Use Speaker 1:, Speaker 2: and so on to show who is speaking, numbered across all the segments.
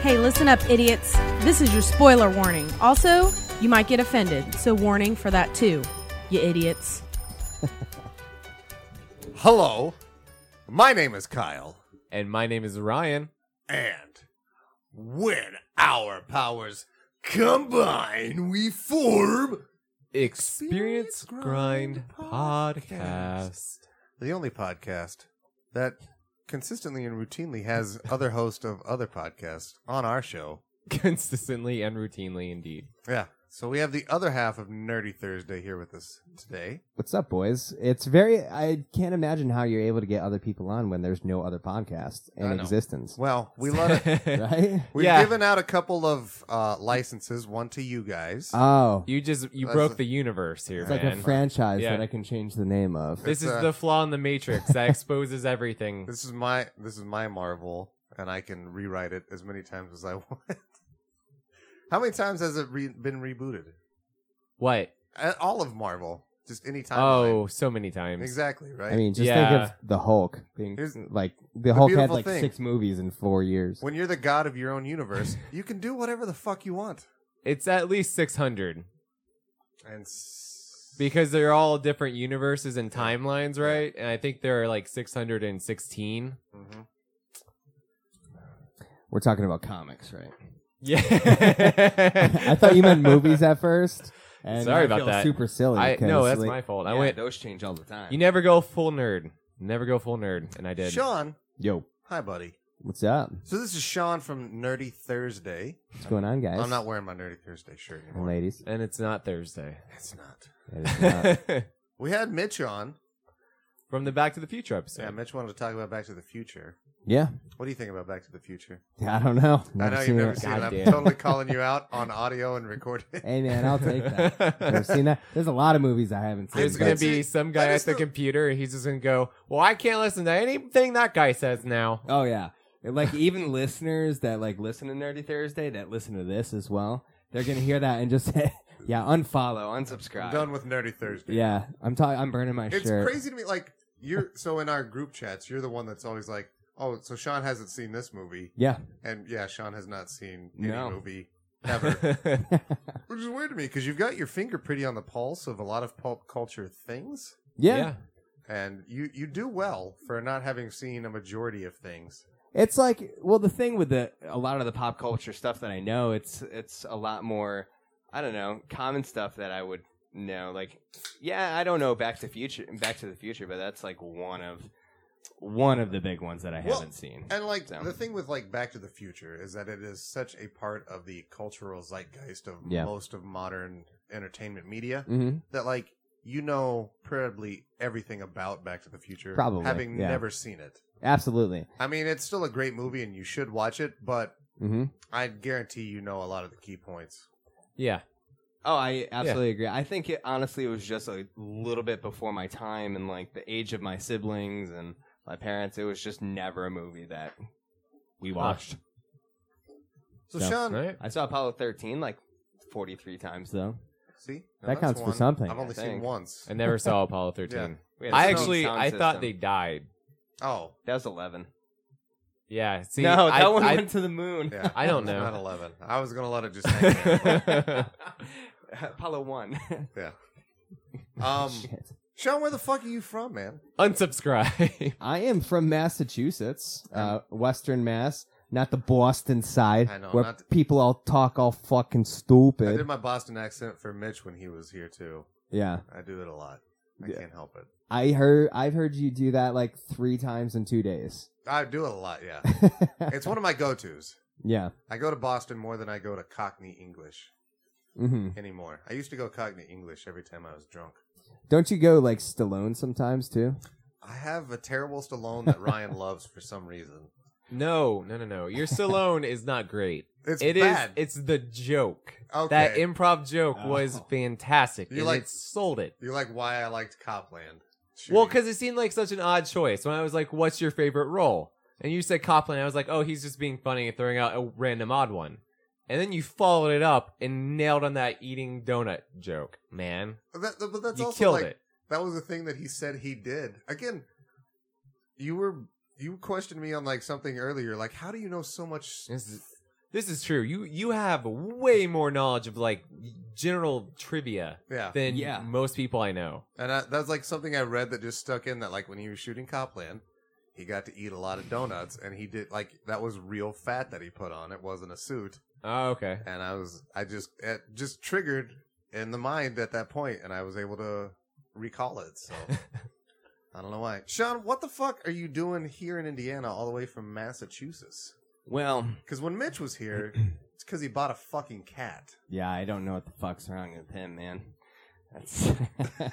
Speaker 1: Hey, listen up, idiots. This is your spoiler warning. Also, you might get offended, so warning for that too, you idiots.
Speaker 2: Hello, my name is Kyle,
Speaker 3: And my name is Ryan.
Speaker 2: and when our powers combine, we form
Speaker 3: Experience Grind
Speaker 2: Podcast.
Speaker 3: Podcast.
Speaker 2: the only podcast that consistently and routinely has other host of other podcasts on our show.
Speaker 3: Consistently and routinely, indeed.
Speaker 2: Yeah, so we have the other half of Nerdy Thursday here with us today.
Speaker 4: What's up, boys? It's very. I can't imagine how you're able to get other people on when there's no other podcast
Speaker 3: I
Speaker 4: in
Speaker 3: know.
Speaker 4: existence,
Speaker 2: Well, we let it.
Speaker 4: right?
Speaker 2: We've
Speaker 3: Yeah.
Speaker 2: given out a couple of uh, licenses, one to you guys.
Speaker 4: Oh,
Speaker 3: you just you
Speaker 2: That's a-
Speaker 3: broke the universe here,
Speaker 4: it's like
Speaker 3: man.
Speaker 4: a franchise
Speaker 3: Yeah.
Speaker 4: that I can change the name of.
Speaker 3: this
Speaker 2: It's,
Speaker 3: is
Speaker 2: uh,
Speaker 3: the flaw in the matrix that exposes everything.
Speaker 2: This is my this is my Marvel, and I can rewrite it as many times as I want. How many times has it re- been rebooted?
Speaker 3: What?
Speaker 2: Uh, All of Marvel, just any time.
Speaker 3: Oh, so many times.
Speaker 2: exactly right.
Speaker 4: I mean, just
Speaker 3: Yeah.
Speaker 4: think of the Hulk being
Speaker 2: Here's-
Speaker 4: like the Hulk had
Speaker 2: beautiful
Speaker 4: like
Speaker 2: thing.
Speaker 4: six movies in four years.
Speaker 2: when you're the god of your own universe, you can do whatever the fuck you want.
Speaker 3: It's at least 600
Speaker 2: And s-
Speaker 3: because they're all different universes and timelines, right? And I think there are like 616.
Speaker 2: Mhm.
Speaker 4: We're talking about comics, right?
Speaker 3: Yeah.
Speaker 4: I thought you meant movies at first. And
Speaker 3: Sorry
Speaker 4: I
Speaker 3: about
Speaker 4: feel
Speaker 3: that.
Speaker 4: Super silly.
Speaker 3: I
Speaker 4: 'cause,
Speaker 3: no, that's
Speaker 4: like-
Speaker 3: my fault. I went
Speaker 4: those change all the time.
Speaker 3: You never go full nerd. Never go full nerd, and I did.
Speaker 2: Sean,
Speaker 4: Yo,
Speaker 2: hi buddy.
Speaker 4: what's up?
Speaker 2: So this is Sean from Nerdy Thursday.
Speaker 4: What's going on, guys?
Speaker 2: I'm not wearing my Nerdy Thursday shirt
Speaker 4: and
Speaker 2: anymore.
Speaker 4: ladies.
Speaker 3: And it's not Thursday.
Speaker 2: It's not.
Speaker 4: It is not.
Speaker 2: We had Mitch on.
Speaker 3: From the Back to the Future episode.
Speaker 2: Yeah, Mitch wanted to talk about Back to the Future.
Speaker 4: yeah.
Speaker 2: What do you think about Back to the Future?
Speaker 4: I don't know.
Speaker 2: I know you've never
Speaker 4: it.
Speaker 2: seen it. I'm
Speaker 3: Goddamn.
Speaker 2: totally calling you out on audio and recording.
Speaker 4: Hey man, I'll take that. Never seen that. There's a lot of movies I haven't seen.
Speaker 3: There's
Speaker 2: I
Speaker 4: but
Speaker 3: gonna
Speaker 2: just-
Speaker 3: be some guy
Speaker 2: I
Speaker 3: at
Speaker 2: just
Speaker 3: the
Speaker 2: don't-
Speaker 3: computer, and he's just gonna go, "Well, I can't listen to anything that guy says now."
Speaker 4: Oh yeah, And, like even listeners that like listen to Nerdy Thursday that listen to this as well, they're gonna hear that and just say, yeah, unfollow, unsubscribe.
Speaker 2: I'm done with Nerdy Thursday.
Speaker 4: Yeah, I'm talking. I'm burning my
Speaker 2: It's
Speaker 4: shirt.
Speaker 2: crazy to me. Like, you're so in our group chats, you're the one that's always like, oh, so Sean hasn't seen this movie.
Speaker 4: Yeah,
Speaker 2: And yeah, Sean has not seen any
Speaker 4: No.
Speaker 2: movie ever. Which is weird to me because you've got your finger pretty on the pulse of a lot of pulp culture things.
Speaker 4: yeah.
Speaker 2: And you, you do well for not having seen a majority of things.
Speaker 4: It's like well, the thing with the a lot of the pop culture stuff that I know, it's it's a lot more. I don't know common stuff that I would know. Like, yeah, I don't know Back to Future, Back to the Future, but that's like one of one of the big ones that I
Speaker 2: Well,
Speaker 4: haven't seen.
Speaker 2: And like
Speaker 4: So-
Speaker 2: the thing with like Back to the Future is that it is such a part of the cultural zeitgeist of
Speaker 4: Yeah.
Speaker 2: most of modern entertainment media.
Speaker 4: Mm-hmm.
Speaker 2: that like you know probably everything about Back to the Future,
Speaker 4: Probably,
Speaker 2: having
Speaker 4: yeah.
Speaker 2: never seen it.
Speaker 4: Absolutely.
Speaker 2: I mean, it's still a great movie, and you should watch it. But
Speaker 4: Mm-hmm.
Speaker 2: I guarantee you know a lot of the key points.
Speaker 3: yeah,
Speaker 5: Oh, I absolutely agree. I think it honestly it was just a little bit before my time and like the age of my siblings and my parents. It was just never a movie that we watched. Um,
Speaker 2: So
Speaker 4: Yeah.
Speaker 2: Sean,
Speaker 3: right.
Speaker 5: I saw Apollo 13 like 43 times though.
Speaker 2: see Now
Speaker 4: That
Speaker 2: that's
Speaker 4: counts for
Speaker 2: one
Speaker 4: something,
Speaker 2: I've
Speaker 4: I
Speaker 2: only seen
Speaker 5: think.
Speaker 2: once.
Speaker 3: I never saw Apollo 13.
Speaker 5: We had
Speaker 3: I
Speaker 5: the same
Speaker 3: actually,
Speaker 5: sound
Speaker 3: I thought
Speaker 5: system.
Speaker 3: they died.
Speaker 2: Oh,
Speaker 5: That was 11.
Speaker 3: Yeah. See,
Speaker 5: no, that
Speaker 3: I,
Speaker 5: one
Speaker 3: I,
Speaker 5: went to the moon.
Speaker 2: yeah.
Speaker 3: I don't
Speaker 2: It's
Speaker 3: know.
Speaker 2: Not eleven. I was gonna let it just hang there.
Speaker 5: Apollo 1.
Speaker 2: Um, Sean, where the fuck are you from, man?
Speaker 3: unsubscribe.
Speaker 4: I am from Massachusetts, uh, Western Mass, not the Boston side,
Speaker 2: I know,
Speaker 4: where
Speaker 2: not-
Speaker 4: people all talk all fucking
Speaker 2: I
Speaker 4: stupid.
Speaker 2: did my Boston accent for Mitch when he was here too.
Speaker 4: yeah,
Speaker 2: I do it a lot. I
Speaker 4: Yeah.
Speaker 2: can't help it.
Speaker 4: I heard I've heard you do that like three times in two days.
Speaker 2: I do it a lot. Yeah, it's one of my go-tos.
Speaker 4: yeah.
Speaker 2: I go to Boston more than I go to Cockney English.
Speaker 4: hmm
Speaker 2: anymore. I used to go Cockney English every time I was drunk.
Speaker 4: Don't you go like Stallone sometimes too?
Speaker 2: I have a terrible Stallone that Ryan loves for some reason.
Speaker 3: no, no, no, no. Your Stallone is not great.
Speaker 2: It's
Speaker 3: It is.
Speaker 2: bad.
Speaker 3: It's the joke.
Speaker 2: okay.
Speaker 3: That improv joke was
Speaker 4: Oh.
Speaker 3: fantastic.
Speaker 2: You
Speaker 3: and
Speaker 2: like-
Speaker 3: it sold it.
Speaker 2: you like why I liked Copland. Shooting.
Speaker 3: Well, because it seemed like such an odd choice. When I was like, "What's your favorite role?" and you said Copland, I was like, "Oh, he's just being funny and throwing out a random odd one." And then you followed it up and nailed on that eating donut joke, man.
Speaker 2: That- that- but that's
Speaker 3: you
Speaker 2: also
Speaker 3: killed
Speaker 2: like
Speaker 3: it.
Speaker 2: that was the thing that he said he did. Again, you were you questioned me on like something earlier, like how do you know so much
Speaker 3: This is- this is true. You you have way more knowledge of like general trivia
Speaker 2: Yeah.
Speaker 3: than
Speaker 4: Yeah.
Speaker 3: most people I know.
Speaker 2: And I, that's like something I read that just stuck in that like when he was shooting Copland, he got to eat a lot of donuts and he did like that was real fat that he put on. It wasn't a suit.
Speaker 3: Oh, okay.
Speaker 2: And I was I just it just triggered in the mind at that point and I was able to recall it. So I don't know why. Sean, what the fuck are you doing here in Indiana all the way from Massachusetts?
Speaker 4: Well,
Speaker 2: Cuz when Mitch was here, it's cuz he bought a fucking cat.
Speaker 4: yeah, I don't know what the fuck's wrong with him, man. That's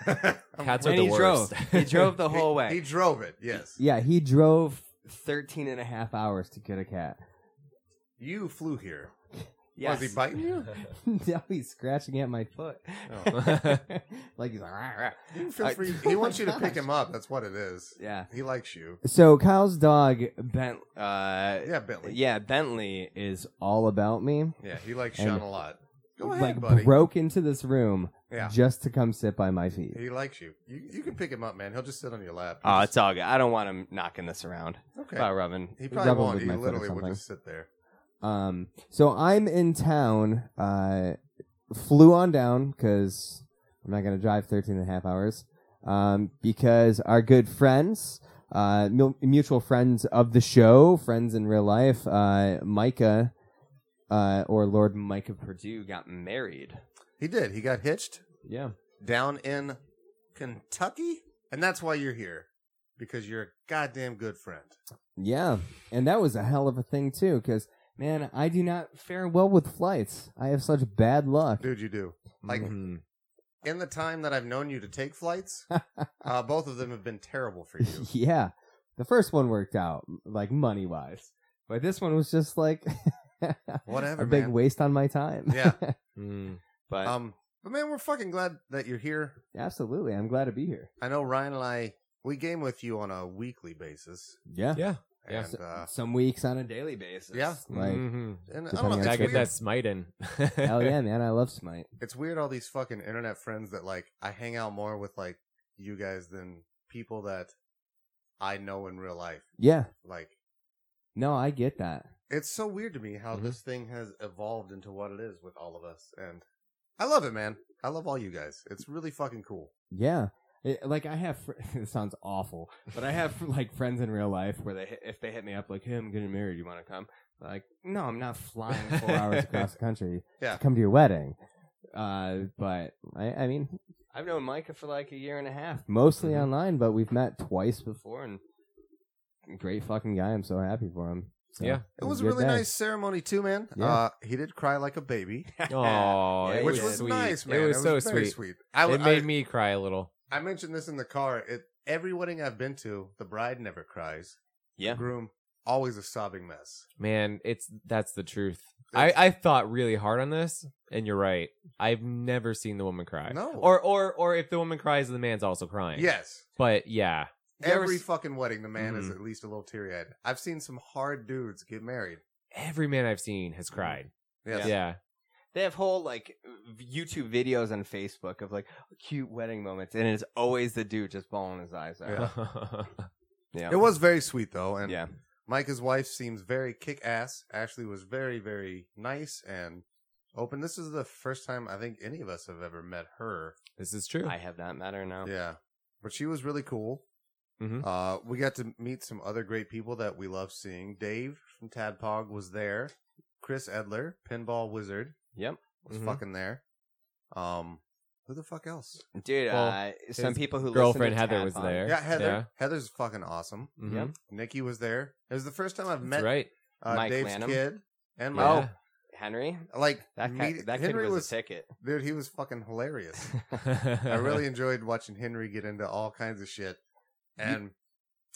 Speaker 3: Cats are
Speaker 4: and
Speaker 3: the
Speaker 4: he drove.
Speaker 3: worst.
Speaker 4: He drove the whole
Speaker 2: He
Speaker 4: way.
Speaker 2: drove it. Yes.
Speaker 4: Yeah, he drove 13 and a half hours to get a cat.
Speaker 2: You flew here.
Speaker 4: Yes.
Speaker 2: Was he biting you?
Speaker 4: now he's scratching at my foot.
Speaker 3: Oh.
Speaker 4: like he's like, rah, rah.
Speaker 2: You feel
Speaker 4: I-
Speaker 2: free.
Speaker 4: Oh
Speaker 2: He
Speaker 4: my
Speaker 2: wants you to pick
Speaker 4: gosh.
Speaker 2: him up. That's what it is.
Speaker 4: Yeah.
Speaker 2: He likes you.
Speaker 4: So Kyle's dog Bent, uh,
Speaker 2: Yeah, Bentley.
Speaker 4: yeah, Bentley is all about me.
Speaker 2: Yeah, he likes
Speaker 4: And-
Speaker 2: Sean a lot. Go ahead,
Speaker 4: like
Speaker 2: buddy.
Speaker 4: broke into this room
Speaker 2: Yeah.
Speaker 4: just to come sit by my feet.
Speaker 2: He likes you. you. You can pick him up, man. He'll just sit on your lap.
Speaker 6: Oh, it's all good. I don't want him knocking this around.
Speaker 2: okay.
Speaker 6: About rubbing.
Speaker 2: he
Speaker 4: rub
Speaker 2: probably
Speaker 4: him
Speaker 2: won't.
Speaker 4: with
Speaker 2: He
Speaker 4: my foot or
Speaker 2: literally will
Speaker 4: something.
Speaker 2: just sit there.
Speaker 4: Um, so I'm in town, uh, flew on down because I'm not going to drive 13 and a half hours. Um, because our good friends, uh, mil- mutual friends of the show, friends in real life, uh, Micah, uh, or Lord Micah Purdue got married.
Speaker 2: He did. He got hitched
Speaker 4: Yeah.
Speaker 2: down in Kentucky, and that's why you're here because you're a goddamn good friend.
Speaker 4: Yeah. And that was a hell of a thing, too, because, man, I do not fare well with flights. I have such bad luck.
Speaker 2: Dude, you do. Like
Speaker 4: Mhm.
Speaker 2: in the time that I've known you to take flights, uh, both of them have been terrible for you.
Speaker 4: yeah. The first one worked out, like money wise. But this one was just like
Speaker 2: Whatever,
Speaker 4: a big
Speaker 2: man.
Speaker 4: waste on my time.
Speaker 2: Yeah.
Speaker 3: Mm.
Speaker 6: But
Speaker 2: Um. But man, we're fucking glad that you're here.
Speaker 4: Absolutely. I'm glad to be here.
Speaker 2: I know Ryan and I we game with you on a weekly basis.
Speaker 4: Yeah.
Speaker 3: Yeah.
Speaker 2: Yeah.
Speaker 3: Yeah.
Speaker 2: And, uh,
Speaker 4: Some weeks on a daily basis.
Speaker 2: yeah. Mm-hmm.
Speaker 4: Like
Speaker 3: Mhm.
Speaker 2: And I
Speaker 4: Depending
Speaker 2: don't
Speaker 4: on
Speaker 2: know,
Speaker 3: I
Speaker 2: it's
Speaker 3: get
Speaker 2: weird.
Speaker 3: that smite in.
Speaker 4: hell yeah, man. I love Smite.
Speaker 2: It's weird all these fucking internet friends that like I hang out more with like you guys than people that I know in real life.
Speaker 4: Yeah.
Speaker 2: Like
Speaker 4: No, I get that.
Speaker 2: it's so weird to me how
Speaker 3: Mhm.
Speaker 2: this thing has evolved into what it is with all of us and I love it, man. I love all you guys. It's really fucking cool.
Speaker 4: Yeah. It- like I have, fr- it sounds awful, but I have like friends in real life where they, hit- if they hit me up like, "Hey, I'm getting married, you want to come?" Like, no, I'm not flying four hours across the country
Speaker 2: Yeah.
Speaker 4: to come to your wedding. Uh, but I, I mean,
Speaker 6: I've known Micah for like a year and a half.
Speaker 4: mostly
Speaker 2: Mm-hmm.
Speaker 3: Mhm.
Speaker 4: online, but we've met twice before, and great fucking guy. I'm so happy for him. So,
Speaker 3: Yeah.
Speaker 2: It was a
Speaker 4: good
Speaker 2: really
Speaker 4: day.
Speaker 2: nice ceremony too, man.
Speaker 4: Yeah.
Speaker 2: Uh, he did cry like a baby,
Speaker 6: Yeah,
Speaker 3: Oh, it
Speaker 6: he
Speaker 2: which
Speaker 6: did.
Speaker 2: was
Speaker 3: sweet.
Speaker 2: nice, man.
Speaker 3: It was, so
Speaker 2: very
Speaker 3: sweet.
Speaker 2: sweet. I,
Speaker 3: it
Speaker 2: I-
Speaker 3: made me cry a little.
Speaker 2: I mentioned this in the car. It, every wedding I've been to, the bride never cries.
Speaker 6: Yeah.
Speaker 2: Groom, always a sobbing mess.
Speaker 3: Man, it's that's the truth. I, I thought really hard on this, and you're right. I've never seen the woman cry.
Speaker 2: No.
Speaker 3: Or or or if the woman cries, the man's also crying.
Speaker 2: Yes.
Speaker 3: But yeah. You ever
Speaker 2: Every
Speaker 3: s-
Speaker 2: fucking wedding, the man is
Speaker 3: Mhm.
Speaker 2: at least a little teary eyed. I've seen some hard dudes get married.
Speaker 3: Every man I've seen has cried.
Speaker 2: Yes.
Speaker 3: Yeah.
Speaker 6: They have whole like YouTube videos on Facebook of like cute wedding moments, and it's always the dude just bawling his eyes out.
Speaker 2: Yeah. It was very sweet, though. And
Speaker 6: Yeah.
Speaker 2: Micah's wife seems very kick ass. Ashley was very, very nice and open. This is the first time I think any of us have ever met her.
Speaker 3: this is true.
Speaker 6: I have not met her now.
Speaker 2: Yeah. But she was really cool.
Speaker 6: Mm-hmm.
Speaker 3: Mhm.
Speaker 2: Uh, we got to meet some other great people that we love seeing. Dave from Tadpog was there. Chris Edler, Pinball Wizard.
Speaker 6: Yep.
Speaker 2: Was
Speaker 3: Mhm.
Speaker 2: fucking there. Um, who the fuck else?
Speaker 6: Dude,
Speaker 3: Well,
Speaker 6: uh, some
Speaker 3: his
Speaker 6: people who listen
Speaker 3: Girlfriend
Speaker 6: to
Speaker 3: Heather
Speaker 6: Tap
Speaker 3: was
Speaker 6: on-
Speaker 3: there.
Speaker 2: Yeah, Heather. Heather's fucking awesome.
Speaker 3: Mhm.
Speaker 6: Yep.
Speaker 2: Nikki was there. It was the first time I've
Speaker 3: That's
Speaker 2: met
Speaker 3: right.
Speaker 2: uh,
Speaker 6: Mike
Speaker 2: Dave's
Speaker 6: Lanham.
Speaker 2: kid and my
Speaker 3: Yeah.
Speaker 6: Henry.
Speaker 2: like
Speaker 6: That cat,
Speaker 2: Oh. meet-
Speaker 6: that kid
Speaker 2: Henry
Speaker 6: was,
Speaker 2: was
Speaker 6: a ticket.
Speaker 2: dude. He was fucking hilarious. I really enjoyed watching Henry get into all kinds of shit. And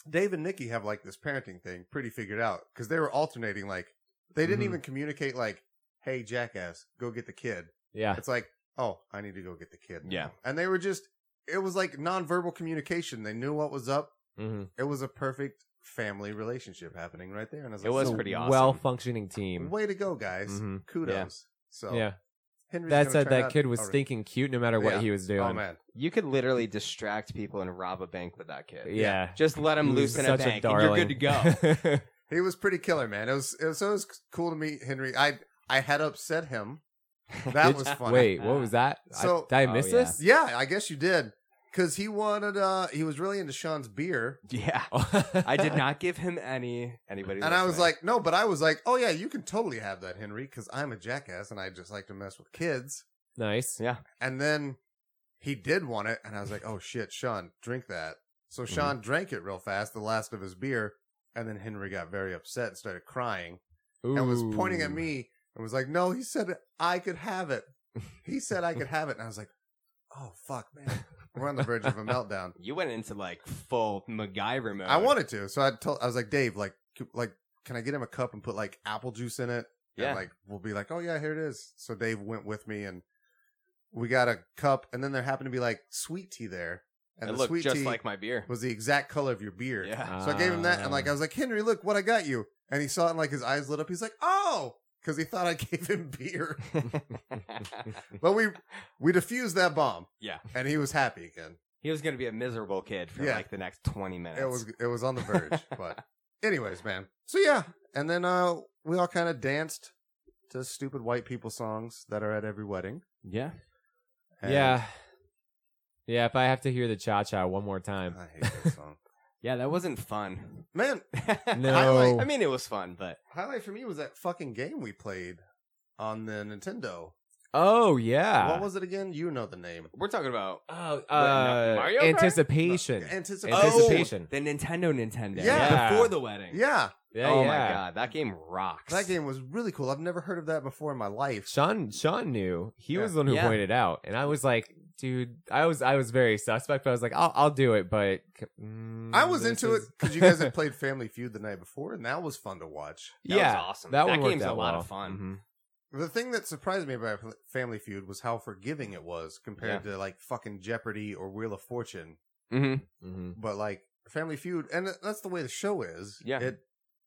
Speaker 2: Dave and Nikki have like this parenting thing pretty figured out because they were alternating. Like they didn't
Speaker 3: Mhm.
Speaker 2: even communicate like, "Hey, jackass, go get the kid."
Speaker 3: Yeah.
Speaker 2: It's like, "Oh, I need to go get the kid."
Speaker 6: Yeah.
Speaker 2: And they were just, it was like nonverbal communication. They knew what was up.
Speaker 3: hmm
Speaker 2: It was a perfect family relationship happening right there. And I was
Speaker 6: It
Speaker 2: like,
Speaker 6: was
Speaker 2: "So,
Speaker 6: pretty awesome.
Speaker 3: Well functioning team.
Speaker 2: way to go, guys!
Speaker 3: Mhm.
Speaker 2: Kudos."
Speaker 6: Yeah.
Speaker 2: So
Speaker 3: yeah.
Speaker 2: Henry's
Speaker 3: That
Speaker 2: gonna
Speaker 3: said,
Speaker 2: turn
Speaker 3: that
Speaker 2: out
Speaker 3: kid was
Speaker 2: all right.
Speaker 3: stinking cute no matter what
Speaker 2: Yeah.
Speaker 3: he was doing.
Speaker 2: Oh man,
Speaker 6: You could literally distract people and rob a bank with that kid.
Speaker 3: Yeah.
Speaker 6: Just let him
Speaker 3: He was
Speaker 6: loose in a
Speaker 3: such
Speaker 6: bank, and
Speaker 3: darling.
Speaker 6: you're good to go.
Speaker 2: He was pretty killer, man. It was, it was so it was cool to meet Henry. I I had upset him. That
Speaker 3: Did-
Speaker 2: was funny.
Speaker 3: Wait, what was that? I-
Speaker 2: So-
Speaker 3: did I
Speaker 4: Oh,
Speaker 3: miss
Speaker 4: yeah.
Speaker 3: this?
Speaker 2: Yeah, I guess you did. Cause he wanted uh he was really into Sean's beer.
Speaker 4: Yeah. I did not give him any anybody.
Speaker 2: And I was like, no, but I was like, oh yeah, you can totally have that, Henry, because I'm a jackass and I just like to mess with kids.
Speaker 3: Nice.
Speaker 4: Yeah.
Speaker 2: And then he did want it, and I was like, oh shit, Sean, drink that. So
Speaker 3: Mm-hmm.
Speaker 2: Sean drank it real fast, the last of his beer, and then Henry got very upset and started crying and was pointing at
Speaker 3: Ooh.
Speaker 2: me and was like, no, he said I could have it. He said I could have it. And I was like, oh fuck, man. We're on the verge of a meltdown.
Speaker 4: you went into like full MacGyver mode.
Speaker 2: I wanted to, so I told I was like, Dave, like, c- like, can I get him a cup and put like apple juice in it?
Speaker 4: Yeah.
Speaker 2: And, like, we'll be like, oh yeah, here it is. So Dave went with me, and we got a cup, and then there happened to be like sweet tea there, and
Speaker 4: it
Speaker 2: the
Speaker 4: looked
Speaker 2: sweet
Speaker 4: just
Speaker 2: tea
Speaker 4: like my beer.
Speaker 2: was the exact color of your beard.
Speaker 4: Yeah.
Speaker 2: So I gave him that, and like, I
Speaker 3: Ah.
Speaker 2: was like, Henry, look what I got you, and he saw it, and like his eyes lit up. He's like, oh. Because he thought I gave him beer,
Speaker 3: Uh,
Speaker 2: but we we diffused that bomb.
Speaker 4: Yeah.
Speaker 2: and he was happy again.
Speaker 4: He was going to be a miserable kid for
Speaker 2: Yeah.
Speaker 4: like the next 20 minutes.
Speaker 2: It was it was on the verge, but anyways, man. So yeah, and then uh we all kind of danced to stupid white people songs that are at every wedding.
Speaker 4: Yeah.
Speaker 2: And
Speaker 3: Yeah. Yeah, if I have to hear the cha cha one more time.
Speaker 2: I hate that song.
Speaker 4: Yeah, that wasn't fun.
Speaker 2: man,
Speaker 3: No.
Speaker 4: I mean, it was fun, but
Speaker 2: highlight for me was that fucking game we played on the Nintendo.
Speaker 3: Oh yeah.
Speaker 2: what was it again? You know the name.
Speaker 4: we're talking about
Speaker 3: Oh,
Speaker 4: no,
Speaker 3: uh,
Speaker 4: Mario Kart? Oh,
Speaker 3: anticipation.
Speaker 2: Anticipation.
Speaker 3: Anticipation.
Speaker 4: the Nintendo Nintendo.
Speaker 2: Yeah.
Speaker 4: Before the wedding.
Speaker 2: Yeah,
Speaker 3: Yeah,
Speaker 4: oh my
Speaker 3: yeah.
Speaker 4: god, that game rocks.
Speaker 2: that game was really cool. I've never heard of that before in my life.
Speaker 3: Sean Sean knew he
Speaker 2: Yeah.
Speaker 3: was the one who
Speaker 4: Yeah.
Speaker 3: pointed out, and I was like, "Dude, I was I was very suspect, but I was like, I'll I'll do it." But mm,
Speaker 2: I was
Speaker 3: this
Speaker 2: into it
Speaker 3: is-
Speaker 2: because you guys had played Family Feud the night before, and that was fun to watch.
Speaker 4: That
Speaker 3: yeah,
Speaker 4: was awesome.
Speaker 3: That,
Speaker 4: That
Speaker 3: one worked
Speaker 4: game's a
Speaker 3: out
Speaker 4: lot
Speaker 3: well.
Speaker 4: of fun.
Speaker 3: Mhm.
Speaker 2: The thing that surprised me about Family Feud was how forgiving it was compared to like fucking Jeopardy or Wheel of Fortune.
Speaker 4: Mhm.
Speaker 3: Mhm.
Speaker 2: But like Family Feud, and th- that's the way the show is.
Speaker 4: Yeah.
Speaker 2: It,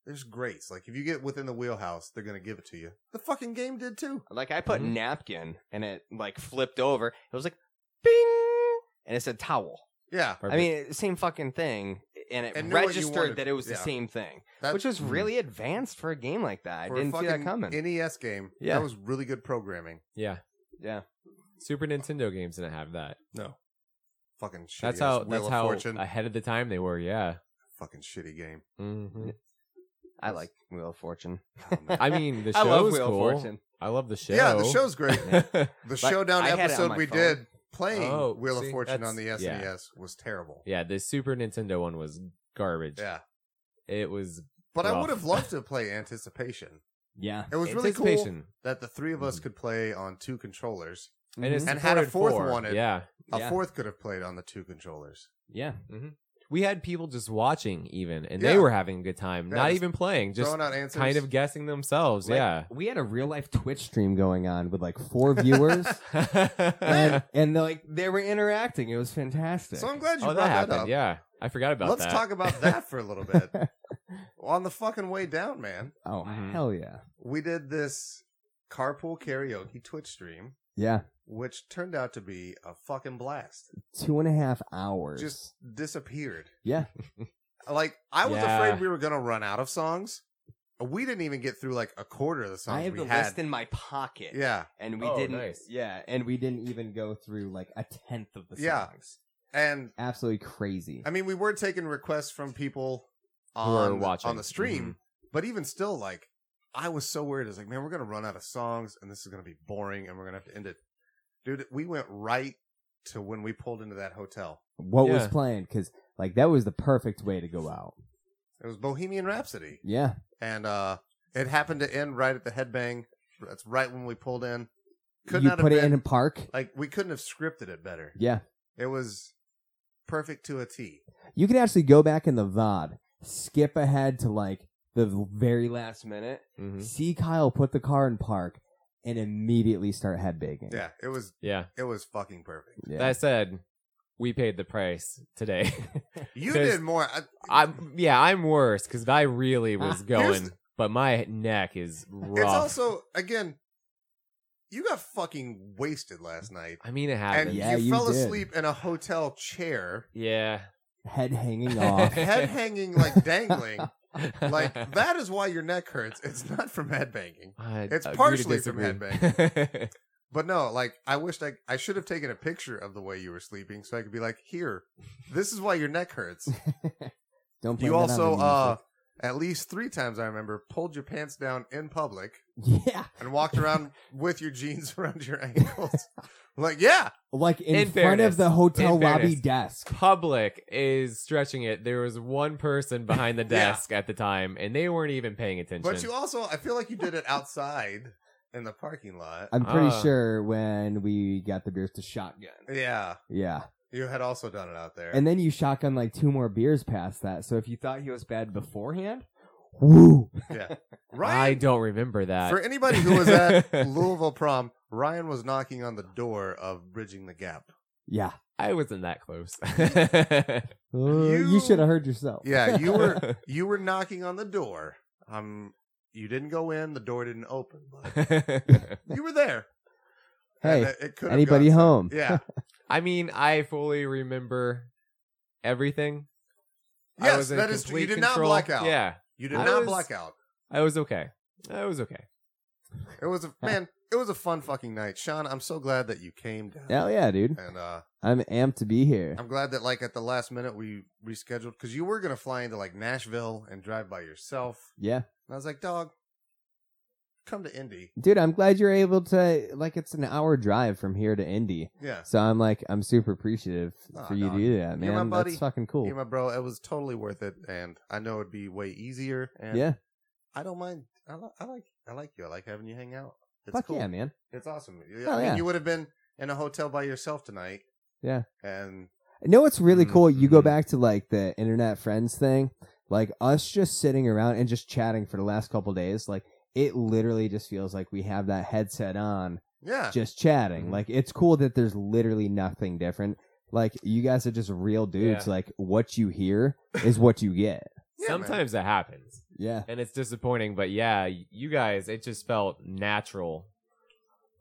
Speaker 2: there's grace. Like if you get within the wheelhouse, they're gonna give it to you. The fucking game did too.
Speaker 4: Like I put
Speaker 3: Mhm.
Speaker 4: napkin and it like flipped over. It was like bing and it said towel.
Speaker 2: Yeah.
Speaker 4: I mean, same fucking thing and it
Speaker 2: And knew what you wanted.
Speaker 4: registered that it was
Speaker 2: Yeah.
Speaker 4: the same thing,
Speaker 2: That,
Speaker 4: which was really advanced for a game like that.
Speaker 2: for
Speaker 4: I
Speaker 2: a
Speaker 4: didn't see that
Speaker 2: fucking
Speaker 4: coming.
Speaker 2: NES game.
Speaker 4: Yeah.
Speaker 2: That was really good programming.
Speaker 3: Yeah,
Speaker 4: yeah.
Speaker 3: Super Nintendo games didn't have that.
Speaker 2: No. Fucking shitty.
Speaker 3: That's how
Speaker 2: Wheel
Speaker 3: that's
Speaker 2: of
Speaker 3: how
Speaker 2: Fortune.
Speaker 3: ahead of the time they were. Yeah.
Speaker 2: Fucking shitty game.
Speaker 3: Mhm.
Speaker 4: I like Wheel of Fortune.
Speaker 2: Oh, man.
Speaker 3: I mean, the
Speaker 4: I love
Speaker 3: show is
Speaker 4: Wheel
Speaker 3: cool.
Speaker 4: of Fortune.
Speaker 3: I love the show.
Speaker 2: Yeah, the show's great.
Speaker 3: show.
Speaker 2: The showdown
Speaker 4: I had it on
Speaker 2: episode
Speaker 4: my
Speaker 2: we
Speaker 4: phone.
Speaker 2: did playing
Speaker 3: Oh,
Speaker 2: Wheel
Speaker 3: see,
Speaker 2: of Fortune
Speaker 3: that's-
Speaker 2: on the SNES
Speaker 3: yeah.
Speaker 2: was terrible.
Speaker 3: yeah, the Super Nintendo one was garbage.
Speaker 2: Yeah.
Speaker 3: It was.
Speaker 2: But I
Speaker 3: rough.
Speaker 2: would have loved to play Anticipation.
Speaker 4: Yeah.
Speaker 2: It was really cool
Speaker 3: Anticipation.
Speaker 2: that the three of us
Speaker 3: Mm.
Speaker 2: could play on two controllers.
Speaker 3: And, it's
Speaker 2: Mm-hmm. And had a
Speaker 3: supported
Speaker 2: fourth
Speaker 3: four.
Speaker 2: one in-
Speaker 3: Yeah.
Speaker 2: A
Speaker 4: Yeah.
Speaker 2: fourth could have played on the two controllers.
Speaker 4: Yeah.
Speaker 3: we had people just watching even and
Speaker 2: Yeah.
Speaker 3: they were having a good time
Speaker 2: Yeah,
Speaker 3: not
Speaker 2: just
Speaker 3: even playing just
Speaker 2: throwing out answers.
Speaker 3: kind of guessing themselves
Speaker 4: Like,
Speaker 3: yeah
Speaker 4: We had a real life Twitch stream going on with like four viewers.
Speaker 3: oh
Speaker 4: and and they're like they were interacting. It was fantastic.
Speaker 2: So I'm glad you
Speaker 3: Oh, that
Speaker 2: brought that,
Speaker 3: happened
Speaker 2: up.
Speaker 3: yeah i forgot about
Speaker 2: Let's
Speaker 3: that
Speaker 2: talk about that for a little bit. on the fucking way down, man,
Speaker 4: oh
Speaker 3: Mhm.
Speaker 4: hell yeah.
Speaker 2: we did this carpool karaoke Twitch stream,
Speaker 4: Yeah.
Speaker 2: which turned out to be a fucking blast.
Speaker 4: Two and a half hours.
Speaker 2: Just disappeared.
Speaker 4: Yeah.
Speaker 2: Like I was
Speaker 3: Yeah.
Speaker 2: afraid we were gonna run out of songs. We didn't even get through like a quarter of the songs
Speaker 4: I have
Speaker 2: we
Speaker 4: the
Speaker 2: had.
Speaker 4: list in my pocket.
Speaker 2: yeah,
Speaker 4: And we
Speaker 3: Oh,
Speaker 4: didn't
Speaker 3: nice.
Speaker 4: Yeah, and we didn't even go through like a tenth of the songs.
Speaker 2: Yeah. and
Speaker 4: Absolutely crazy.
Speaker 2: I mean, we were taking requests from people
Speaker 3: Who were
Speaker 2: on
Speaker 3: watching.
Speaker 2: on the stream,
Speaker 4: Mm-hmm.
Speaker 2: but even still, like I was so worried. I was like, man, we're gonna run out of songs, and this is gonna be boring, and we're gonna have to end it. Dude, we went right to when we pulled into that hotel.
Speaker 4: what was
Speaker 3: Yeah.
Speaker 4: planned cuz like that was the perfect way to go out.
Speaker 2: It was Bohemian Rhapsody,
Speaker 4: Yeah.
Speaker 2: and uh it happened to end right at the headbang. That's right when we pulled in. Could
Speaker 4: you
Speaker 2: not
Speaker 4: put
Speaker 2: have
Speaker 4: it
Speaker 2: been,
Speaker 4: in a park.
Speaker 2: like we couldn't have scripted it better.
Speaker 4: Yeah.
Speaker 2: It was perfect to a T.
Speaker 4: You could actually go back in the VOD, skip ahead to like the very last minute,
Speaker 2: Hmm.
Speaker 3: Mhm.
Speaker 4: see Kyle put the car in park, and immediately start headbanging.
Speaker 2: Yeah, it was
Speaker 3: yeah.
Speaker 2: it was fucking perfect.
Speaker 4: Yeah.
Speaker 3: that said we paid the price today
Speaker 2: You
Speaker 3: There's-
Speaker 2: did more. I,
Speaker 3: i'm yeah i'm worse because i really was
Speaker 2: Here's
Speaker 3: going but my neck is rough
Speaker 2: Ah, It's also again, you got fucking wasted last night,
Speaker 3: i mean it
Speaker 2: and
Speaker 3: happened
Speaker 4: Yeah,
Speaker 2: you,
Speaker 4: you
Speaker 2: fell
Speaker 4: did.
Speaker 2: asleep in a hotel chair,
Speaker 3: yeah
Speaker 4: Head hanging off.
Speaker 2: head hanging like dangling, Like that is why your neck hurts. It's not from headbanging.
Speaker 3: I
Speaker 2: It's
Speaker 3: agree to
Speaker 2: partially from
Speaker 3: disagree.
Speaker 2: But no, like I wished I I should have taken a picture of the way you were sleeping so I could be like, here, this is why your neck hurts.
Speaker 4: Don't blame
Speaker 2: You
Speaker 4: it on
Speaker 2: also
Speaker 4: the
Speaker 2: uh at least three times I remember pulled your pants down in public
Speaker 4: music. yeah,
Speaker 2: and walked around with your jeans around your ankles. like, yeah,
Speaker 4: like in,
Speaker 3: In
Speaker 4: front
Speaker 3: fairness.
Speaker 4: of the hotel
Speaker 3: In
Speaker 4: lobby
Speaker 3: fairness.
Speaker 4: desk.
Speaker 3: Public is stretching it. There was one person behind the
Speaker 2: Yeah.
Speaker 3: desk at the time, and they weren't even paying attention.
Speaker 2: but you also I feel like you did it outside in the parking lot.
Speaker 4: I'm pretty
Speaker 3: Ah.
Speaker 4: sure when we got the beers to shotgun.
Speaker 2: Uh. Yeah,
Speaker 4: Yeah.
Speaker 2: you had also done it out there.
Speaker 4: And then you shotgun like two more beers past that. So if you thought he was bad beforehand, woo.
Speaker 2: yeah,
Speaker 3: I
Speaker 2: Ryan.
Speaker 3: don't remember that.
Speaker 2: For anybody who was at Louisville prom, Ryan was knocking on the door of bridging the gap.
Speaker 4: Yeah.
Speaker 3: I wasn't that close.
Speaker 4: Uh, you
Speaker 2: You-
Speaker 4: should have heard yourself.
Speaker 2: Yeah, you were you were knocking on the door. Um, you didn't go in. The door didn't open, but you were there.
Speaker 4: Hey,
Speaker 2: And it- it could've
Speaker 4: anybody
Speaker 2: gone-
Speaker 4: home?
Speaker 2: Yeah.
Speaker 3: I mean, I fully remember everything. I
Speaker 2: Yes,
Speaker 3: was in
Speaker 2: that is true.
Speaker 3: complete
Speaker 2: You did not
Speaker 3: control.
Speaker 2: black out.
Speaker 3: Yeah,
Speaker 2: You did
Speaker 3: I
Speaker 2: not
Speaker 3: was-
Speaker 2: black out.
Speaker 3: I was okay. I was okay.
Speaker 2: It was a man. It was a fun fucking night, Sean. I'm so glad that you came down.
Speaker 4: Hell yeah, dude.
Speaker 2: And uh,
Speaker 4: I'm amped to be here.
Speaker 2: I'm glad that like at the last minute we rescheduled because you were gonna fly into like Nashville and drive by yourself.
Speaker 4: Yeah.
Speaker 2: And I was like, dog, come to Indy.
Speaker 4: Dude, I'm glad you're able to like it's an hour drive from here to Indy.
Speaker 2: Yeah.
Speaker 4: So I'm like I'm super appreciative
Speaker 2: Aw,
Speaker 4: for you
Speaker 2: dog.
Speaker 4: to do that,
Speaker 2: You're
Speaker 4: man.
Speaker 2: my buddy.
Speaker 4: That's fucking cool.
Speaker 2: Yeah, my bro, it was totally worth it, and I know it'd be way easier. And
Speaker 4: yeah.
Speaker 2: I don't mind. I, li- I like, I like you. I like having you hang out. It's
Speaker 4: Fuck
Speaker 2: cool.
Speaker 4: yeah, man.
Speaker 2: It's awesome. I
Speaker 4: Oh,
Speaker 2: mean,
Speaker 4: yeah.
Speaker 2: You would have been in a hotel by yourself tonight.
Speaker 4: Yeah.
Speaker 2: And
Speaker 4: No, what's really cool. You go
Speaker 3: Mhm.
Speaker 4: back to like the internet friends thing, like us just sitting around and just chatting for the last couple days. Like it literally just feels like we have that headset on,
Speaker 2: yeah,
Speaker 4: just chatting.
Speaker 3: Mhm.
Speaker 4: Like it's cool that there's literally nothing different. Like you guys are just real dudes.
Speaker 3: Yeah.
Speaker 4: Like what you hear is what you get.
Speaker 2: Yeah, man.
Speaker 3: Sometimes it happens,
Speaker 4: Yeah,
Speaker 3: and it's disappointing. But yeah, you guys, it just felt natural.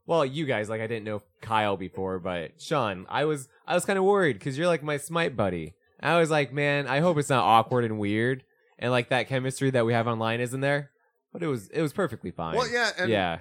Speaker 3: Well, you guys, like I didn't know Kyle before, but Sean, I was, I was kind of worried because you're like my Smite buddy. I was like, man, I hope it's not awkward and weird, and like that chemistry that we have online isn't there. But it was, it was perfectly fine.
Speaker 2: well, yeah, and
Speaker 3: yeah,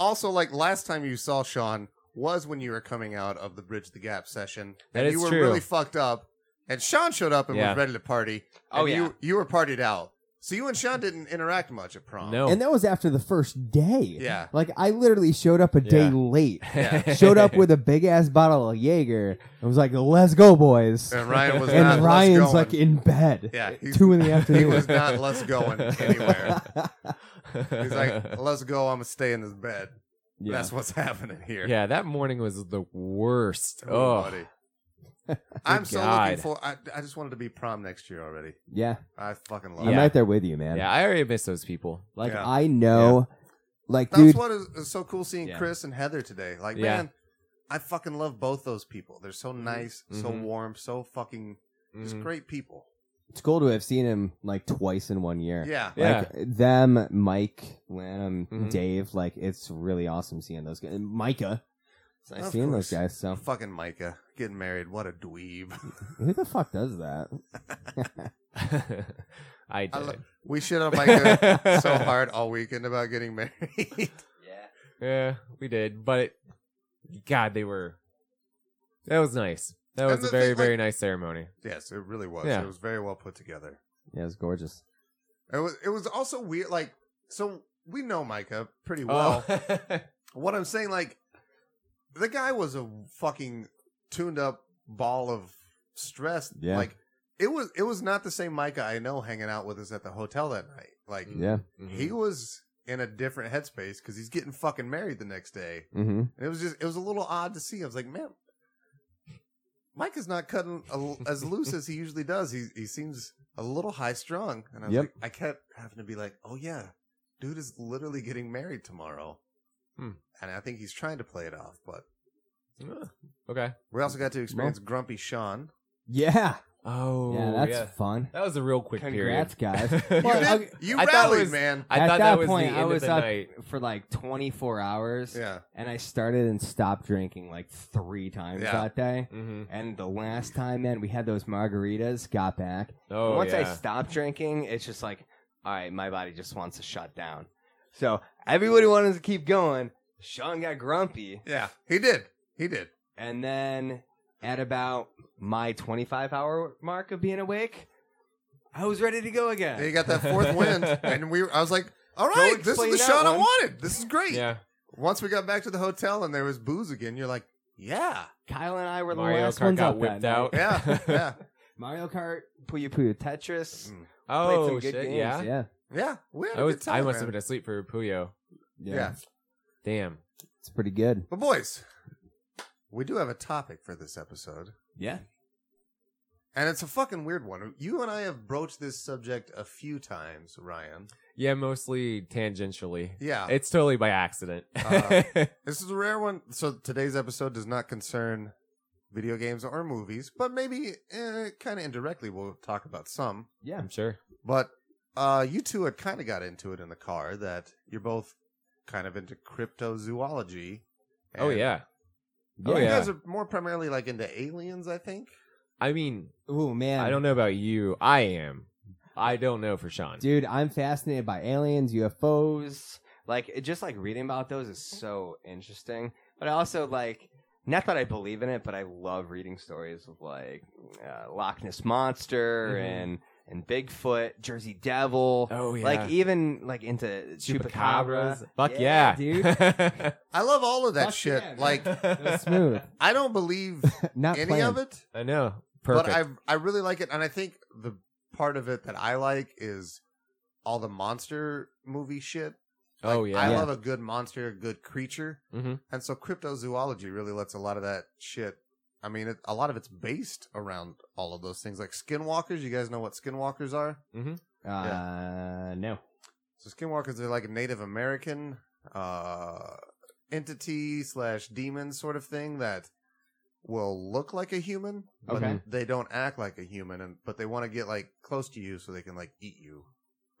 Speaker 2: also like last time you saw Sean was when you were coming out of the Bridge the Gap session,
Speaker 3: That
Speaker 2: and
Speaker 3: is
Speaker 2: you were
Speaker 3: true.
Speaker 2: really fucked up. And Sean showed up and
Speaker 3: Yeah.
Speaker 2: was ready to party.
Speaker 7: Oh,
Speaker 2: and
Speaker 7: yeah.
Speaker 2: you you were partied out. So you and Sean didn't interact much at prom.
Speaker 3: no,
Speaker 4: and that was after the first day.
Speaker 2: Yeah.
Speaker 4: like I literally showed up a day
Speaker 3: Yeah.
Speaker 4: late.
Speaker 2: Yeah.
Speaker 4: Showed up with a big ass bottle of Jaeger and was like, "Let's go, boys."
Speaker 2: And Ryan was
Speaker 4: and
Speaker 2: not. less
Speaker 4: Ryan's
Speaker 2: going.
Speaker 4: like in bed.
Speaker 2: Yeah, he-
Speaker 4: two in the
Speaker 2: he
Speaker 4: afternoon.
Speaker 2: was not less going anywhere. He's
Speaker 3: He's
Speaker 2: like, let's go. I'm gonna stay in this bed.
Speaker 4: Yeah.
Speaker 2: That's what's happening here.
Speaker 3: yeah, that morning was the worst.
Speaker 2: Ooh,
Speaker 3: Oh,
Speaker 2: buddy. I'm so looking
Speaker 3: God.
Speaker 2: for. I, I just wanted to be prom next year already.
Speaker 4: yeah,
Speaker 2: I fucking love
Speaker 4: I'm
Speaker 3: Yeah.
Speaker 2: it.
Speaker 4: right there with you, man.
Speaker 3: yeah, I already miss those people.
Speaker 4: Like
Speaker 2: Yeah.
Speaker 4: I know, like
Speaker 2: That's
Speaker 4: dude,
Speaker 2: what is, is so cool seeing
Speaker 4: Yeah.
Speaker 2: Chris and Heather today. Like,
Speaker 3: Yeah.
Speaker 2: man, I fucking love both those people. They're so nice, so
Speaker 3: Mhm.
Speaker 2: warm, so fucking just
Speaker 3: Mhm.
Speaker 2: great people.
Speaker 4: it's cool to have seen him like twice in one year.
Speaker 2: Yeah. Mm-hmm.
Speaker 3: Yeah.
Speaker 4: Like them, Mike, Lanham,
Speaker 3: Mhm.
Speaker 4: Dave. Like it's really awesome seeing those guys. And Micah, it's nice
Speaker 2: Of
Speaker 4: seeing
Speaker 2: course.
Speaker 4: those guys. So
Speaker 2: Fucking Micah getting married. What a dweeb.
Speaker 4: who the fuck does that?
Speaker 3: I did.
Speaker 2: I lo- we shit on Micah so hard all weekend about getting married.
Speaker 3: Yeah, we did. But God, they were. That was nice. That
Speaker 2: And
Speaker 3: was a
Speaker 2: the
Speaker 3: very
Speaker 2: thing,
Speaker 3: very nice ceremony.
Speaker 2: yes, it really was.
Speaker 3: Yeah.
Speaker 2: It was very well put together.
Speaker 4: Yeah, it's gorgeous.
Speaker 2: It was it was also weird. Like, so we know Micah pretty well.
Speaker 3: oh.
Speaker 2: What I'm saying, like, the guy was a fucking tuned up ball of stress.
Speaker 4: Yeah.
Speaker 2: Like, it was it was not the same Micah I know hanging out with us at the hotel that night. Like,
Speaker 4: Yeah.
Speaker 3: Mm-hmm.
Speaker 2: he was in a different headspace because he's getting fucking married the next day,
Speaker 4: Mm-hmm.
Speaker 2: and it was just it was a little odd to see. I was like, man. Micah's not cutting a, as loose as he usually does. He he seems a little high strung, and I was
Speaker 4: Yep.
Speaker 2: like, I kept having to be like, "Oh yeah, dude is literally getting married tomorrow,"
Speaker 3: Hmm.
Speaker 2: and I think he's trying to play it off. But
Speaker 3: Ah, okay.
Speaker 2: we also got to experience Grumpy Sean.
Speaker 4: Yeah,
Speaker 3: Oh,
Speaker 4: yeah, that's fun.
Speaker 3: That was a real quick
Speaker 4: Congrats,
Speaker 3: period.
Speaker 4: guys.
Speaker 2: You,
Speaker 4: Well,
Speaker 2: did-
Speaker 4: okay.
Speaker 2: you
Speaker 3: I thought it
Speaker 2: rallied,
Speaker 3: was-
Speaker 2: man.
Speaker 3: I thought
Speaker 4: At that
Speaker 3: that was
Speaker 4: point,
Speaker 3: the
Speaker 4: I
Speaker 3: end
Speaker 4: was
Speaker 3: of the
Speaker 4: up-
Speaker 3: night.
Speaker 4: For like 24 hours,
Speaker 2: Yeah,
Speaker 4: and I started and stopped drinking like three times
Speaker 2: Yeah.
Speaker 4: that day.
Speaker 3: hmm
Speaker 4: And the last time, man, we had those margaritas, got back.
Speaker 3: Oh,
Speaker 7: Once
Speaker 3: yeah.
Speaker 7: I stop drinking, it's just like all right, my body just wants to shut down. So everybody wanted to keep going. Sean got grumpy.
Speaker 2: Yeah, he did. He did.
Speaker 7: And then at about my 25 hour mark of being awake, I was ready to go again.
Speaker 2: And he got that fourth wind, and we. I was like, "All right, this is
Speaker 7: explain
Speaker 2: the
Speaker 7: that
Speaker 2: shot I
Speaker 7: one."
Speaker 2: wanted. This is great."
Speaker 3: Yeah.
Speaker 2: Once we got back to the hotel and there was booze again, you're like, "Yeah,
Speaker 7: Kyle and I were the
Speaker 3: Mario
Speaker 7: last
Speaker 3: Kart
Speaker 7: ones
Speaker 3: got
Speaker 7: up that
Speaker 3: whipped
Speaker 7: night.
Speaker 3: out.
Speaker 2: yeah, yeah,
Speaker 7: Mario Kart, Puyo Puyo Tetris. played
Speaker 3: Oh
Speaker 7: some good
Speaker 3: shit!
Speaker 7: games.
Speaker 3: yeah.
Speaker 7: yeah.
Speaker 2: yeah." We had a
Speaker 3: I
Speaker 2: good
Speaker 3: was.
Speaker 2: time.
Speaker 3: I must have
Speaker 2: man.
Speaker 3: been asleep for Puyo.
Speaker 2: Yeah.
Speaker 3: Damn.
Speaker 4: It's pretty good.
Speaker 2: but boys, we do have a topic for this episode,
Speaker 4: Yeah.
Speaker 2: and it's a fucking weird one. You and I have broached this subject a few times, Ryan.
Speaker 3: Yeah, mostly tangentially.
Speaker 2: Yeah,
Speaker 3: It's totally by accident.
Speaker 2: Uh, This is a rare one. So today's episode does not concern video games or movies, but maybe eh, kind of indirectly we'll talk about some.
Speaker 4: Yeah.
Speaker 3: I'm sure.
Speaker 2: But uh, you two had kind of got into it in the car that you're both kind of into cryptozoology.
Speaker 3: Oh
Speaker 2: and-
Speaker 3: yeah. Oh
Speaker 2: You
Speaker 3: yeah.
Speaker 2: guys are more primarily like into aliens, I think.
Speaker 3: I mean,
Speaker 4: Ooh man.
Speaker 3: I don't know about you. I am. I don't know for Sean.
Speaker 4: Dude, I'm fascinated by aliens, UFOs.
Speaker 7: Like it- just like reading about those is so interesting. But I also like not that I believe in it, but I love reading stories of like uh, Loch Ness monster
Speaker 3: Mhm.
Speaker 7: and and Bigfoot, Jersey Devil.
Speaker 3: Oh yeah.
Speaker 4: e-
Speaker 7: Like even like into chupacabra.
Speaker 3: Fuck yeah,
Speaker 2: I love all of that
Speaker 4: Fuck
Speaker 2: shit.
Speaker 4: yeah, man.
Speaker 2: like
Speaker 4: That's smooth.
Speaker 2: I don't believe
Speaker 4: Not
Speaker 2: any
Speaker 4: planned.
Speaker 2: of it,
Speaker 3: I know. Perfect.
Speaker 2: but I I really like it, and I think the part of it that I like is all the monster movie shit.
Speaker 3: oh
Speaker 2: Like,
Speaker 3: yeah.
Speaker 2: I
Speaker 4: Yeah.
Speaker 2: love a good monster, a good creature.
Speaker 3: Mhm.
Speaker 2: And so cryptozoology really lets a lot of that shit. I mean, it, a lot of it's based around all of those things, like skinwalkers. You guys know what skinwalkers are?
Speaker 4: Uh, no.
Speaker 2: So skinwalkers are like a Native American uh, entity slash demon sort of thing that will look like a human, but
Speaker 7: Mm-hmm.
Speaker 4: Okay.
Speaker 2: they don't act like a human, and but they want to get like close to you so they can like eat you.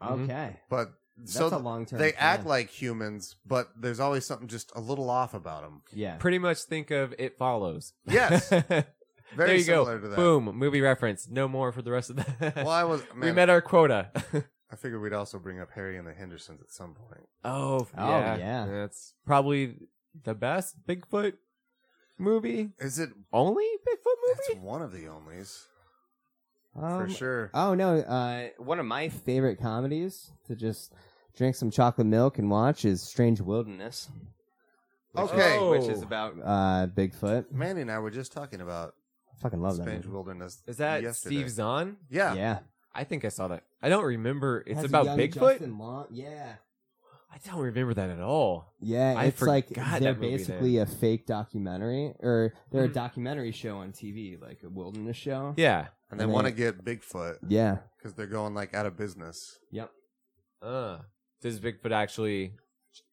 Speaker 3: Mhm.
Speaker 4: Okay.
Speaker 2: But
Speaker 4: That's
Speaker 2: so
Speaker 4: a
Speaker 2: th-
Speaker 4: long term.
Speaker 2: they act like humans, but there's always something just a little off about them.
Speaker 4: yeah.
Speaker 3: Pretty much think of it follows.
Speaker 2: Yes,
Speaker 3: there
Speaker 2: very
Speaker 3: you
Speaker 2: similar
Speaker 3: go.
Speaker 2: to that.
Speaker 3: Boom. Movie reference. No more for the rest of that.
Speaker 2: Well, I was
Speaker 3: we
Speaker 2: man,
Speaker 3: met our quota.
Speaker 2: I figured we'd also bring up Harry and the Hendersons at some point.
Speaker 3: oh, f-
Speaker 4: Oh,
Speaker 3: yeah.
Speaker 4: yeah.
Speaker 3: That's probably the best Bigfoot movie.
Speaker 2: Is it?
Speaker 3: Only Bigfoot
Speaker 2: It's
Speaker 3: movie?
Speaker 2: one of the onlys
Speaker 4: Um,
Speaker 2: for sure.
Speaker 4: Oh no! Uh, one of my favorite comedies to just drink some chocolate milk and watch is Strange Wilderness.
Speaker 7: which is-
Speaker 2: Okay.
Speaker 7: which is about
Speaker 4: Uh, Bigfoot.
Speaker 2: Manny and I were just talking about
Speaker 4: Fucking love that.
Speaker 2: Strange
Speaker 4: movie.
Speaker 2: Wilderness.
Speaker 3: Is that
Speaker 2: yesterday.
Speaker 3: Steve Zahn?
Speaker 2: Yeah.
Speaker 4: Yeah.
Speaker 3: I think I saw that. I don't remember. It's
Speaker 4: Has a
Speaker 3: about
Speaker 4: young
Speaker 3: Bigfoot.
Speaker 4: Justin Long- Yeah.
Speaker 3: I don't remember that at all.
Speaker 4: Yeah,
Speaker 3: I
Speaker 4: it's like
Speaker 3: forgot
Speaker 4: they're
Speaker 3: that movie
Speaker 4: basically a fake documentary, or they're a
Speaker 2: Hmm.
Speaker 3: Mhm.
Speaker 4: documentary show on TV, like a wilderness show.
Speaker 3: Yeah.
Speaker 2: And they
Speaker 4: And
Speaker 2: want to
Speaker 4: they-
Speaker 2: get Bigfoot
Speaker 4: Yeah.
Speaker 2: because they're going like out of business.
Speaker 3: Uh, does Bigfoot actually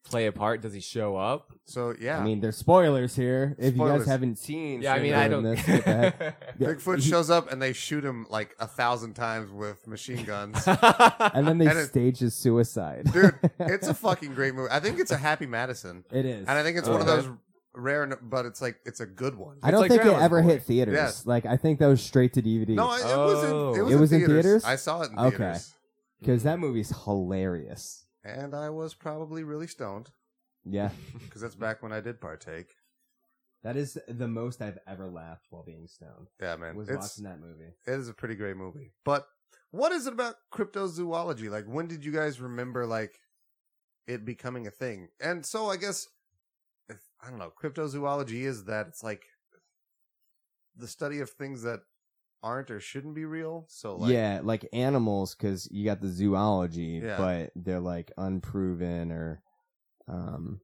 Speaker 3: play a part? Does he show up?
Speaker 2: So yeah,
Speaker 4: I mean, there's spoilers here. If you
Speaker 2: Spoilers.
Speaker 4: guys haven't seen,
Speaker 3: Yeah, I mean,
Speaker 4: Stranger
Speaker 3: I don't.
Speaker 4: Wilderness, what the heck? Yeah,
Speaker 2: Bigfoot
Speaker 4: he-
Speaker 2: shows up and they shoot him like a thousand times with machine guns.
Speaker 4: and then they
Speaker 2: and it-
Speaker 4: stage his suicide.
Speaker 2: Dude, it's a fucking great movie. I think it's a Happy Madison,
Speaker 4: it is.
Speaker 2: and I think it's
Speaker 3: Oh,
Speaker 2: one of
Speaker 4: Uh-huh.
Speaker 3: okay.
Speaker 2: those rare, but it's like it's a good one.
Speaker 4: I don't
Speaker 3: like
Speaker 4: think it
Speaker 3: Grandma's
Speaker 4: ever
Speaker 3: Boy.
Speaker 4: hit theaters.
Speaker 2: Yes.
Speaker 4: Like I think that was straight to DVD.
Speaker 2: No, I, it was in it was,
Speaker 4: It was in theaters?
Speaker 2: I saw it in
Speaker 4: Okay.
Speaker 2: theaters,
Speaker 4: because that movie's hilarious.
Speaker 2: and I was probably really stoned
Speaker 4: Yeah,
Speaker 2: because that's back when I did partake.
Speaker 4: that is the most I've ever laughed while being stoned.
Speaker 2: Yeah, man,
Speaker 4: Was
Speaker 2: it's
Speaker 4: watching that movie.
Speaker 2: it is a pretty great movie. But what is it about cryptozoology? Like, when did you guys remember like it becoming a thing? And so I guess if, I don't know. Cryptozoology is that it's like the study of things that aren't or shouldn't be real. So like,
Speaker 4: yeah, like animals, because you got the zoology,
Speaker 2: Yeah.
Speaker 4: but they're like unproven or, um,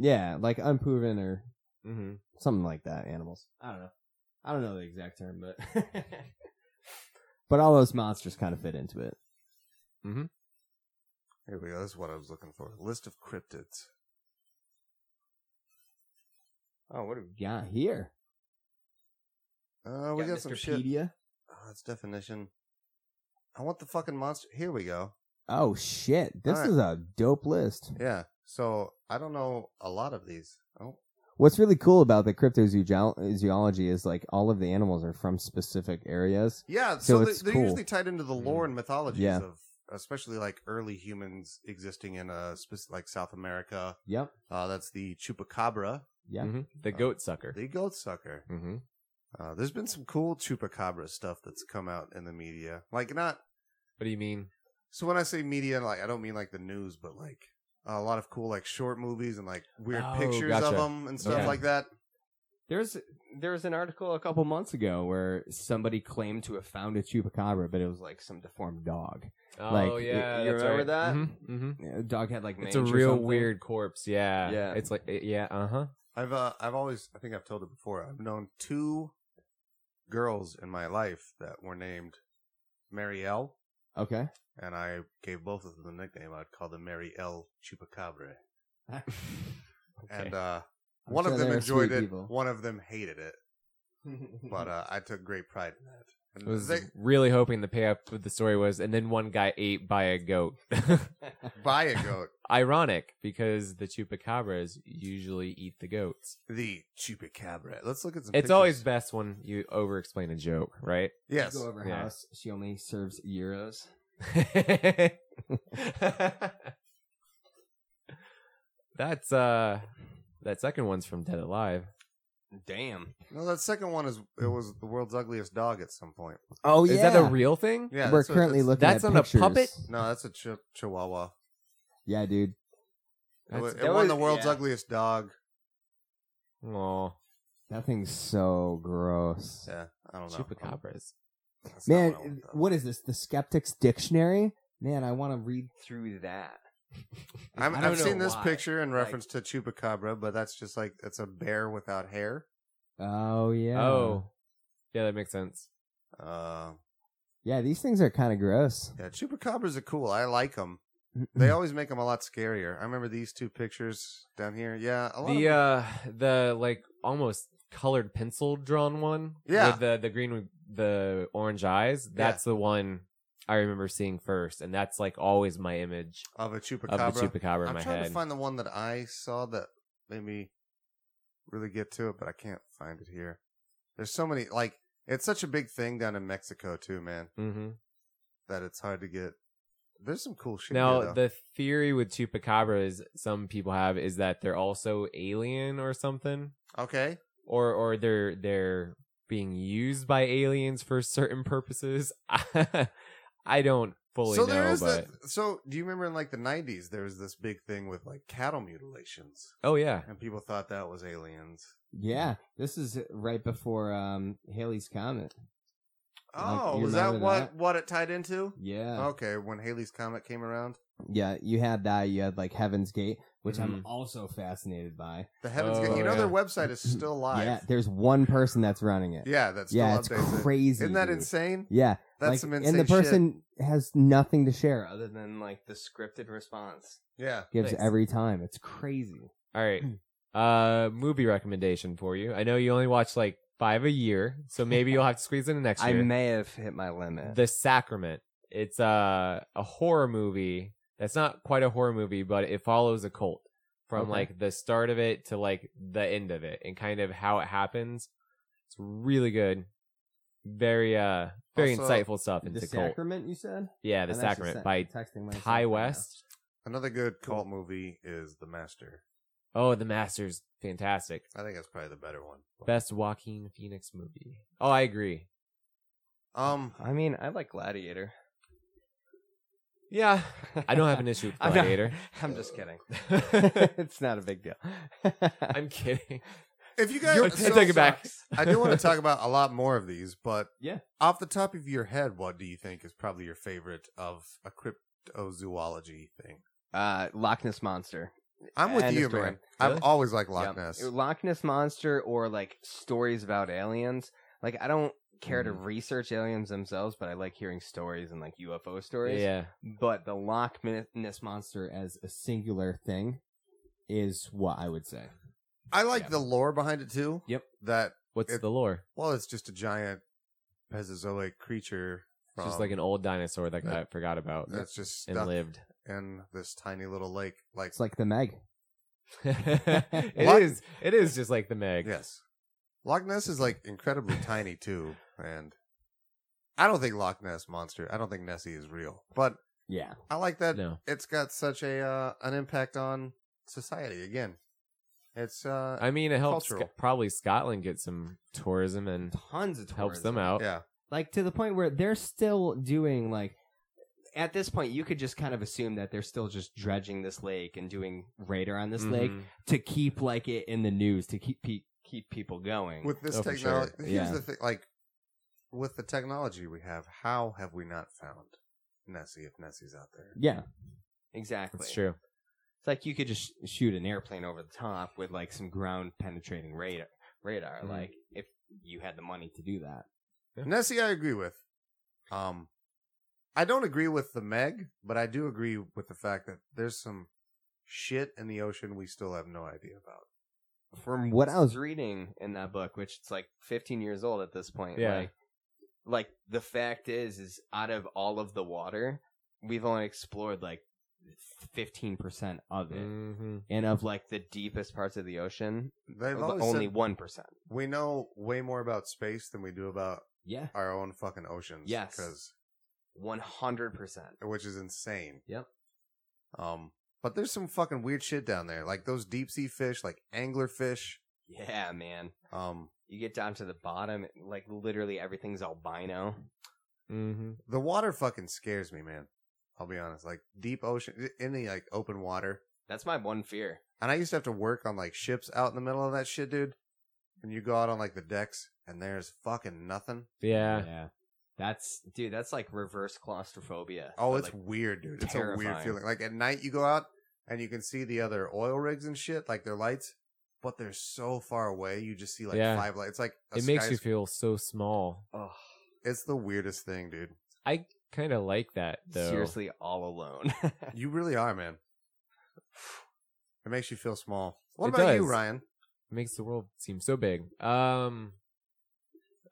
Speaker 4: yeah, like unproven or
Speaker 2: Mm-hmm.
Speaker 3: hmm
Speaker 4: something like that. Animals. I don't know. I don't know the exact term, but but all those monsters kind of fit into it.
Speaker 2: here we go. That's what I was looking for. List of cryptids.
Speaker 7: oh what do we
Speaker 4: Yeah, here.
Speaker 2: Uh, we got,
Speaker 7: Got
Speaker 2: some
Speaker 7: Mr.
Speaker 2: shit.
Speaker 4: Pedia.
Speaker 2: Oh, it's definition. I want the fucking monster. Here we go.
Speaker 4: Oh shit! This
Speaker 2: Alright.
Speaker 4: is a dope list.
Speaker 2: Yeah. So I don't know a lot of these. Oh,
Speaker 4: What's really cool about the cryptozoology is like all of the animals are from specific areas.
Speaker 2: yeah.
Speaker 4: So
Speaker 2: So, they,
Speaker 4: it's
Speaker 2: they're
Speaker 4: cool.
Speaker 2: usually tied into the lore and mythologies
Speaker 4: Yeah.
Speaker 2: of especially like early humans existing in uh spec- like South America.
Speaker 7: Yep.
Speaker 2: Uh, that's the chupacabra,
Speaker 7: Yeah.
Speaker 3: Mhm. The goat sucker.
Speaker 2: the goat sucker.
Speaker 3: hmm
Speaker 2: Uh, there's been some cool chupacabra stuff that's come out in the media. Like not
Speaker 3: What do you mean?
Speaker 2: so when I say media, like I don't mean like the news, but like a lot of cool like short movies and like weird
Speaker 3: Oh,
Speaker 2: pictures of
Speaker 3: gotcha.
Speaker 2: them and stuff
Speaker 3: Okay.
Speaker 2: like that.
Speaker 7: There's there was an article a couple months ago where somebody claimed to have found a chupacabra, but it was like some deformed dog.
Speaker 3: Oh
Speaker 7: Like, y-
Speaker 3: yeah,
Speaker 7: you
Speaker 3: that's
Speaker 7: remember
Speaker 3: right.
Speaker 7: that?
Speaker 3: Mm-hmm.
Speaker 7: Yeah, The dog had like
Speaker 3: It's a
Speaker 7: mange or
Speaker 3: real
Speaker 7: something.
Speaker 3: weird corpse. Yeah.
Speaker 7: Yeah.
Speaker 3: It's like it- yeah. Uh huh.
Speaker 2: I've uh, I've always I think I've told it before. I've known two girls in my life that were named Marielle,
Speaker 7: Okay.
Speaker 2: and I gave both of them the nickname. I'd call them Mary L Chupacabra, and uh,
Speaker 7: I'm
Speaker 2: one
Speaker 7: sure
Speaker 2: of them
Speaker 7: they're
Speaker 2: enjoyed
Speaker 7: sweet
Speaker 2: it,
Speaker 7: people.
Speaker 2: one of them hated it, but uh, I took great pride in that. And
Speaker 3: I was
Speaker 2: they
Speaker 3: really hoping the payoff of the story was, and then one guy ate by a goat.
Speaker 2: buy a goat,
Speaker 3: Ironic, because the chupacabras usually eat the goats.
Speaker 2: the Chupacabra. Let's look at some.
Speaker 3: It's always
Speaker 2: pictures.
Speaker 3: best when you over-explain a joke, right?
Speaker 2: yes.
Speaker 7: Go over her
Speaker 3: Yeah.
Speaker 7: house. She only serves euros.
Speaker 3: That's uh, that second one's from Dead Alive.
Speaker 4: Damn.
Speaker 2: No, that second one is it was the world's ugliest dog at some point.
Speaker 7: Oh
Speaker 3: Is that a real thing?
Speaker 2: Yeah,
Speaker 7: We're
Speaker 2: that's what-
Speaker 7: currently looking.
Speaker 3: That's
Speaker 7: at
Speaker 3: on a
Speaker 7: pictures.
Speaker 3: puppet?
Speaker 2: No, that's a chi- Chihuahua.
Speaker 7: Yeah, dude.
Speaker 2: It, wa-
Speaker 3: That's,
Speaker 2: it
Speaker 4: that
Speaker 2: won
Speaker 4: was-
Speaker 2: the world's
Speaker 4: yeah.
Speaker 2: ugliest dog.
Speaker 3: oh,
Speaker 7: That thing's so gross.
Speaker 2: Yeah, I don't know.
Speaker 3: chupacabras.
Speaker 2: That's not
Speaker 7: Man,
Speaker 2: what I want, though.
Speaker 7: what is this? The Skeptics Dictionary? Man, I want to read.
Speaker 4: Through that.
Speaker 2: I'm,
Speaker 7: I
Speaker 2: I've
Speaker 7: don't know
Speaker 2: seen this
Speaker 7: why.
Speaker 2: picture in reference to chupacabra, but that's just like it's a bear without hair.
Speaker 7: Oh yeah.
Speaker 3: Oh, yeah, that makes sense.
Speaker 2: Uh,
Speaker 7: Yeah, these things are kind of gross.
Speaker 2: yeah, chupacabras are cool. I like them. They
Speaker 3: Hmm.
Speaker 2: always make them a lot scarier. I remember these two pictures down here. Yeah, a lot
Speaker 3: the
Speaker 2: of,
Speaker 3: uh the like almost colored pencil drawn one
Speaker 2: Yeah.
Speaker 3: with the the green with the orange eyes that's the one i remember seeing first and that's like always my image
Speaker 2: of a chupacabra.
Speaker 3: uh, of the chupacabra in
Speaker 2: I'm
Speaker 3: my
Speaker 2: trying
Speaker 3: head
Speaker 2: to find the one that I saw that made me really get to it, but I can't find it here. There's so many. Like it's such a big thing down in Mexico too, man.
Speaker 3: mm-hmm.
Speaker 2: That it's hard to get. There's some cool shit.
Speaker 3: now
Speaker 2: here, though.
Speaker 3: the theory with chupacabras some people have is that they're also alien or something
Speaker 2: okay.
Speaker 3: or or they're they're being used by aliens for certain purposes i don't fully
Speaker 2: so
Speaker 3: know
Speaker 2: there is
Speaker 3: but
Speaker 2: that. So do you remember in like the '90s there was this big thing with like cattle mutilations,
Speaker 3: oh yeah
Speaker 2: and people thought that was aliens.
Speaker 7: Yeah, this is right before um, Haley's comet. Like,
Speaker 2: Oh,
Speaker 7: you
Speaker 2: was that
Speaker 7: remember
Speaker 2: what
Speaker 7: that?
Speaker 2: what it tied into?
Speaker 7: Yeah,
Speaker 2: Okay, when Haley's comet came around,
Speaker 7: yeah. You had that. You had like Heaven's Gate, which I'm also fascinated by.
Speaker 2: the heavens.
Speaker 3: Oh,
Speaker 2: Gate- you know
Speaker 3: yeah.
Speaker 2: their website is still
Speaker 7: Yeah,
Speaker 2: live. Yeah,
Speaker 7: there's one person that's running it.
Speaker 2: that's still
Speaker 7: yeah, it's
Speaker 2: updates. it.
Speaker 7: crazy.
Speaker 2: Isn't that
Speaker 7: dude.
Speaker 2: insane?
Speaker 7: Yeah,
Speaker 2: That's
Speaker 7: like,
Speaker 2: some insane
Speaker 7: and the person has nothing to share.
Speaker 4: Other than like the scripted response.
Speaker 2: shit. Yeah.
Speaker 7: Gives
Speaker 3: Nice.
Speaker 7: every time. It's crazy.
Speaker 3: All right.
Speaker 2: Hmm.
Speaker 3: Uh, movie recommendation for you. I know you only watch like five a year, so maybe you'll have to squeeze in the next
Speaker 4: I
Speaker 3: year.
Speaker 4: may have hit my limit.
Speaker 3: the Sacrament. It's uh, a horror movie. That's not quite a horror movie, but it follows a cult from
Speaker 7: Okay.
Speaker 3: like the start of it to like the end of it and kind of how it happens. It's really good. Very uh very
Speaker 2: Also,
Speaker 3: insightful stuff into
Speaker 7: the
Speaker 3: cult.
Speaker 7: sacrament you said.
Speaker 3: yeah, the
Speaker 7: I'm actually
Speaker 3: sacrament
Speaker 7: sen-
Speaker 3: by
Speaker 7: texting myself right
Speaker 3: Ty
Speaker 7: now.
Speaker 3: West.
Speaker 2: Another good cult movie is The Master.
Speaker 3: Oh, the master's fantastic.
Speaker 2: I think that's probably the better one.
Speaker 3: Best Joaquin Phoenix movie. Oh, I agree.
Speaker 2: Um,
Speaker 4: I mean, I like Gladiator.
Speaker 3: Yeah, I don't have an issue with
Speaker 4: I'm not-
Speaker 3: Gladiator.
Speaker 4: I'm just kidding.
Speaker 3: I'm,
Speaker 4: it's not a big deal.
Speaker 3: kidding.
Speaker 2: if you guys,
Speaker 3: I
Speaker 2: so-
Speaker 3: take it back.
Speaker 2: I do want to talk about a lot more of these, but
Speaker 7: Yeah.
Speaker 2: off the top of your head, what do you think is probably your favorite of a cryptozoology thing?
Speaker 4: uh, Loch Ness monster.
Speaker 2: I'm with
Speaker 4: End
Speaker 2: you,
Speaker 4: of story.
Speaker 2: man. I've
Speaker 3: Really?
Speaker 2: always liked Loch
Speaker 4: Yeah.
Speaker 2: Ness.
Speaker 4: Loch Ness monster or like stories about aliens. Like I don't care to
Speaker 3: Mm.
Speaker 4: research aliens themselves, but I like hearing stories and like UFO stories.
Speaker 3: Yeah,
Speaker 4: But the Loch Min- Ness
Speaker 7: This monster as a singular thing is what I would say.
Speaker 2: I like
Speaker 7: Yeah.
Speaker 2: the lore behind it too.
Speaker 7: Yep.
Speaker 2: That
Speaker 3: what's
Speaker 2: It-
Speaker 3: the lore?
Speaker 2: well, it's just a giant Mesozoic creature. From,
Speaker 3: It's just like an old dinosaur that
Speaker 2: Yeah.
Speaker 3: I forgot about
Speaker 2: that's just
Speaker 3: and
Speaker 2: stuck
Speaker 3: lived.
Speaker 2: in this tiny little lake. Like,
Speaker 7: It's like the Meg.
Speaker 3: it
Speaker 2: What?
Speaker 3: is. It is just like the Meg.
Speaker 2: yes, Loch Ness is like incredibly tiny too, and I don't think Loch Ness monster. I don't think Nessie is real, but
Speaker 7: Yeah.
Speaker 2: I like that.
Speaker 3: No.
Speaker 2: It's got such a uh, an impact on society. Again, it's uh,
Speaker 3: I mean, it helps
Speaker 2: Cultural.
Speaker 3: Sc- probably Scotland get some tourism and
Speaker 7: Tons of tourism.
Speaker 3: helps them out.
Speaker 2: yeah.
Speaker 7: Like to the point where they're still doing like at this point you could just kind of assume that they're still just dredging this lake and doing radar on this lake
Speaker 3: Mhm.
Speaker 7: to keep like it in the news to keep pe- keep people going.
Speaker 2: With this
Speaker 3: Oh, for sure.
Speaker 2: technology, here's
Speaker 7: Yeah.
Speaker 2: the thing: like with the technology we have, how have we not found Nessie if Nessie's out there?
Speaker 7: yeah. Exactly.
Speaker 3: That's true.
Speaker 7: It's like you could just sh- shoot an airplane over the top with like some ground penetrating radar. Radar,
Speaker 3: Mhm.
Speaker 7: like if you had the money to do that.
Speaker 2: Nessie, I agree with. Um, I don't agree with the Meg, but I do agree with the fact that there's some shit in the ocean we still have no idea about.
Speaker 7: From
Speaker 4: what I was reading in that book, which it's like 15 years old at this point.
Speaker 3: Yeah.
Speaker 4: Like, like the fact is, is out of all of the water, we've only explored like
Speaker 7: 15% of it.
Speaker 2: Mm-hmm.
Speaker 3: hmm
Speaker 4: and of like the deepest parts of the ocean,
Speaker 2: They've always
Speaker 4: only
Speaker 2: said
Speaker 4: one percent.
Speaker 2: we know way more about space than we do about
Speaker 7: Yeah.
Speaker 2: our own fucking oceans.
Speaker 4: Yes.
Speaker 2: 'cause-
Speaker 4: One hundred percent.
Speaker 2: which is insane.
Speaker 7: Yep.
Speaker 2: Um, but there's some fucking weird shit down there, like those deep sea fish, like anglerfish.
Speaker 4: Yeah, man.
Speaker 2: Um,
Speaker 4: You get down to the bottom, like literally everything's albino.
Speaker 3: hmm
Speaker 2: the water fucking scares me, man. I'll be honest. Like deep ocean, any like open water,
Speaker 4: That's my one fear.
Speaker 2: And I used to have to work on like ships out in the middle of that shit, dude. And you go out on like the decks and there's fucking nothing.
Speaker 3: Yeah.
Speaker 7: yeah.
Speaker 4: That's dude. That's like reverse claustrophobia.
Speaker 2: Oh,
Speaker 4: but,
Speaker 2: it's
Speaker 4: like,
Speaker 2: weird, dude. It's a weird
Speaker 4: terrifying.
Speaker 2: feeling. Like at night you go out and you can see the other oil rigs and shit, like their lights, but they're so far away. You just see like
Speaker 3: Yeah.
Speaker 2: five lights. It's like a
Speaker 3: It makes
Speaker 2: skys-
Speaker 3: you feel so small.
Speaker 4: ugh,
Speaker 2: It's the weirdest thing, dude.
Speaker 3: I kind of like that though.
Speaker 4: seriously all alone.
Speaker 2: You really are, man. It makes you feel small. What
Speaker 3: It
Speaker 2: about you,
Speaker 3: does.
Speaker 2: Ryan?
Speaker 3: makes the world seem so big. Um,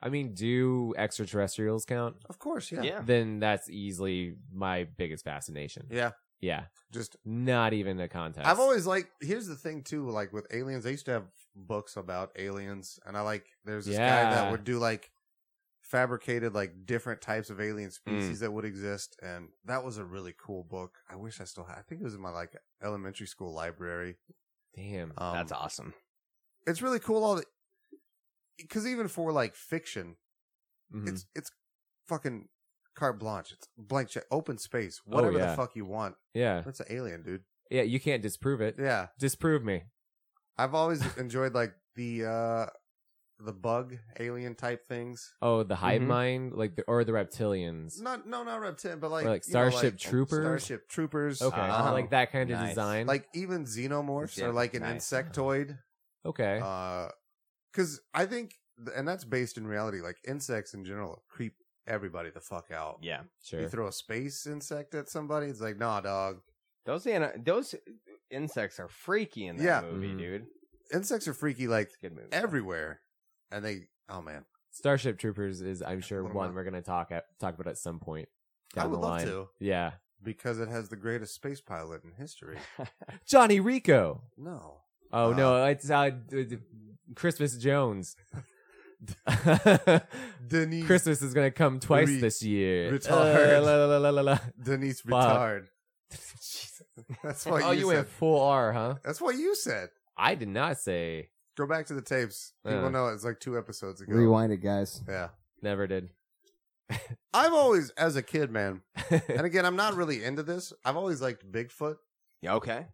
Speaker 3: I mean, do extraterrestrials count?
Speaker 2: Of course, yeah.
Speaker 4: yeah.
Speaker 3: Then that's easily my biggest fascination.
Speaker 2: Yeah.
Speaker 3: Yeah.
Speaker 2: Just
Speaker 3: Not even a contest.
Speaker 2: I've always liked. Here's the thing too, like with aliens, I used to have books about aliens, and I like. There's this guy that
Speaker 3: Yeah.
Speaker 2: would do like fabricated like different types of
Speaker 3: Mm.
Speaker 2: alien species that would exist, and that was a really cool book. I wish I still had. I think it was in my like elementary school library.
Speaker 3: Damn.
Speaker 2: Um,
Speaker 4: That's awesome.
Speaker 2: It's really cool. All the because even for like fiction,
Speaker 3: Mhm.
Speaker 2: it's it's fucking carte blanche. It's blank check, open space, whatever
Speaker 3: Oh, yeah.
Speaker 2: the fuck you want.
Speaker 3: Yeah.
Speaker 2: That's an alien, dude.
Speaker 3: Yeah. You can't disprove it.
Speaker 2: Yeah.
Speaker 3: Disprove me.
Speaker 2: I've always enjoyed like the uh the bug alien type things.
Speaker 3: Oh, the hive
Speaker 4: Mhm.
Speaker 3: mind, like the or the reptilians.
Speaker 2: Not no not reptilian, but like
Speaker 3: Like
Speaker 2: you know,
Speaker 3: Starship Troopers?
Speaker 2: Starship Troopers. Um,
Speaker 3: Okay, uh-huh,
Speaker 4: Ah.
Speaker 3: like that kind of
Speaker 4: Nice.
Speaker 3: design.
Speaker 2: Uh-huh. Like even xenomorphs
Speaker 4: Yeah,
Speaker 2: are like an
Speaker 4: nice.
Speaker 2: insectoid.
Speaker 3: okay,
Speaker 2: Uh, because I think, and that's based in reality. Like insects in general creep everybody the fuck out.
Speaker 4: Yeah.
Speaker 3: sure.
Speaker 2: You throw a space insect at somebody, it's like nah, dog.
Speaker 4: Those ana- those insects are freaky in that
Speaker 2: Yeah.
Speaker 4: movie,
Speaker 3: Mhm.
Speaker 4: dude.
Speaker 2: Insects are freaky like
Speaker 4: It's a good movie.
Speaker 2: everywhere, and they oh man,
Speaker 3: Starship Troopers is, I'm sure,
Speaker 2: Little
Speaker 3: one
Speaker 2: one.
Speaker 3: we're gonna talk at, talk about at some point
Speaker 2: I
Speaker 3: down
Speaker 2: would
Speaker 3: the
Speaker 2: love
Speaker 3: line.
Speaker 2: to
Speaker 3: Yeah,
Speaker 2: because it has the greatest space pilot in history.
Speaker 3: Johnny Rico.
Speaker 2: No.
Speaker 3: Oh
Speaker 2: Uh,
Speaker 3: no, it's uh, d- d- Christmas Jones.
Speaker 2: Denise
Speaker 3: Christmas is gonna come twice
Speaker 2: Re-
Speaker 3: this year.
Speaker 2: retard.
Speaker 3: Uh, la, la, la, la, la.
Speaker 2: Denise
Speaker 3: Fuck.
Speaker 2: retard.
Speaker 3: Jesus.
Speaker 2: That's
Speaker 3: Oh,
Speaker 2: what you,
Speaker 3: you
Speaker 2: said.
Speaker 3: went full R, huh?
Speaker 2: That's what you said.
Speaker 3: I did not say.
Speaker 2: Go back to the tapes. People
Speaker 3: Yeah.
Speaker 2: know it's like two episodes ago.
Speaker 7: Rewind it, guys.
Speaker 2: Yeah.
Speaker 3: Never did.
Speaker 2: I've always as a kid, man, and again I'm not really into this. I've always liked Bigfoot.
Speaker 4: Yeah, okay.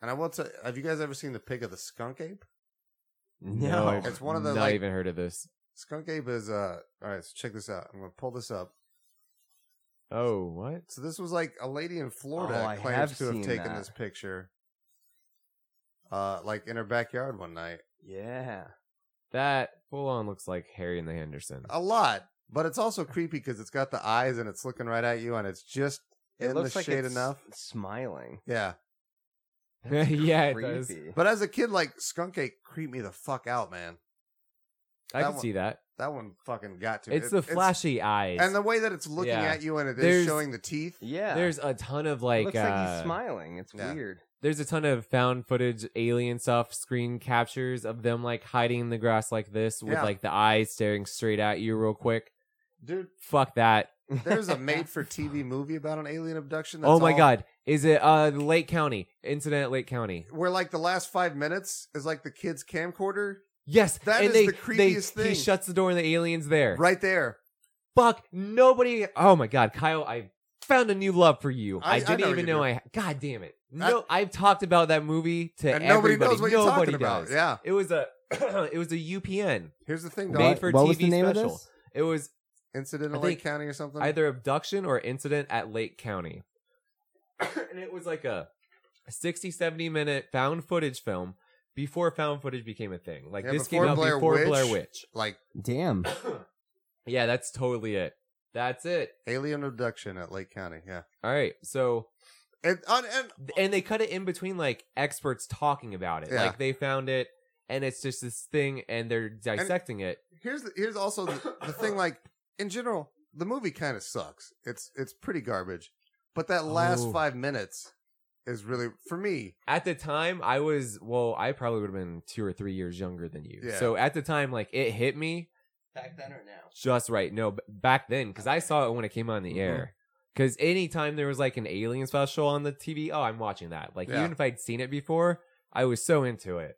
Speaker 2: And I will tell have you guys ever seen the pig of the skunk ape?
Speaker 4: No.
Speaker 3: I've
Speaker 2: It's one of the,
Speaker 3: Not
Speaker 2: like-
Speaker 3: even heard of this.
Speaker 2: Skunk ape is uh all right, so check this out. I'm gonna pull this up.
Speaker 3: Oh, what?
Speaker 2: So this was like a lady in Florida
Speaker 4: Oh, I
Speaker 2: claims
Speaker 4: have
Speaker 2: to have
Speaker 4: seen
Speaker 2: taken
Speaker 4: that.
Speaker 2: this picture. Uh like in her backyard one night.
Speaker 4: Yeah.
Speaker 3: That full on looks like Harry and the Hendersons.
Speaker 2: A lot. But it's also creepy because it's got the eyes and it's looking right at you and it's just
Speaker 4: It
Speaker 2: in
Speaker 4: looks
Speaker 2: the
Speaker 4: like
Speaker 2: shade
Speaker 4: it's
Speaker 2: enough.
Speaker 4: smiling.
Speaker 2: Yeah.
Speaker 3: yeah, it does.
Speaker 4: Creepy.
Speaker 2: But as a kid, like Skunk Ape creeped me the fuck out, man.
Speaker 3: I
Speaker 2: That
Speaker 3: can
Speaker 2: one-
Speaker 3: see that.
Speaker 2: That one fucking got to me.
Speaker 3: It's
Speaker 2: It-
Speaker 3: the flashy eyes.
Speaker 2: and the way that it's looking
Speaker 3: Yeah.
Speaker 2: at you and it is
Speaker 3: There's-
Speaker 2: showing the teeth.
Speaker 4: Yeah.
Speaker 3: There's a ton of
Speaker 4: It
Speaker 3: like,
Speaker 4: looks like
Speaker 3: uh,
Speaker 4: he's smiling. It's
Speaker 2: Yeah.
Speaker 4: weird.
Speaker 3: there's a ton of found footage, alien stuff, screen captures of them like hiding in the grass like this with
Speaker 2: Yeah.
Speaker 3: like the eyes staring straight at you real quick.
Speaker 2: Dude,
Speaker 3: Fuck that.
Speaker 2: There's a made-for-TV movie about an alien abduction. That's
Speaker 3: oh my
Speaker 2: all-
Speaker 3: god, is it uh Lake County incident? At Lake County.
Speaker 2: Where like the last five minutes is like the kid's camcorder
Speaker 3: Yes,
Speaker 2: That is
Speaker 3: and they,
Speaker 2: the
Speaker 3: they,
Speaker 2: creepiest
Speaker 3: He
Speaker 2: thing.
Speaker 3: shuts the door and the aliens there.
Speaker 2: right there.
Speaker 3: Fuck nobody. Oh my god, Kyle, I found a new love for you.
Speaker 2: I-
Speaker 3: I,
Speaker 2: I
Speaker 3: didn't
Speaker 2: know
Speaker 3: even
Speaker 2: you
Speaker 3: know
Speaker 2: do.
Speaker 3: I. God damn it. No, I, have talked about that movie to
Speaker 2: And nobody
Speaker 3: everybody.
Speaker 2: knows what you're
Speaker 3: nobody
Speaker 2: talking about.
Speaker 3: does.
Speaker 2: Yeah.
Speaker 3: It was a. it was a UPN
Speaker 2: Here's the thing,
Speaker 3: made
Speaker 2: dog.
Speaker 3: for
Speaker 4: what
Speaker 3: TV
Speaker 4: was the name of
Speaker 3: special.
Speaker 4: this?
Speaker 3: It was
Speaker 2: Incident in
Speaker 3: I
Speaker 2: Lake
Speaker 3: think
Speaker 2: County or something.
Speaker 3: either abduction or incident at Lake County. and it was like a 60, 70 minute found footage film before found footage became a thing. Like
Speaker 2: Yeah,
Speaker 3: this
Speaker 2: before
Speaker 3: came out
Speaker 2: Blair
Speaker 3: before
Speaker 2: Witch.
Speaker 3: Blair Witch.
Speaker 2: like
Speaker 4: Damn.
Speaker 3: Yeah, that's totally it. That's it.
Speaker 2: alien abduction at Lake County. Yeah.
Speaker 3: All right. So,
Speaker 2: And, on, and
Speaker 3: and they cut it in between like experts talking about it.
Speaker 2: Yeah.
Speaker 3: Like they found it and it's just this thing and they're dissecting it.
Speaker 2: here's the, here's also the, the thing. Like in general, the movie kind of sucks. It's it's pretty garbage. But that last
Speaker 3: Oh.
Speaker 2: five minutes is really for me.
Speaker 3: At the time, I was, well, I probably would have been two or three years younger than you.
Speaker 2: Yeah.
Speaker 3: So at the time, like it hit me
Speaker 7: Back then or now?
Speaker 3: just right. No, b- back then, because I saw it when it came on
Speaker 2: Mm-hmm.
Speaker 3: the air. Because anytime there was like an alien special on the TV, oh, I'm watching that. Like
Speaker 2: Yeah.
Speaker 3: even if I'd seen it before, I was so into it.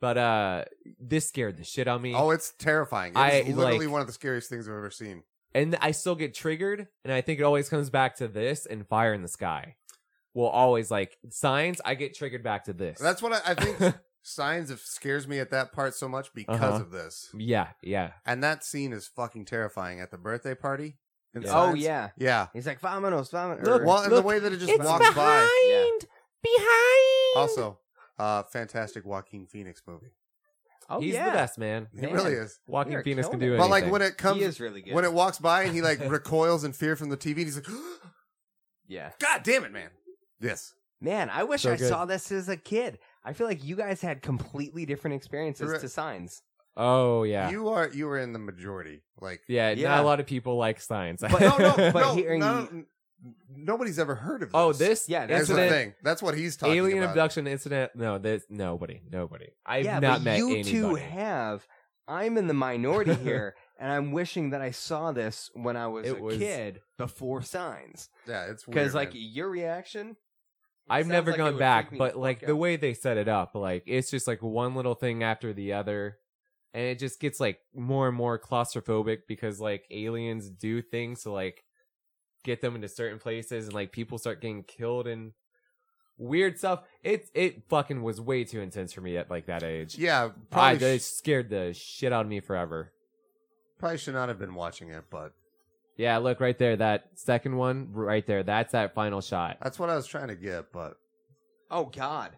Speaker 3: But uh this scared the shit out of me,
Speaker 2: Oh, it's terrifying. It's
Speaker 3: I,
Speaker 2: literally
Speaker 3: like-
Speaker 2: one of the scariest things I've ever seen.
Speaker 3: and I still get triggered. And I think it always comes back to this and Fire in the Sky. Will always like signs. I get triggered back to this.
Speaker 2: That's what I, I think. Signs of scares me at that part so much because
Speaker 3: Uh-huh.
Speaker 2: of this.
Speaker 3: yeah, yeah.
Speaker 2: And that scene is fucking terrifying at the birthday party. in
Speaker 3: Yeah.
Speaker 7: Oh
Speaker 2: Signs.
Speaker 7: yeah.
Speaker 2: Yeah.
Speaker 7: He's like vamanos, vamanos.
Speaker 3: Look,
Speaker 2: Well, and the
Speaker 3: look,
Speaker 2: way that it just
Speaker 1: It's
Speaker 2: walks by.
Speaker 1: behind, behind.
Speaker 2: Also, uh, fantastic Joaquin Phoenix movie.
Speaker 7: oh
Speaker 3: He's
Speaker 7: yeah.
Speaker 3: the best man.
Speaker 2: It
Speaker 7: Man.
Speaker 2: really is.
Speaker 3: Walking
Speaker 7: You're
Speaker 3: penis can
Speaker 7: killing
Speaker 3: do
Speaker 7: it.
Speaker 2: But
Speaker 3: anything.
Speaker 2: like when it comes,
Speaker 7: He is really good.
Speaker 2: when it walks by and he like recoils in fear from the TV, and he's like,
Speaker 7: yeah.
Speaker 2: "God damn it, man!" Yes,
Speaker 7: Man, I wish
Speaker 3: So
Speaker 7: I
Speaker 3: good.
Speaker 7: saw this as a kid. I feel like you guys had completely different experiences
Speaker 2: Correct.
Speaker 7: to signs.
Speaker 3: oh yeah,
Speaker 2: you are you are in the majority. Like,
Speaker 3: yeah,
Speaker 7: Yeah.
Speaker 3: Not a lot of people like signs.
Speaker 7: But-
Speaker 2: no, no,
Speaker 7: But
Speaker 2: no,
Speaker 7: hearing
Speaker 2: no, n- nobody's ever heard of. This.
Speaker 3: oh, this
Speaker 7: Yeah,
Speaker 2: That's the
Speaker 7: incident-
Speaker 2: thing. That's what he's talking
Speaker 3: alien
Speaker 2: about.
Speaker 3: abduction incident. No, there's nobody, nobody. I've
Speaker 7: yeah,
Speaker 3: not
Speaker 7: but
Speaker 3: met
Speaker 7: you
Speaker 3: anybody.
Speaker 7: two have. I'm in the minority here, and I'm wishing that I saw this when I was
Speaker 3: It
Speaker 7: a
Speaker 3: was-
Speaker 7: kid before signs.
Speaker 2: Yeah, it's weird.
Speaker 7: Because like
Speaker 2: man.
Speaker 7: your reaction,
Speaker 3: I've
Speaker 7: sounds
Speaker 3: never
Speaker 7: like it
Speaker 3: gone
Speaker 7: would freak
Speaker 3: back,
Speaker 7: me
Speaker 3: but
Speaker 7: the
Speaker 3: like
Speaker 7: fuck
Speaker 3: the
Speaker 7: out.
Speaker 3: way they set it up, like it's just like one little thing after the other, and it just gets like more and more claustrophobic because like aliens do things to like get them into certain places, and like people start getting killed and weird stuff. It it fucking was way too intense for me at like that age.
Speaker 2: yeah,
Speaker 3: I,
Speaker 2: probably,
Speaker 3: they
Speaker 2: sh-
Speaker 3: scared the shit out of me forever.
Speaker 2: probably should not have been watching it, but
Speaker 3: Yeah, look right there. That second one, right there. That's that final shot.
Speaker 2: that's what I was trying to get. But
Speaker 7: oh god,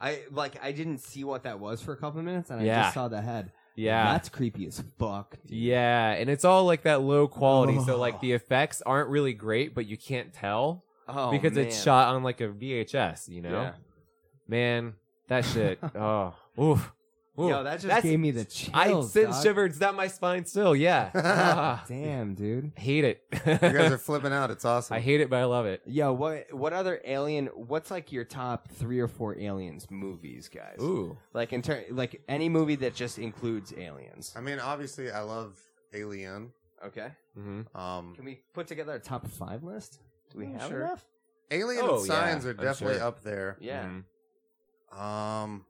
Speaker 4: I like I didn't see what that was for a couple minutes and I
Speaker 3: Yeah.
Speaker 4: just saw the head.
Speaker 3: Yeah.
Speaker 4: That's creepy as fuck. dude.
Speaker 3: yeah, and it's all like that low quality, so like
Speaker 4: Ugh.
Speaker 3: the effects aren't really great, but you can't tell
Speaker 7: oh
Speaker 3: because
Speaker 7: man.
Speaker 3: it's shot on like a VHS, you know?
Speaker 7: Yeah.
Speaker 3: Man, that shit. oh, oof. oof.
Speaker 7: Yo, that just
Speaker 3: That's-
Speaker 4: Gave me the chills.
Speaker 3: I since
Speaker 4: dog.
Speaker 3: shivered down my spine still. Yeah. Ah,
Speaker 4: Damn, dude.
Speaker 3: hate it.
Speaker 2: you guys are flipping out. It's awesome.
Speaker 3: I hate it, but I love it.
Speaker 4: Yo, what what other alien? What's like your top three or four aliens movies, guys?
Speaker 3: Ooh.
Speaker 4: Like in turn, like any movie that just includes aliens.
Speaker 2: I mean, obviously, I love Alien.
Speaker 4: Okay,
Speaker 3: hmm
Speaker 2: Um,
Speaker 4: can we put together a top five list? Do we
Speaker 7: Yeah,
Speaker 4: have
Speaker 7: sure.
Speaker 4: enough?
Speaker 2: Alien
Speaker 3: Oh,
Speaker 2: and Signs
Speaker 3: yeah,
Speaker 2: are
Speaker 3: I'm
Speaker 2: definitely
Speaker 3: sure.
Speaker 2: up there.
Speaker 4: Yeah,
Speaker 3: mm-hmm.
Speaker 2: Um,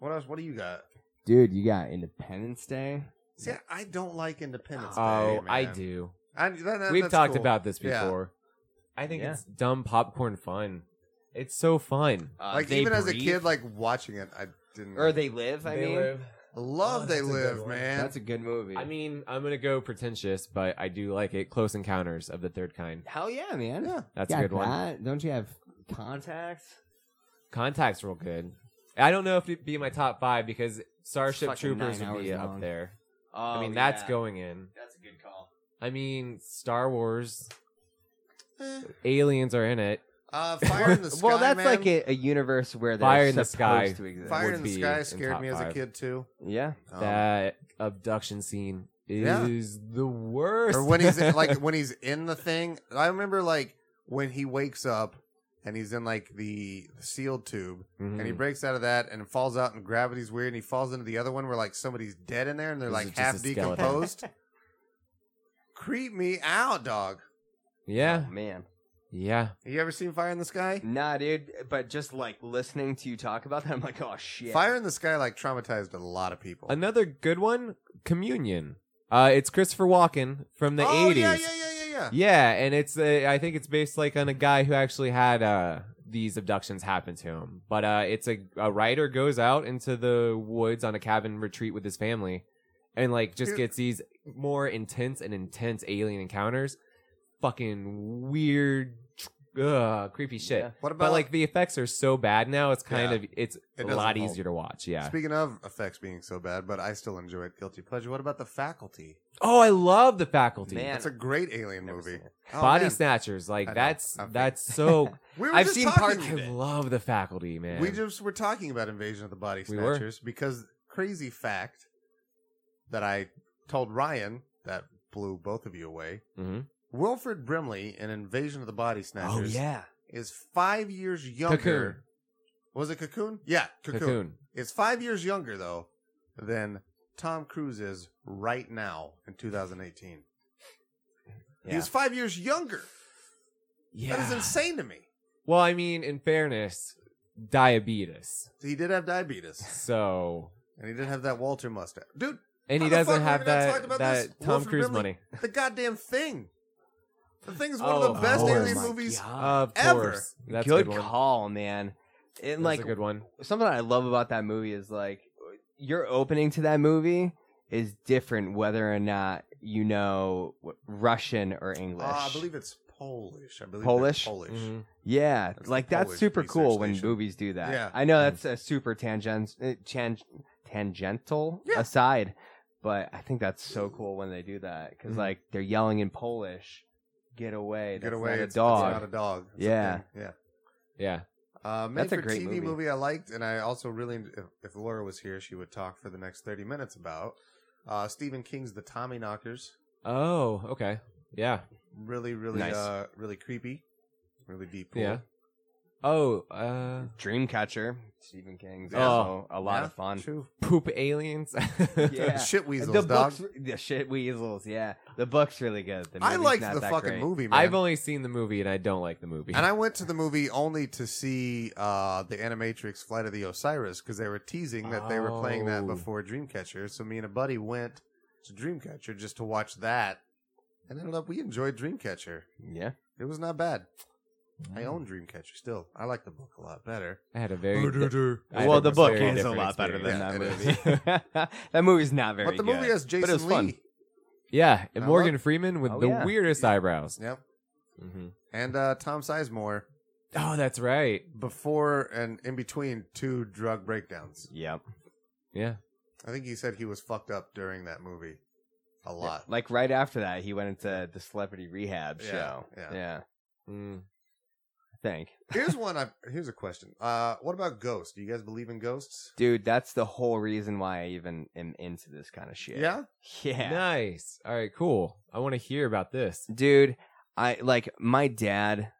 Speaker 2: what else? What do you got?
Speaker 4: dude, you got Independence Day.
Speaker 2: See, I don't like Independence Day.
Speaker 3: Oh,
Speaker 2: man.
Speaker 3: I do.
Speaker 2: I- that- that-
Speaker 3: We've
Speaker 2: that's
Speaker 3: talked
Speaker 2: cool.
Speaker 3: about this
Speaker 2: Yeah.
Speaker 3: before. I think
Speaker 4: Yeah.
Speaker 3: it's dumb popcorn fun. It's so fun.
Speaker 4: Uh,
Speaker 2: like
Speaker 4: They
Speaker 2: even as a
Speaker 4: Breathe,
Speaker 2: kid, like watching it, I didn't.
Speaker 4: or They Live. I mean,
Speaker 2: love
Speaker 3: Oh,
Speaker 2: they
Speaker 3: that's a good
Speaker 2: live,
Speaker 3: one.
Speaker 2: man.
Speaker 4: that's a good movie.
Speaker 3: I mean, I'm gonna go pretentious, but I do like it. Close Encounters of the Third Kind.
Speaker 4: hell yeah, man.
Speaker 2: Yeah.
Speaker 3: That's
Speaker 4: Got
Speaker 3: a good one.
Speaker 4: that. Don't you have contacts?
Speaker 3: Contacts real good. I don't know if it'd be my top five because Starship
Speaker 4: Fucking
Speaker 3: Troopers
Speaker 4: nine
Speaker 3: would be
Speaker 4: hours
Speaker 3: up
Speaker 4: long.
Speaker 3: there.
Speaker 4: Oh,
Speaker 3: I mean, that's going in.
Speaker 4: That's a good call.
Speaker 3: I mean, Star Wars.
Speaker 2: Eh.
Speaker 3: Aliens are in it.
Speaker 2: uh, Fire in the Sky.
Speaker 7: well, that's
Speaker 2: man.
Speaker 7: like a, a universe where they're
Speaker 3: Fire in the
Speaker 7: supposed
Speaker 3: Sky.
Speaker 7: to exist.
Speaker 2: Fire
Speaker 3: would
Speaker 2: in the
Speaker 3: be
Speaker 2: Sky
Speaker 3: in
Speaker 2: scared
Speaker 3: top
Speaker 2: me as a
Speaker 3: five.
Speaker 2: kid too.
Speaker 7: Yeah,
Speaker 2: Um,
Speaker 3: that abduction scene
Speaker 2: Yeah.
Speaker 3: is the worst.
Speaker 2: or when he's in, like when he's in the thing. I remember like when he wakes up and he's in like the sealed tube,
Speaker 3: Mhm.
Speaker 2: and he breaks out of that and falls out, and gravity's weird, and he falls into the other one where like somebody's dead in there, and they're
Speaker 3: This is
Speaker 2: like
Speaker 3: just a
Speaker 2: half
Speaker 3: skeleton.
Speaker 2: decomposed. Creep me out, dog.
Speaker 3: Yeah.
Speaker 4: Oh, man.
Speaker 3: Yeah.
Speaker 2: You ever seen Fire in the Sky?
Speaker 4: Nah, dude. But just like listening to you talk about that, I'm like, oh shit.
Speaker 2: Fire in the Sky like traumatized a lot of people.
Speaker 3: Another good one, Communion. Uh, it's Christopher Walken from the
Speaker 2: oh,
Speaker 3: 80s.
Speaker 2: yeah, yeah, yeah, yeah, yeah.
Speaker 3: Yeah, and it's uh, I think it's based like on a guy who actually had uh these abductions happen to him. But uh it's a a writer goes out into the woods on a cabin retreat with his family and like just
Speaker 2: Dude.
Speaker 3: gets these more intense and intense alien encounters. Fucking weird uh, creepy shit.
Speaker 4: Yeah.
Speaker 2: What about
Speaker 3: But like the effects are so bad now it's kind
Speaker 2: Yeah.
Speaker 3: of it's
Speaker 2: It
Speaker 3: a
Speaker 2: doesn't
Speaker 3: lot
Speaker 2: hold.
Speaker 3: easier to watch, yeah.
Speaker 2: Speaking of effects being so bad, but I still enjoy it. Guilty pleasure. What about the Faculty?
Speaker 3: Oh, I love the faculty.
Speaker 4: Man.
Speaker 2: That's a great alien
Speaker 4: Never
Speaker 2: movie.
Speaker 4: seen it.
Speaker 2: Oh,
Speaker 3: Body
Speaker 2: man.
Speaker 3: snatchers, like
Speaker 2: I know.
Speaker 3: that's
Speaker 2: I'm-
Speaker 3: that's so
Speaker 2: We were
Speaker 3: I've
Speaker 2: just
Speaker 3: seen
Speaker 2: talking
Speaker 3: parts I
Speaker 2: today.
Speaker 3: love the faculty, man.
Speaker 2: We just were talking about Invasion of the Body
Speaker 3: We were.
Speaker 2: Snatchers because crazy fact that I told Ryan that blew both of you away.
Speaker 3: hmm
Speaker 2: Wilfred Brimley in Invasion of the Body
Speaker 3: Oh
Speaker 2: Snatchers
Speaker 3: yeah,
Speaker 2: is five years younger. Was it Cocoon? Yeah, Cocoon.
Speaker 3: Cocoon.
Speaker 2: It's five years younger though than Tom Cruise is right now in 2018.
Speaker 4: Yeah.
Speaker 2: He's five years younger.
Speaker 3: Yeah.
Speaker 2: That is insane to me.
Speaker 3: Well, I mean, in fairness, diabetes.
Speaker 2: He did have diabetes,
Speaker 3: So,
Speaker 2: and he did have that Walter mustache, dude.
Speaker 3: and
Speaker 2: How
Speaker 3: he
Speaker 2: the
Speaker 3: doesn't
Speaker 2: fuck have we
Speaker 3: have
Speaker 2: not talked
Speaker 3: that
Speaker 2: about
Speaker 3: that
Speaker 2: this?
Speaker 3: Tom
Speaker 2: Wilford
Speaker 3: Cruise
Speaker 2: Brimley?
Speaker 3: money.
Speaker 2: The goddamn thing. The thing is one
Speaker 3: Oh,
Speaker 2: of the best
Speaker 3: oh
Speaker 2: alien
Speaker 3: my
Speaker 2: movies.
Speaker 3: Of
Speaker 2: Ever.
Speaker 3: course, that's a
Speaker 4: good,
Speaker 3: good one.
Speaker 4: call, man.
Speaker 3: That's
Speaker 4: And like
Speaker 3: a good one.
Speaker 4: something I love about that movie is like your opening to that movie is different whether or not you know what- Russian or English.
Speaker 2: Uh, I believe it's Polish. I believe
Speaker 4: Polish? Mm-hmm.
Speaker 2: they're Polish.
Speaker 3: Mhm.
Speaker 4: yeah,
Speaker 2: That's
Speaker 4: like
Speaker 2: the
Speaker 4: that's
Speaker 2: Polish
Speaker 4: super
Speaker 2: research
Speaker 4: cool when
Speaker 2: station.
Speaker 4: movies do that.
Speaker 2: Yeah.
Speaker 4: I know that's a super tangent, uh, chan- tangential
Speaker 2: Yeah. Mm.
Speaker 4: aside, but I think that's so cool when they do that because
Speaker 3: Mhm.
Speaker 4: like they're yelling in Polish, "Get away,
Speaker 2: Mm-hmm. Get
Speaker 4: that's
Speaker 2: away!
Speaker 4: not a
Speaker 2: it's,
Speaker 4: dog."
Speaker 2: It's not a dog. It's a
Speaker 4: Yeah.
Speaker 2: thing. yeah.
Speaker 3: Yeah.
Speaker 2: Uh, made
Speaker 4: That's a
Speaker 2: for
Speaker 4: great
Speaker 2: TV
Speaker 4: movie.
Speaker 2: movie. I liked, and I also really, if, if Laura was here, she would talk for the next thirty minutes about uh, Stephen King's The Tommy Knockers.
Speaker 3: Oh, okay. Yeah.
Speaker 2: Really, really,
Speaker 4: Nice.
Speaker 2: uh, really creepy, really deep.
Speaker 3: Yeah. Oh, uh,
Speaker 4: Dreamcatcher, Stephen King's.
Speaker 2: Yeah.
Speaker 4: also a lot
Speaker 2: Yeah,
Speaker 4: of fun.
Speaker 2: True.
Speaker 3: poop aliens.
Speaker 4: Yeah.
Speaker 2: Shit weasels,
Speaker 4: the
Speaker 2: dog.
Speaker 4: books, the shit weasels. Yeah, the book's really good. The
Speaker 2: I
Speaker 4: movie's
Speaker 2: liked
Speaker 4: not
Speaker 2: the
Speaker 4: that
Speaker 2: fucking
Speaker 4: great.
Speaker 2: movie, man.
Speaker 3: I've only seen the movie and I don't like the movie.
Speaker 2: And I went to the movie only to see uh, the Animatrix Flight of the Osiris because they were teasing that they were playing that
Speaker 3: Oh.
Speaker 2: before Dreamcatcher. So me and a buddy went to Dreamcatcher just to watch that, and ended up we enjoyed Dreamcatcher.
Speaker 4: Yeah,
Speaker 2: It was not bad. I Oh, own Dreamcatcher still. I like the book a lot better.
Speaker 3: I had a very I had
Speaker 4: well,
Speaker 3: a
Speaker 4: the book
Speaker 3: very
Speaker 4: is a
Speaker 3: different
Speaker 4: lot better than
Speaker 3: experience.
Speaker 4: that
Speaker 2: Yeah, it
Speaker 4: movie. that movie's not very.
Speaker 2: but the
Speaker 4: good,
Speaker 2: movie has
Speaker 4: but it
Speaker 2: Jason
Speaker 4: was
Speaker 2: Lee.
Speaker 4: fun.
Speaker 3: Yeah, and
Speaker 2: I
Speaker 3: Morgan Freeman with
Speaker 4: Oh,
Speaker 3: the
Speaker 4: yeah.
Speaker 3: weirdest
Speaker 2: Yeah.
Speaker 3: eyebrows.
Speaker 2: Yep.
Speaker 4: Mm-hmm.
Speaker 3: hmm
Speaker 2: And uh, Tom Sizemore
Speaker 3: Oh, that's right.
Speaker 2: before and in between two drug breakdowns.
Speaker 4: Yep.
Speaker 3: Yeah.
Speaker 2: I think he said he was fucked up during that movie a lot.
Speaker 4: Like right after that, he went into the celebrity rehab
Speaker 2: Yeah,
Speaker 4: show.
Speaker 2: yeah.
Speaker 3: Mm.
Speaker 4: I think,
Speaker 2: Here's one. I, here's a question. Uh, what about ghosts? Do you guys believe in ghosts?
Speaker 4: dude, that's the whole reason why I even am into this kind of shit.
Speaker 2: Yeah.
Speaker 4: Yeah.
Speaker 3: Nice. All right, cool. I want to hear about this.
Speaker 4: dude i like my dad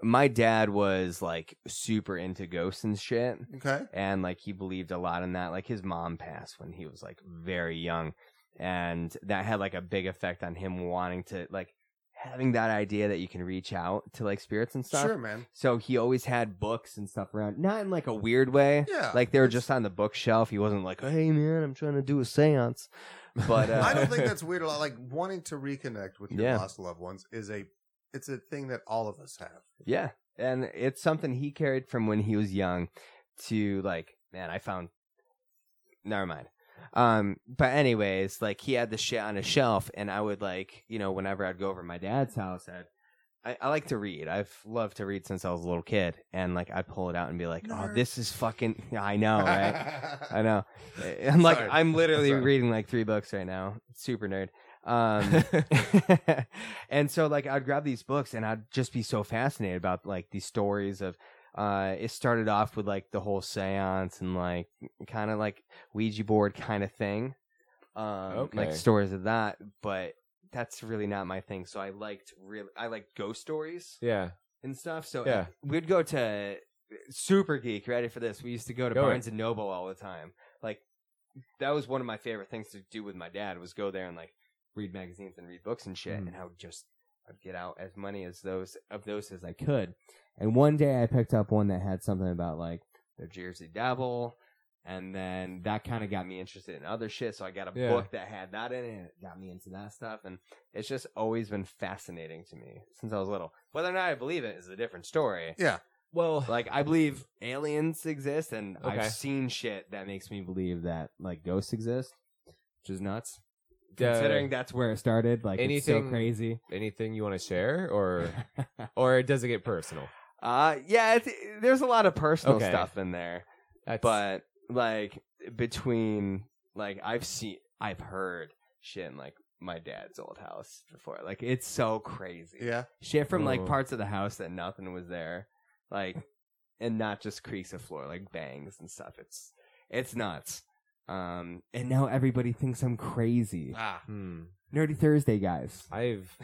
Speaker 4: my dad was like super into ghosts and shit
Speaker 2: Okay.
Speaker 4: and like he believed a lot in that like his mom passed when he was like very young and that had like a big effect on him wanting to like having that idea that you can reach out to like spirits and stuff
Speaker 2: Sure, man.
Speaker 4: so he always had books and stuff around not in like a weird way
Speaker 2: Yeah.
Speaker 4: like they were just on the bookshelf he wasn't like hey man i'm trying to do a seance but uh,
Speaker 2: I don't think that's weird. at all. Like wanting to reconnect with your
Speaker 4: Yeah.
Speaker 2: lost loved ones is a it's a thing that all of us have.
Speaker 4: Yeah. And it's something he carried from when he was young to like, man, I found never mind. Um, but anyways, like he had the shit on his shelf and I would like, you know, whenever I'd go over to my dad's house, I'd I, I like to read. I've loved to read since I was a little kid. And like I'd pull it out and be like, Oh,
Speaker 2: Nerd.
Speaker 4: this is fucking Yeah, I know, Oh, right? I know. I'm
Speaker 2: Sorry.
Speaker 4: like I'm literally
Speaker 2: Sorry.
Speaker 4: reading like three books right now. Super nerd. Um, and so like I'd grab these books and I'd just be so fascinated about like these stories of. Uh, it started off with like the whole seance and like kind of like Ouija board kind of thing, um,
Speaker 3: Okay.
Speaker 4: like stories of that. But that's really not my thing. So I liked really I like ghost stories
Speaker 3: Yeah.
Speaker 4: and stuff. So
Speaker 3: Yeah.
Speaker 4: we'd go to Super Geek. Ready for this? We used to go to
Speaker 3: Go
Speaker 4: Barnes and Noble all the time. Like that was one of my favorite things to do with my dad was go there and like read magazines and read books and shit.
Speaker 3: Mm.
Speaker 4: And I would just I'd get out as many as those of those as I could. And one day I picked up one that had something about like the Jersey Devil, and then that kind of got me interested in other shit. So I got a
Speaker 3: Yeah.
Speaker 4: book that had that in it. and It got me into that stuff, and it's just always been fascinating to me since I was little. Whether or not I believe it is a different story.
Speaker 2: Yeah.
Speaker 3: Well,
Speaker 4: Like I believe aliens exist, and
Speaker 3: Okay.
Speaker 4: I've seen shit that makes me believe that like ghosts exist, which is nuts.
Speaker 3: Duh.
Speaker 4: Considering that's where it started, like it's
Speaker 3: Anything-
Speaker 4: so crazy.
Speaker 3: Uh, anything you want to share, or or does it get personal?
Speaker 4: Uh, yeah, it's, there's a lot of personal
Speaker 3: Okay.
Speaker 4: stuff in there,
Speaker 3: That's,
Speaker 4: but like between like I've seen, I've heard shit in like my dad's old house before. Like it's so crazy.
Speaker 2: Yeah.
Speaker 4: Shit from like
Speaker 3: Oh.
Speaker 4: parts of the house that nothing was there, like, and not just creaks of floor, like bangs and stuff. It's it's nuts. Um, and now everybody thinks I'm crazy.
Speaker 2: Ah.
Speaker 3: hmm,
Speaker 4: Nerdy Thursday, guys.
Speaker 3: I've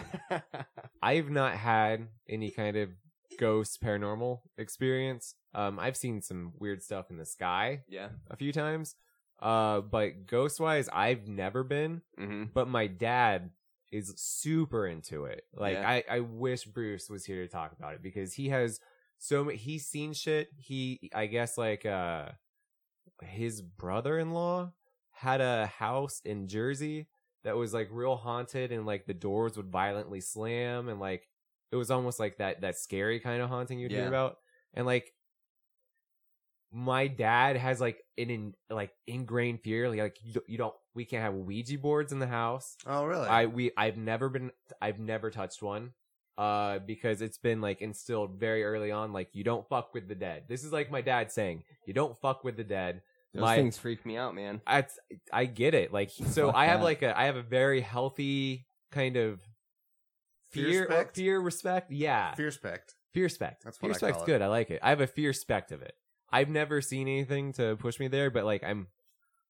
Speaker 3: I've not had any kind of ghost paranormal experience. Um, I've seen some weird stuff in the sky
Speaker 4: yeah.
Speaker 3: a few times, uh, but ghost wise, I've never been.
Speaker 4: Mm-hmm.
Speaker 3: But my dad is super into it. Like
Speaker 4: Yeah.
Speaker 3: I, I wish Bruce was here to talk about it because he has so many. He's seen shit. He, I guess, like uh, his brother-in-law had a house in Jersey that was like real haunted, and like the doors would violently slam, and like it was almost like that that scary kind of haunting you'd
Speaker 4: Yeah.
Speaker 3: hear about, and like. My dad has like an in, like ingrained fear like you don't, you don't we can't have Ouija boards in the house.
Speaker 2: Oh, really?
Speaker 3: I we I've never been I've never touched one. Uh, because it's been like instilled very early on, like you don't fuck with the dead. This is like my dad saying, you don't fuck with the dead.
Speaker 4: Those
Speaker 3: My-
Speaker 4: things freak me out, man.
Speaker 3: I I get it. Like so,
Speaker 4: Fuck
Speaker 3: I have
Speaker 4: that.
Speaker 3: like a I have a very healthy kind of
Speaker 2: Fear
Speaker 3: fear uh,
Speaker 2: spect?
Speaker 3: fear respect. Yeah,
Speaker 2: Fear spect.
Speaker 3: Fear spect.
Speaker 2: That's what
Speaker 3: fear
Speaker 2: I
Speaker 3: spect's
Speaker 2: call it.
Speaker 3: good. I like it. I have a fear spect of it. I've never seen anything to push me there, but like I'm,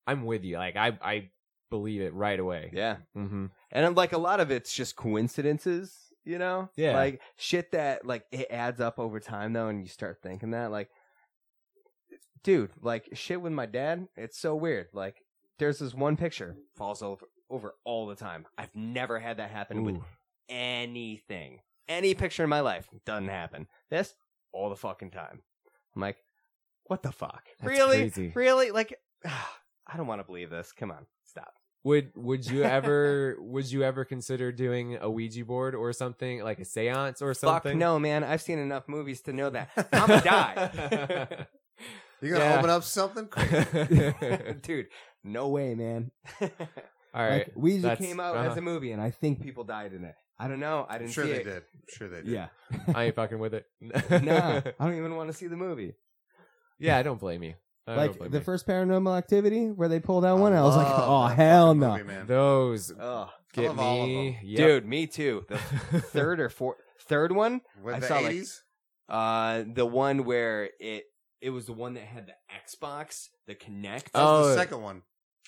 Speaker 3: I'm with you. Like I, I believe it right away.
Speaker 4: Yeah.
Speaker 3: Mm-hmm.
Speaker 4: And I'm like a lot of it's just coincidences, you know?
Speaker 3: Yeah.
Speaker 4: Like shit that like it adds up over time though and you start thinking that like dude, like shit with my dad, it's so weird. Like there's this one picture falls over over all the time. I've never had that happen with
Speaker 3: Ooh.
Speaker 4: anything. Any picture in my life doesn't happen. This all the fucking time. I'm like, what the fuck?
Speaker 3: That's
Speaker 4: really?
Speaker 3: crazy.
Speaker 4: Really? Like I don't want to believe this. Come on. Stop.
Speaker 3: Would would you ever would you ever consider doing a Ouija board or something like a séance or something?
Speaker 4: Fuck no, man. I've seen enough movies to know that. I'm gonna die.
Speaker 2: You're going to
Speaker 3: Yeah.
Speaker 2: open up something crazy.
Speaker 4: Dude, no way, man.
Speaker 3: All right.
Speaker 4: Like, Ouija
Speaker 3: that's-
Speaker 4: came out
Speaker 3: uh-huh.
Speaker 4: as a movie, and I think people died in it. I don't know. I
Speaker 2: I'm
Speaker 4: didn't
Speaker 2: sure
Speaker 4: see
Speaker 2: they
Speaker 4: it.
Speaker 2: did. I'm sure they did.
Speaker 4: Yeah.
Speaker 3: I ain't fucking with it.
Speaker 4: Nah, I don't even want to see the movie.
Speaker 3: Yeah, I don't blame you. I don't
Speaker 4: like
Speaker 3: blame
Speaker 4: the
Speaker 3: you.
Speaker 4: first paranormal activity where they pulled out
Speaker 2: I
Speaker 4: one, I was like,
Speaker 2: love
Speaker 4: oh,
Speaker 2: that
Speaker 4: hell
Speaker 2: fucking
Speaker 4: no.
Speaker 2: movie, man.
Speaker 3: those
Speaker 4: Ugh.
Speaker 3: get
Speaker 2: love all of
Speaker 3: me,
Speaker 2: them.
Speaker 3: Yep.
Speaker 4: Dude, me too. The third or fourth, third one,
Speaker 2: With
Speaker 4: I
Speaker 2: the
Speaker 4: saw, like,
Speaker 2: 80s?
Speaker 4: uh, the one where it it was the one that had the Xbox, the Connect.
Speaker 2: That was
Speaker 3: oh.
Speaker 2: the second one.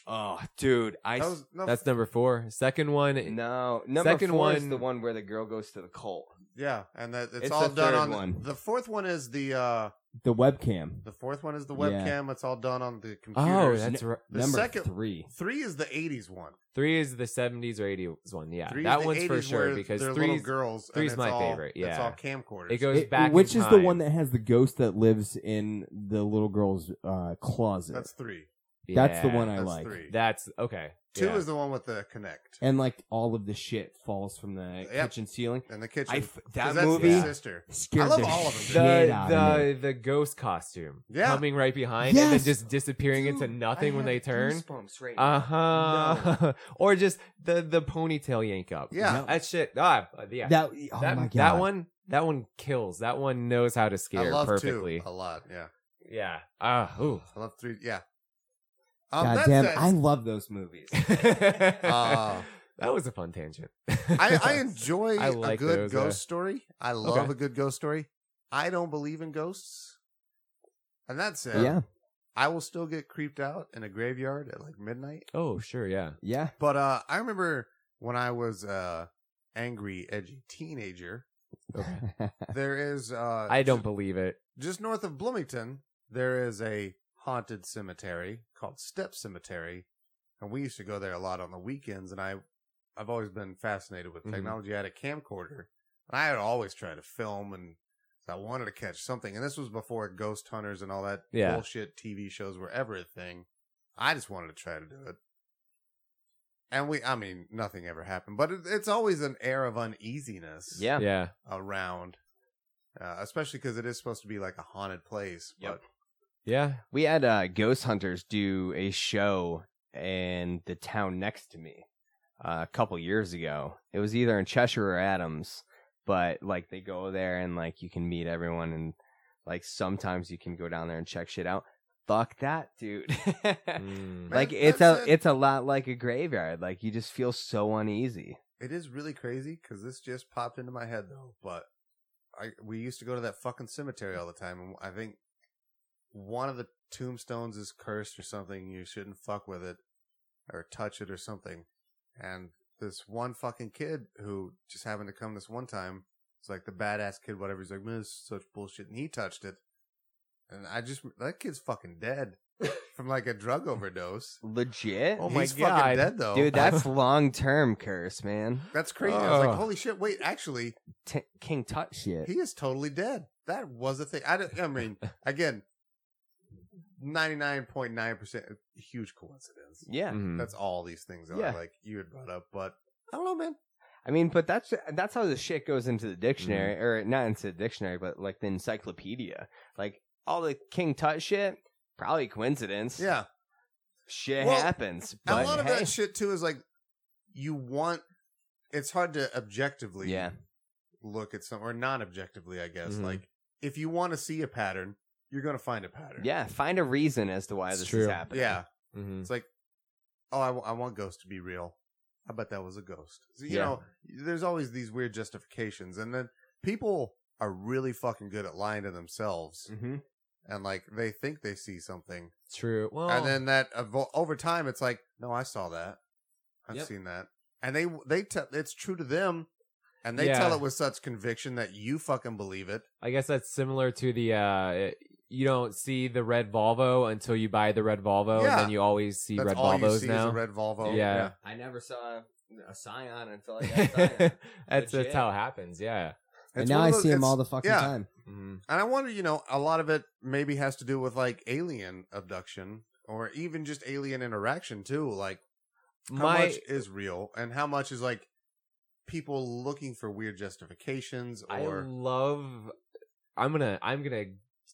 Speaker 4: oh, dude, I
Speaker 2: That was, no,
Speaker 3: That's number four. Second one.
Speaker 4: No, number
Speaker 3: Second
Speaker 4: four
Speaker 3: one-
Speaker 4: is the one where the girl goes to the cult.
Speaker 2: yeah, and that it's,
Speaker 4: It's
Speaker 2: all
Speaker 4: the
Speaker 2: done
Speaker 4: third
Speaker 2: on
Speaker 4: one.
Speaker 2: the fourth one is the uh
Speaker 4: The webcam.
Speaker 2: the fourth one is the
Speaker 4: Yeah.
Speaker 2: webcam. It's all done on the
Speaker 3: Oh,
Speaker 2: computers.
Speaker 3: that's right.
Speaker 2: the
Speaker 4: Number
Speaker 2: second
Speaker 4: three.
Speaker 2: three is the 80s one.
Speaker 3: Three is the seventies or eighties one. Yeah,
Speaker 2: Three is
Speaker 3: that
Speaker 2: the
Speaker 3: one's for
Speaker 2: 80s where
Speaker 3: sure because
Speaker 2: they're
Speaker 3: three.
Speaker 2: little girls. and
Speaker 3: three's
Speaker 2: it's
Speaker 3: my
Speaker 2: all-
Speaker 3: favorite,
Speaker 2: it's
Speaker 3: yeah.
Speaker 2: all camcorders.
Speaker 3: It goes
Speaker 8: It-
Speaker 3: back.
Speaker 8: which
Speaker 3: in
Speaker 8: is the
Speaker 3: time.
Speaker 8: one that has the ghost that lives in the little girl's uh, closet.
Speaker 2: That's three.
Speaker 8: That's the
Speaker 3: Yeah,
Speaker 8: one I
Speaker 2: That's
Speaker 8: like.
Speaker 2: three.
Speaker 3: That's okay.
Speaker 2: Two
Speaker 3: yeah.
Speaker 2: is the one with the connect
Speaker 8: And like all of the shit falls from the
Speaker 2: Yep.
Speaker 8: kitchen ceiling.
Speaker 2: and the kitchen.
Speaker 4: I f-
Speaker 2: 'Cause
Speaker 4: that
Speaker 2: that's
Speaker 4: movie
Speaker 2: his sister.
Speaker 8: Scared
Speaker 2: I love
Speaker 8: the
Speaker 2: all of them,
Speaker 8: shit
Speaker 2: dude.
Speaker 3: the
Speaker 8: out of me.
Speaker 3: the, the ghost costume
Speaker 2: Yeah.
Speaker 3: coming right behind and then
Speaker 8: Yes.
Speaker 3: just disappearing into
Speaker 4: Dude,
Speaker 3: nothing
Speaker 4: I
Speaker 3: when they
Speaker 4: have
Speaker 3: turn.
Speaker 4: goosebumps Right
Speaker 3: Uh huh. or just the the ponytail yank up.
Speaker 2: Yeah.
Speaker 8: Yep.
Speaker 3: that shit. Ah, yeah. That,
Speaker 8: That, oh
Speaker 3: that,
Speaker 8: my god.
Speaker 3: one. That one kills. That one knows how to
Speaker 2: I
Speaker 3: scare
Speaker 2: love
Speaker 3: perfectly.
Speaker 2: two a lot. Yeah,
Speaker 3: Yeah. Ah. ooh.
Speaker 2: I love three. Yeah. Um,
Speaker 8: God
Speaker 2: that's-
Speaker 8: damn,
Speaker 2: that's-
Speaker 8: I love those movies.
Speaker 3: that was a fun tangent.
Speaker 2: Uh, I, I enjoy
Speaker 3: I like
Speaker 2: a good
Speaker 3: those,
Speaker 2: ghost
Speaker 3: uh,
Speaker 2: story. I love
Speaker 3: okay.
Speaker 2: a good ghost story. I don't believe in ghosts, and that's it.
Speaker 8: yeah,
Speaker 2: I will still get creeped out in a graveyard at like midnight.
Speaker 3: Oh sure, yeah.
Speaker 8: yeah.
Speaker 2: But uh, I remember when I was uh angry, edgy teenager. There is uh,
Speaker 3: I don't believe it.
Speaker 2: just north of Bloomington, there is a haunted cemetery called Step Cemetery, and we used to go there a lot on the weekends. And I I've always been fascinated with
Speaker 3: Mhm.
Speaker 2: technology. I had a camcorder, and I had always tried to film, and I wanted to catch something. And this was before ghost hunters and all that
Speaker 3: Yeah.
Speaker 2: bullshit TV shows were ever a thing. I just wanted to try to do it. And we, I mean, nothing ever happened, but it, it's always an air of uneasiness
Speaker 4: Yeah.
Speaker 3: yeah.
Speaker 2: around, uh, especially because it is supposed to be like a haunted place.
Speaker 4: Yep.
Speaker 3: Yeah.
Speaker 4: We had uh, ghost hunters do a show in the town next to me uh, a couple years ago. It was either in Cheshire or Adams, but like they go there and like you can meet everyone and like sometimes you can go down there and check shit out. Fuck that, dude.
Speaker 3: Mm.
Speaker 2: Man,
Speaker 4: like it's a
Speaker 2: that's it.
Speaker 4: it's a lot like a graveyard. Like you just feel so uneasy.
Speaker 2: It is really crazy because this just popped into my head though. But I we used to go to that fucking cemetery all the time, and I think one of the tombstones is cursed or something. You shouldn't fuck with it or touch it or something. And this one fucking kid who just happened to come this one time, it's like the badass kid, whatever. He's like, man, this is such bullshit, and he touched it. And I just that kid's fucking dead from like a drug overdose.
Speaker 4: Legit?
Speaker 3: Oh my
Speaker 2: He's
Speaker 3: God.
Speaker 2: fucking dead though,
Speaker 4: Dude, that's long term curse, man.
Speaker 2: That's crazy. I was
Speaker 3: Ugh.
Speaker 2: like, holy shit. Wait, actually,
Speaker 4: T- King Tut shit.
Speaker 2: he is totally dead. That was a thing. I, don't- I mean, again, 99.9% uh, huge coincidence.
Speaker 4: yeah.
Speaker 3: Mhm.
Speaker 2: That's all these things are
Speaker 4: Mm. Yeah.
Speaker 2: like you had brought up, but I don't know, man.
Speaker 4: I mean, but that's that's how the shit goes into the dictionary,
Speaker 8: Mm-hmm.
Speaker 4: or not into the dictionary, but like the encyclopedia. Like all the King Tut shit, probably coincidence.
Speaker 2: Yeah.
Speaker 4: shit
Speaker 2: Well,
Speaker 4: happens.
Speaker 2: And
Speaker 4: But
Speaker 2: a lot of
Speaker 4: hey,
Speaker 2: that shit too is like you want, it's hard to objectively
Speaker 4: Yeah. Mm-hmm.
Speaker 2: look at some or non objectively, I guess.
Speaker 3: Mhm.
Speaker 2: Like if you want to see a pattern, you're going to find a pattern.
Speaker 4: yeah, find a reason as to why
Speaker 3: It's
Speaker 4: this
Speaker 3: true.
Speaker 4: is happening.
Speaker 2: Yeah.
Speaker 3: Mhm.
Speaker 2: It's like, oh, I, w- I want ghosts to be real. I bet that was a ghost. So, you
Speaker 4: Yeah.
Speaker 2: know, there's always these weird justifications, and then people are really fucking good at lying to themselves,
Speaker 4: hmm
Speaker 2: and like they think they see something,
Speaker 3: True. Well,
Speaker 2: Mm-hmm. and then that evo- over time, it's like, no, I saw that. I've
Speaker 3: Yep.
Speaker 2: seen that, and they they tell it's true to them, and they
Speaker 3: Yeah.
Speaker 2: tell it with such conviction that you fucking believe it.
Speaker 3: I guess that's similar to the uh you don't see the red Volvo until you buy the red Volvo
Speaker 2: Yeah.
Speaker 3: and then you always see
Speaker 2: That's
Speaker 3: red
Speaker 2: all
Speaker 3: Volvos
Speaker 2: you see
Speaker 3: now.
Speaker 2: is a red Volvo.
Speaker 3: Yeah.
Speaker 4: I never saw a scion until I got scion.
Speaker 3: that's that's
Speaker 4: Legit.
Speaker 3: how it happens. Yeah.
Speaker 8: And
Speaker 2: It's
Speaker 8: now
Speaker 2: one
Speaker 8: I
Speaker 2: of those-
Speaker 8: see him
Speaker 2: it's-
Speaker 8: all the fucking
Speaker 2: yeah.
Speaker 8: time.
Speaker 3: Mhm.
Speaker 2: And I wonder, you know, a lot of it maybe has to do with like alien abduction or even just alien interaction too. Like how
Speaker 3: My
Speaker 2: much is real and how much is like people looking for weird justifications
Speaker 3: I
Speaker 2: or
Speaker 3: love. I'm gonna I'm gonna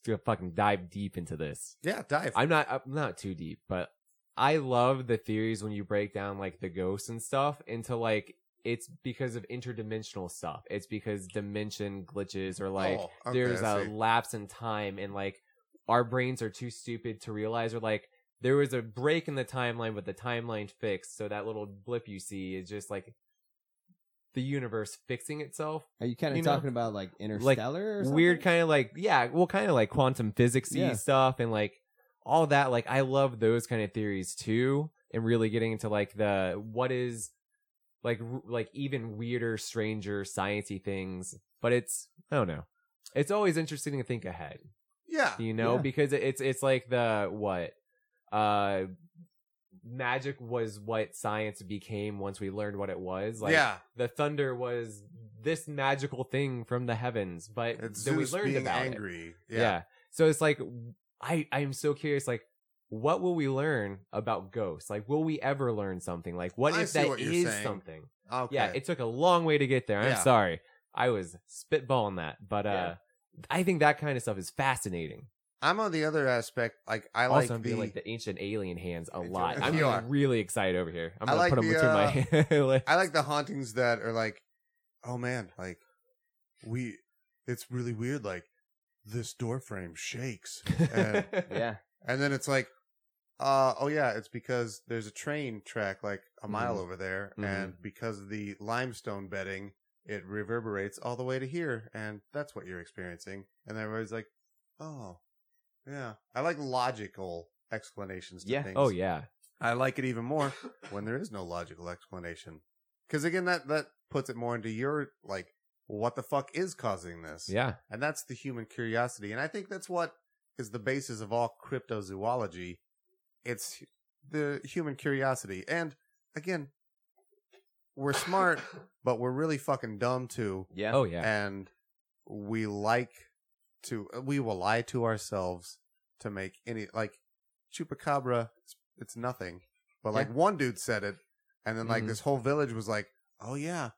Speaker 3: do a fucking dive deep into this.
Speaker 2: yeah, dive.
Speaker 3: I'm not I'm not too deep, but I love the theories when you break down like the ghosts and stuff into like it's because of interdimensional stuff. It's because dimension glitches or like
Speaker 2: Oh, okay,
Speaker 3: there's
Speaker 2: I
Speaker 3: a
Speaker 2: see.
Speaker 3: lapse in time and like our brains are too stupid to realize or like there was a break in the timeline but the timeline fixed so that little blip you see is just like the universe fixing itself
Speaker 8: Are you kind of
Speaker 3: You know,
Speaker 8: talking about like Interstellar? or something?
Speaker 3: weird kind of like yeah well kind of like quantum physicsy
Speaker 8: Yeah.
Speaker 3: stuff and like all that like i love those kind of theories too and really getting into like the what is like r- like even weirder stranger sciency things but it's i don't know it's always interesting to think ahead
Speaker 2: yeah.
Speaker 3: you know
Speaker 8: Yeah.
Speaker 3: because it- it's it's like the what uh magic was what science became once we learned what it was like
Speaker 2: yeah.
Speaker 3: the thunder was this magical thing from the heavens, but
Speaker 2: It's
Speaker 3: then we
Speaker 2: Zeus
Speaker 3: learned
Speaker 2: being
Speaker 3: about it.
Speaker 2: angry.
Speaker 3: Yeah.
Speaker 2: Yeah.
Speaker 3: So it's like I I am so curious like what will we learn about ghosts? Like will we ever learn something? Like what
Speaker 2: I
Speaker 3: if
Speaker 2: see
Speaker 3: that
Speaker 2: what you're
Speaker 3: is
Speaker 2: saying.
Speaker 3: something?
Speaker 2: Okay.
Speaker 3: Yeah, it took a long way to get there. I'm
Speaker 2: Yeah.
Speaker 3: sorry. I was spitballing that, but uh I think that kind of stuff is fascinating.
Speaker 2: I'm on the other aspect. Like I
Speaker 3: also, I'm
Speaker 2: like the,
Speaker 3: doing like the ancient alien hands a
Speaker 2: You
Speaker 3: lot.
Speaker 2: do.
Speaker 3: I'm
Speaker 2: You are.
Speaker 3: really excited over here. I'm
Speaker 2: I
Speaker 3: gonna
Speaker 2: like
Speaker 3: put them
Speaker 2: the, uh,
Speaker 3: between my.
Speaker 2: I like the hauntings that are like, oh man, like we, it's really weird. Like this door frame shakes and
Speaker 4: Yeah.
Speaker 2: And then it's like, uh, oh yeah, it's because there's a train track like a mile over there,
Speaker 3: Mhm.
Speaker 2: and because of the limestone bedding, it reverberates all the way to here, and that's what you're experiencing. And everybody's like, oh, yeah. I like logical explanations to
Speaker 4: Yeah.
Speaker 2: things.
Speaker 3: Oh yeah.
Speaker 2: I like it even more when there is no logical explanation, because again, that that puts it more into your like, what the fuck is causing this?
Speaker 3: Yeah.
Speaker 2: And that's the human curiosity. And I think that's what is the basis of all cryptozoology. It's the human curiosity. And again, we're smart, but we're really fucking dumb too.
Speaker 4: Yeah.
Speaker 3: Oh yeah.
Speaker 2: And we like to, uh, we will lie to ourselves to make any, like, chupacabra, it's, it's nothing. But like one dude said it, and then like
Speaker 4: Mm-hmm.
Speaker 3: Mhm.
Speaker 2: this whole village was like, oh yeah.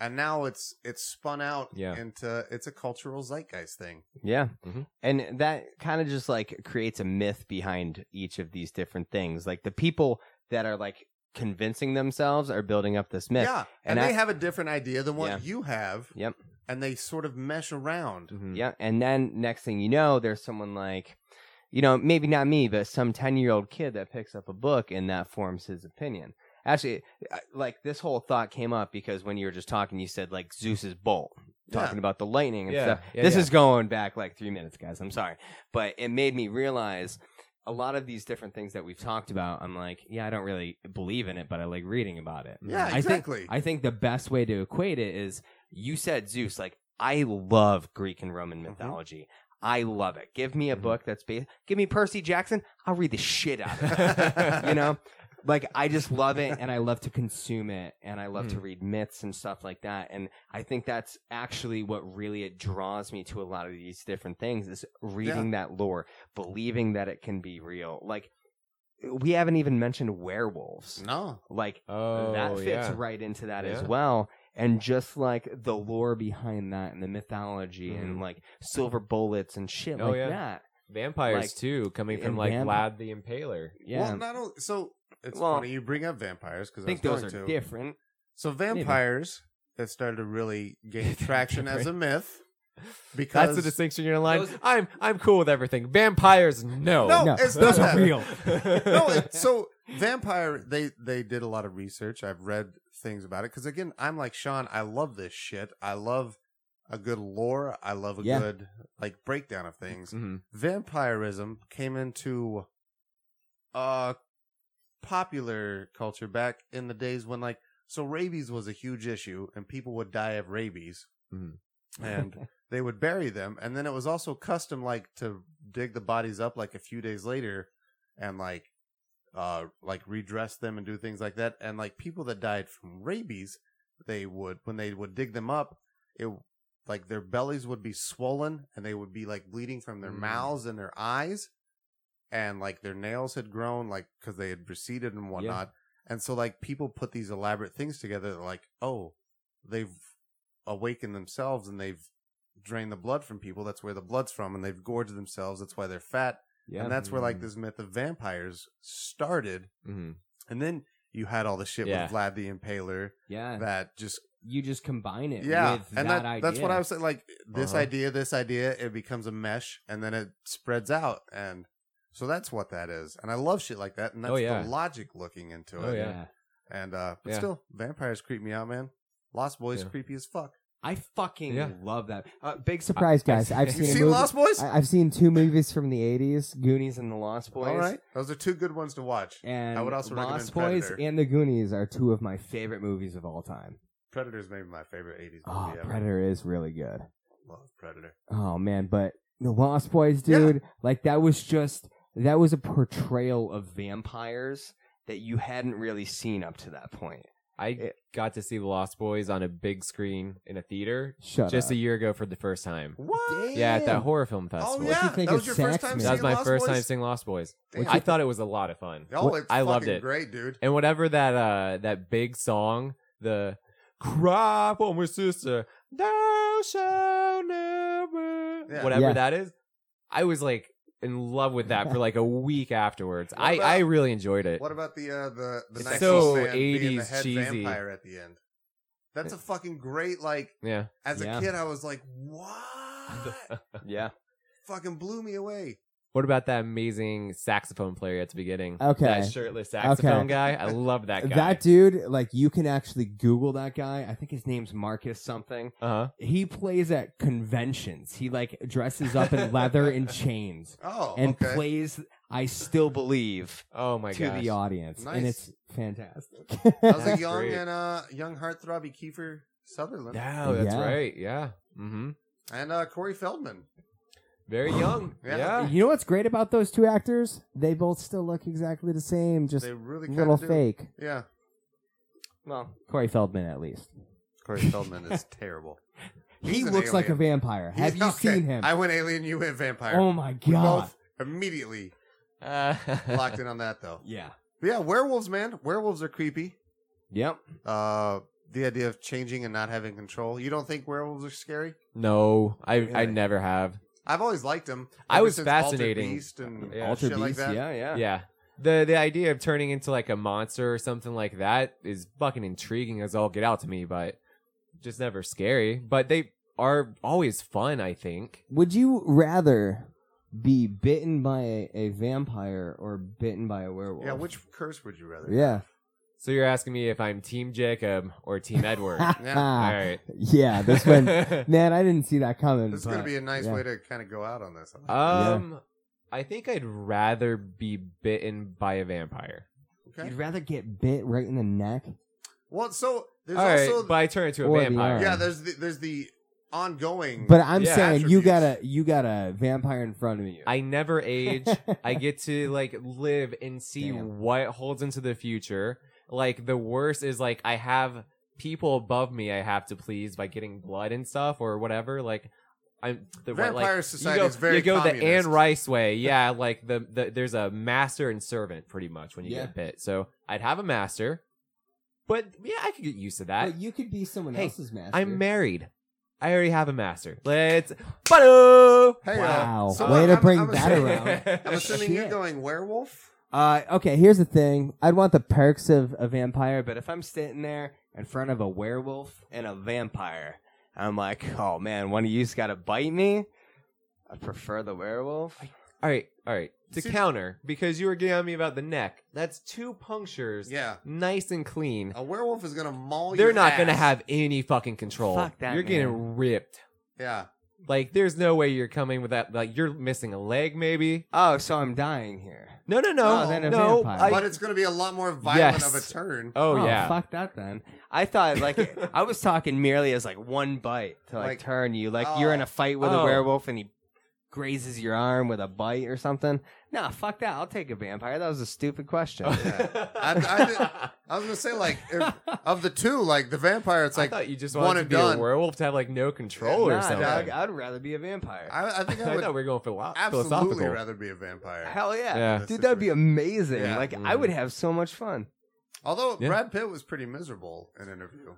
Speaker 2: And now it's, it's spun out
Speaker 3: Yeah.
Speaker 2: into, it's a cultural zeitgeist thing.
Speaker 4: Yeah.
Speaker 3: Mhm.
Speaker 4: And that kind of just like creates a myth behind each of these different things. Like the people that are like convincing themselves are building up this myth.
Speaker 2: Yeah. And,
Speaker 4: And
Speaker 2: they
Speaker 4: I-
Speaker 2: have a different idea than what
Speaker 4: Yeah.
Speaker 2: you have.
Speaker 4: Yep. Mm-hmm.
Speaker 2: And they sort of mesh around.
Speaker 3: Mhm.
Speaker 4: Yeah. And then next thing you know, there's someone like, you know, maybe not me, but some 10 year old kid that picks up a book and that forms his opinion. Actually, I- like this whole thought came up because when you were just talking, you said like Zeus's bolt, talking about the lightning and
Speaker 3: Yeah,
Speaker 4: stuff.
Speaker 3: yeah,
Speaker 4: this
Speaker 3: yeah.
Speaker 4: is going back like three minutes, guys. I'm sorry. But it made me realize a lot of these different things that we've talked about. I'm like, yeah, I don't really believe in it, but I like reading about it.
Speaker 2: Yeah,
Speaker 4: I think-
Speaker 2: exactly.
Speaker 4: I think the best way to equate it is you said Zeus. Like I love Greek and Roman mythology. I love it. Give me a book that's based. Give me Percy Jackson. I'll read the shit out of it. you know, like I just love it, and I love to consume it, and I love to read myths and stuff like that. And I think that's actually what really it draws me to a lot of these different things is reading that lore, believing that it can be real. Like we haven't even mentioned werewolves.
Speaker 2: No.
Speaker 4: Like
Speaker 3: Oh
Speaker 4: that fits
Speaker 3: yeah.
Speaker 4: right into that as
Speaker 3: Yeah.
Speaker 4: well. And just like the lore behind that and the mythology
Speaker 3: Mhm.
Speaker 4: and
Speaker 2: Mm-hmm.
Speaker 4: like silver bullets and shit
Speaker 3: Oh,
Speaker 4: like
Speaker 3: yeah.
Speaker 4: that.
Speaker 3: Vampires
Speaker 4: Like,
Speaker 3: too, coming from
Speaker 4: and
Speaker 3: like
Speaker 4: vamp-
Speaker 3: Vlad the Impaler.
Speaker 4: Yeah.
Speaker 2: Well, not only so. It's
Speaker 4: Well,
Speaker 2: funny you bring up vampires because
Speaker 4: I
Speaker 2: I, was
Speaker 4: think those
Speaker 2: going
Speaker 4: are
Speaker 2: to.
Speaker 4: different.
Speaker 2: So vampires that started to really gain traction as a myth because
Speaker 3: That's the distinction you're in line. I'm I'm cool with everything. Vampires, no.
Speaker 2: No,
Speaker 9: No,
Speaker 2: it's
Speaker 9: those
Speaker 2: not
Speaker 9: are
Speaker 2: that.
Speaker 9: real.
Speaker 2: no, it, so vampire they they did a lot of research. I've read things about it because again, I'm like Sean. I love this shit. I love a good lore. I love a
Speaker 9: Yeah.
Speaker 2: good like breakdown of things.
Speaker 3: Mhm.
Speaker 2: Vampirism came into uh popular culture back in the days when like so rabies was a huge issue and people would die of rabies
Speaker 3: Mhm.
Speaker 2: and they would bury them and then it was also custom like to dig the bodies up like a few days later and like uh like redress them and do things like that and like people that died from rabies they would when they would dig them up it like their bellies would be swollen and they would be like bleeding from their
Speaker 3: Mm.
Speaker 2: mouths and their eyes and like their nails had grown like because they had receded and whatnot and so like people put these elaborate things together that, like oh they've awakened themselves and they've drained the blood from people that's where the blood's from and they've gorged themselves that's why they're fat
Speaker 3: Yeah.
Speaker 2: and that's where like
Speaker 3: Mhm.
Speaker 2: this myth of vampires started
Speaker 3: Mhm.
Speaker 2: and then you had all the shit
Speaker 3: Yeah.
Speaker 2: with vlad the impaler
Speaker 4: Yeah.
Speaker 2: that just
Speaker 4: you just combine it
Speaker 2: yeah
Speaker 4: with
Speaker 2: and
Speaker 4: that,
Speaker 2: that,
Speaker 4: idea.
Speaker 2: that's what i was saying like this
Speaker 3: Uh-huh.
Speaker 2: idea this idea it becomes a mesh and then it spreads out and so that's what that is and i love shit like that and that's
Speaker 3: Oh, yeah.
Speaker 2: the logic looking into it
Speaker 3: Oh, yeah.
Speaker 2: and uh but
Speaker 3: Yeah.
Speaker 2: still vampires creep me out man lost boys
Speaker 3: Yeah.
Speaker 2: creepy as fuck
Speaker 4: I fucking
Speaker 3: Yeah.
Speaker 4: love that. Uh, big
Speaker 9: Big surprise, guys.
Speaker 3: I-
Speaker 9: I've
Speaker 3: You've
Speaker 9: seen,
Speaker 2: you
Speaker 9: a
Speaker 2: seen
Speaker 9: movie.
Speaker 2: lost boys
Speaker 9: I, I've seen two movies from the '80s.
Speaker 4: Goonies and the Lost Boys.
Speaker 2: all right those are two good ones to watch
Speaker 4: And
Speaker 2: I would also
Speaker 4: Lost
Speaker 2: recommend
Speaker 4: Boys
Speaker 2: Predator.
Speaker 4: and the Goonies are two of my favorite movies of all time. Ah,
Speaker 2: predator's maybe my favorite 80s movie
Speaker 9: Oh,
Speaker 2: ever
Speaker 9: Predator is really good.
Speaker 2: love predator
Speaker 9: Oh man, but the Lost Boys, dude, like that was just that was a portrayal
Speaker 4: Of
Speaker 9: of
Speaker 4: vampires that you hadn't really seen up to that point.
Speaker 3: I
Speaker 4: It-
Speaker 3: got to see The Lost Boys on a big screen in a theater
Speaker 9: shut
Speaker 3: just a
Speaker 9: up.
Speaker 3: year ago for the first time.
Speaker 2: what
Speaker 3: Yeah, at that horror film festival.
Speaker 2: oh
Speaker 9: you
Speaker 2: yeah
Speaker 9: think
Speaker 2: that was
Speaker 9: of
Speaker 2: your first
Speaker 9: Saxman?
Speaker 2: time
Speaker 3: That was
Speaker 2: seeing
Speaker 3: my
Speaker 2: Lost
Speaker 3: first
Speaker 2: Boys?
Speaker 3: time seeing Lost Boys.
Speaker 2: Damn.
Speaker 3: I thought it was a lot of fun.
Speaker 2: oh it's
Speaker 3: I loved
Speaker 2: fucking
Speaker 3: it.
Speaker 2: great dude
Speaker 3: And whatever that uh that big song, the cry for my sister, thou shalt never,
Speaker 2: Yeah.
Speaker 3: whatever
Speaker 9: Yeah.
Speaker 3: that is, I was like in love with that for like a week afterwards. I
Speaker 2: about-
Speaker 3: I really enjoyed it.
Speaker 2: What about the uh, the the
Speaker 3: It's
Speaker 2: nice
Speaker 3: so
Speaker 2: old man being the
Speaker 3: 80s
Speaker 2: head
Speaker 3: cheesy.
Speaker 2: vampire at the end? That's a fucking great. Like
Speaker 3: yeah,
Speaker 2: as a
Speaker 4: Yeah.
Speaker 2: kid, I was like, what?
Speaker 4: Yeah.
Speaker 2: fucking blew me away.
Speaker 3: What about that amazing saxophone player at the beginning?
Speaker 9: Okay.
Speaker 3: That shirtless saxophone
Speaker 9: Okay.
Speaker 3: guy. I love that guy.
Speaker 9: That dude, like you can actually Google that guy.
Speaker 4: I think his name's Marcus something.
Speaker 3: uh-huh.
Speaker 4: He plays at conventions. He like dresses up in leather and chains
Speaker 2: Oh,
Speaker 4: and
Speaker 2: okay.
Speaker 4: plays I still believe
Speaker 3: Oh my
Speaker 4: to
Speaker 3: gosh.
Speaker 4: the audience.
Speaker 2: Nice.
Speaker 4: And it's fantastic.
Speaker 2: I was a
Speaker 3: That's
Speaker 2: young
Speaker 3: great.
Speaker 2: and uh young heartthrobby Kiefer Sutherland
Speaker 3: No, that's
Speaker 9: Yeah.
Speaker 3: right. Yeah. Mm-hmm.
Speaker 2: and uh Corey Feldman.
Speaker 3: Very young.
Speaker 2: Yeah.
Speaker 3: yeah.
Speaker 9: You know what's great about those two actors? They both still look exactly the same, just
Speaker 2: They really
Speaker 9: little
Speaker 2: kinda do.
Speaker 9: fake.
Speaker 2: Yeah,
Speaker 4: Well,
Speaker 8: Corey Feldman, at least.
Speaker 2: Corey Feldman is terrible.
Speaker 8: he
Speaker 2: He's an
Speaker 8: looks like a
Speaker 2: alien.
Speaker 8: vampire.
Speaker 2: He's-
Speaker 8: Have you
Speaker 2: okay,
Speaker 8: seen him?
Speaker 2: I went alien. You went vampire.
Speaker 8: oh my
Speaker 2: we
Speaker 8: god.
Speaker 2: both immediately
Speaker 3: Uh,
Speaker 2: locked in on that though.
Speaker 8: Yeah.
Speaker 2: But yeah, werewolves, man. Werewolves are creepy.
Speaker 8: Yep.
Speaker 2: Uh, the idea of changing and not having control. You don't think werewolves are scary?
Speaker 3: no, I I
Speaker 2: Really?
Speaker 3: never have.
Speaker 2: I've always liked them.
Speaker 3: I
Speaker 2: ever
Speaker 3: was
Speaker 2: since Altered
Speaker 3: fascinating.
Speaker 2: Beast and
Speaker 3: Yeah.
Speaker 8: Alter
Speaker 2: shit like
Speaker 8: Beast,
Speaker 2: that.
Speaker 8: yeah, yeah.
Speaker 3: Yeah. The the idea of turning into like a monster or something like that is fucking intriguing as all get out to me, but just never scary. But they are always fun, I think.
Speaker 8: Would you rather be bitten by a, a vampire or bitten by a werewolf?
Speaker 2: Yeah, which curse would you rather?
Speaker 8: Yeah.
Speaker 3: So you're asking me if I'm Team Jacob or Team Edward. all right.
Speaker 8: Yeah, this went Man, I didn't see that coming.
Speaker 2: This is going to
Speaker 8: but-
Speaker 2: be a nice
Speaker 8: yeah.
Speaker 2: way to kind of go out on this.
Speaker 3: Um, I think I'd rather be bitten by a vampire.
Speaker 2: okay.
Speaker 8: You'd rather get bit right in the neck?
Speaker 2: Well, so there's
Speaker 3: All right,
Speaker 2: also
Speaker 3: but I turn into a
Speaker 8: Or the
Speaker 3: vampire.
Speaker 8: arm.
Speaker 2: yeah, there's the, there's the ongoing.
Speaker 8: But I'm
Speaker 3: Yeah.
Speaker 8: saying you
Speaker 2: Mm. Attributes.
Speaker 8: got a you got a vampire in front of you.
Speaker 3: I never age. I get to like live and see
Speaker 8: Damn.
Speaker 3: what holds into the future. Like the worst is like I have people above me I have to please by getting blood and stuff or whatever. Like I'm the what,
Speaker 2: Vampire
Speaker 3: like,
Speaker 2: society
Speaker 3: you go,
Speaker 2: is very
Speaker 3: You go the Anne
Speaker 2: communist.
Speaker 3: Rice way, yeah. Like the, the there's a master and servant pretty much when you get bit. So I'd have a master, but yeah, I could get used to that.
Speaker 8: But you could be someone
Speaker 3: Hey,
Speaker 8: else's master.
Speaker 3: I'm married. I already have a master. Let's. Ba-do!
Speaker 2: hey,
Speaker 8: Wow.
Speaker 2: Uh, so
Speaker 8: Way to
Speaker 2: I'm-
Speaker 8: bring
Speaker 2: I'm
Speaker 8: that
Speaker 2: assuming-
Speaker 8: around.
Speaker 2: I'm assuming you're
Speaker 8: Shit.
Speaker 2: going werewolf.
Speaker 8: Uh, okay, here's the thing. I'd want the perks of a vampire, but
Speaker 4: but if I'm sitting there in front of a werewolf and a vampire, I'm like, oh man, one of you's got to bite me. I prefer the werewolf.
Speaker 3: All right, all right. To
Speaker 2: See-
Speaker 3: counter, because you were getting on me about the neck, that's two punctures,
Speaker 2: Yeah,
Speaker 3: nice and clean.
Speaker 2: a werewolf is going to maul.
Speaker 3: They're
Speaker 2: your
Speaker 3: not gonna
Speaker 2: ass.
Speaker 3: have any fucking control.
Speaker 4: Fuck that,
Speaker 3: you're getting
Speaker 4: man.
Speaker 3: ripped.
Speaker 2: Yeah,
Speaker 3: Like, there's no way you're coming with that. Like, you're missing a leg, maybe.
Speaker 4: Oh, so I'm dying here.
Speaker 3: No, no, no,
Speaker 8: Oh, then a
Speaker 3: no.
Speaker 8: vampire.
Speaker 3: I-
Speaker 2: but it's going to be a lot more violent
Speaker 3: Yes.
Speaker 2: of a turn.
Speaker 3: oh, yeah.
Speaker 4: fuck that then. I thought like I was talking merely as like one bite to like,
Speaker 2: Like,
Speaker 4: turn you, like you're in
Speaker 2: oh.
Speaker 4: a fight with
Speaker 3: Oh.
Speaker 4: a werewolf and he grazes your arm with a bite or something. Nah, fuck that. I'll take a vampire. That was a stupid question.
Speaker 2: Yeah. I- I did- I was going to say like if, of the two, like the vampire, it's
Speaker 3: I
Speaker 2: like
Speaker 3: thought you just
Speaker 2: one
Speaker 3: wanted to
Speaker 2: and
Speaker 3: be
Speaker 2: done.
Speaker 3: a werewolf to have like no control
Speaker 4: nah,
Speaker 3: or something.
Speaker 4: dog, I'd rather be a vampire.
Speaker 2: I, I think
Speaker 3: I
Speaker 2: I
Speaker 3: thought we
Speaker 2: would
Speaker 3: were going philo-
Speaker 2: absolutely
Speaker 3: philosophical.
Speaker 2: rather be a vampire.
Speaker 4: Hell yeah.
Speaker 3: Yeah.
Speaker 4: Dude, that'd be amazing.
Speaker 2: Yeah.
Speaker 4: Like I would have so much fun.
Speaker 2: Although
Speaker 3: Yeah.
Speaker 2: Brad Pitt was pretty miserable in an interview,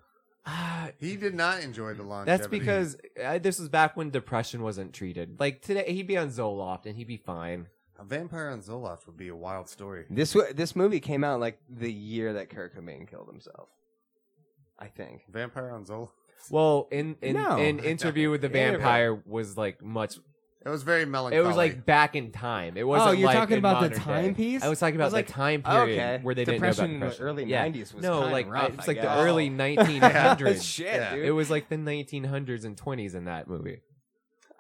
Speaker 3: Ah,
Speaker 2: he did not enjoy the longevity.
Speaker 3: That's because uh, this was back when depression wasn't treated. Like today, he'd be on Zoloft and he'd be fine.
Speaker 2: a vampire on Zoloft would be a wild story.
Speaker 4: This w- this movie came out like the year that Kurt Cobain killed himself. I think.
Speaker 2: Vampire on Zoloft.
Speaker 3: Well, in in,
Speaker 8: No.
Speaker 3: in interview with the
Speaker 2: Yeah,
Speaker 3: vampire was like much.
Speaker 2: It was very melancholy.
Speaker 3: It was like back in time. It wasn't.
Speaker 8: oh, you're
Speaker 3: like
Speaker 8: talking
Speaker 3: in
Speaker 8: about the
Speaker 3: modern day.
Speaker 8: timepiece?
Speaker 3: I was talking about
Speaker 4: was like, oh,
Speaker 3: the time period
Speaker 4: okay.
Speaker 3: where they
Speaker 4: Depression
Speaker 3: didn't
Speaker 4: in
Speaker 3: know about
Speaker 4: the
Speaker 3: depression.
Speaker 4: early
Speaker 3: yeah.
Speaker 4: 90s was
Speaker 3: no
Speaker 4: kinda
Speaker 3: like
Speaker 4: rough,
Speaker 3: it's
Speaker 4: I
Speaker 3: like the
Speaker 4: guess.
Speaker 3: early 1900s.
Speaker 4: Shit,
Speaker 2: Yeah.
Speaker 4: dude.
Speaker 3: It was like the 1900s and 20s in that movie.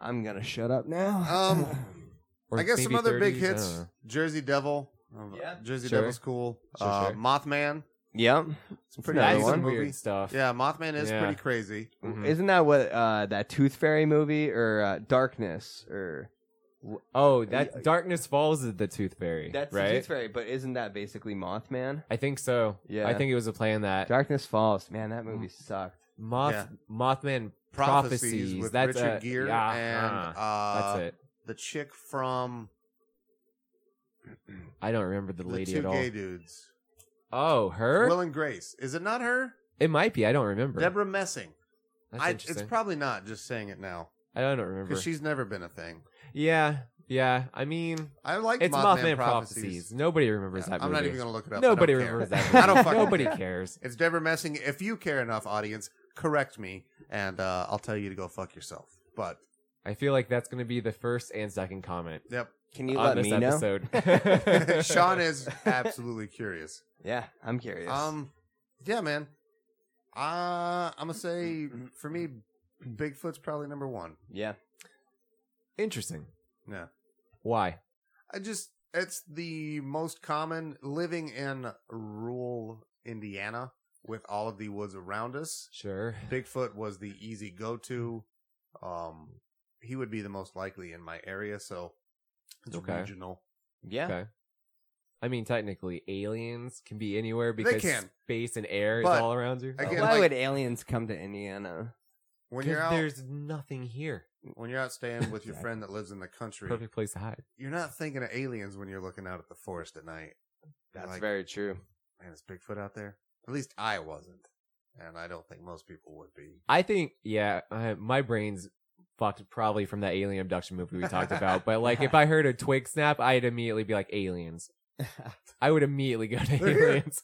Speaker 4: I'm gonna shut
Speaker 8: Shut up now.
Speaker 2: Um,
Speaker 3: Or
Speaker 2: I guess some
Speaker 3: maybe
Speaker 2: other big
Speaker 3: 30s, I
Speaker 2: hits:
Speaker 3: don't know.
Speaker 2: Jersey Devil. Um,
Speaker 4: Yeah.
Speaker 2: Jersey
Speaker 3: Sure.
Speaker 2: Devil's cool.
Speaker 3: Sure,
Speaker 2: uh,
Speaker 3: sure.
Speaker 2: Mothman.
Speaker 4: Yep.
Speaker 2: It's a pretty
Speaker 3: That's
Speaker 4: Another
Speaker 2: amazing
Speaker 3: some
Speaker 2: movie.
Speaker 3: weird stuff.
Speaker 2: Yeah, Mothman is
Speaker 3: Yeah.
Speaker 2: pretty crazy.
Speaker 3: Mhm.
Speaker 4: Isn't that what uh, that Tooth Fairy movie or uh, Darkness or
Speaker 3: Oh, that Darkness Falls is the Tooth Fairy.
Speaker 4: that's the
Speaker 3: right.
Speaker 4: Tooth Fairy? But isn't that basically Mothman?
Speaker 3: I think so.
Speaker 4: Yeah.
Speaker 3: I think Mm-hmm. it was a play in that.
Speaker 4: Darkness Falls. Man, that movie sucked.
Speaker 3: Moth
Speaker 2: Yeah.
Speaker 3: Mothman
Speaker 2: Prophecies,
Speaker 3: prophecies.
Speaker 2: with
Speaker 3: that's
Speaker 2: Richard
Speaker 3: uh,
Speaker 2: Gere
Speaker 3: yeah,
Speaker 2: and
Speaker 3: uh,
Speaker 2: uh,
Speaker 3: that's it.
Speaker 2: the chick from
Speaker 3: I don't remember the
Speaker 2: the,
Speaker 3: lady
Speaker 2: two
Speaker 3: at all.
Speaker 2: gay dudes.
Speaker 3: Oh, her?
Speaker 2: Will and Grace. Is it not her?
Speaker 3: it might be. I don't remember.
Speaker 2: Deborah Messing.
Speaker 3: That's
Speaker 2: I,
Speaker 3: interesting.
Speaker 2: it's probably not. Just saying it now
Speaker 3: I don't remember.
Speaker 2: because she's never been a thing.
Speaker 3: yeah, yeah. I mean,
Speaker 2: I like
Speaker 3: it's
Speaker 2: Mothman,
Speaker 3: Mothman, prophecies.
Speaker 2: prophecies.
Speaker 3: Nobody remembers
Speaker 2: Yeah,
Speaker 3: that
Speaker 2: I'm
Speaker 3: movie.
Speaker 2: not even gonna look it up. I don't
Speaker 3: Nobody
Speaker 2: care.
Speaker 3: remembers that. Movie.
Speaker 2: I don't fucking.
Speaker 3: Nobody
Speaker 2: care.
Speaker 3: cares.
Speaker 2: It's Deborah Messing. If you care enough, audience, correct me, and uh, I'll tell you to go fuck yourself. But
Speaker 3: I feel like that's gonna be the first and second comment
Speaker 2: yep,
Speaker 4: Can you
Speaker 3: on
Speaker 4: let
Speaker 3: this
Speaker 4: me know?
Speaker 3: episode.
Speaker 2: Sean is absolutely curious.
Speaker 4: Yeah, I'm curious.
Speaker 2: Um, yeah, man. Uh, I'm gonna say
Speaker 3: Mm-hmm.
Speaker 2: for me, Bigfoot's probably number one.
Speaker 4: yeah.
Speaker 3: interesting.
Speaker 2: Yeah.
Speaker 3: Why?
Speaker 2: I just it's the most common living in rural Indiana with all of the woods around us.
Speaker 3: Sure.
Speaker 2: Bigfoot was the easy go to. Um, he would be the most likely in my area, so it's
Speaker 3: Okay.
Speaker 2: regional.
Speaker 4: Yeah.
Speaker 3: Okay. I mean, technically, aliens can be anywhere because
Speaker 2: can.
Speaker 3: space and air is
Speaker 2: But,
Speaker 3: all around you.
Speaker 2: again,
Speaker 4: Why
Speaker 2: like-
Speaker 4: would aliens come to Indiana?
Speaker 2: When
Speaker 3: 'Cause
Speaker 2: you're out,
Speaker 3: there's nothing here.
Speaker 2: when you're out staying with your friend that lives in the country,
Speaker 3: Perfect place to hide.
Speaker 2: you're not thinking of aliens when you're looking out at the forest at night.
Speaker 4: That's
Speaker 2: Like-
Speaker 4: very true.
Speaker 2: Man, is Bigfoot out there? At least I wasn't, and I don't think most people would be.
Speaker 3: I think, yeah, uh, my brain's fucked probably from that alien abduction movie we talked about. But like, if I heard a twig snap, I'd immediately be like, aliens. I would immediately go to
Speaker 2: They're here.
Speaker 3: aliens.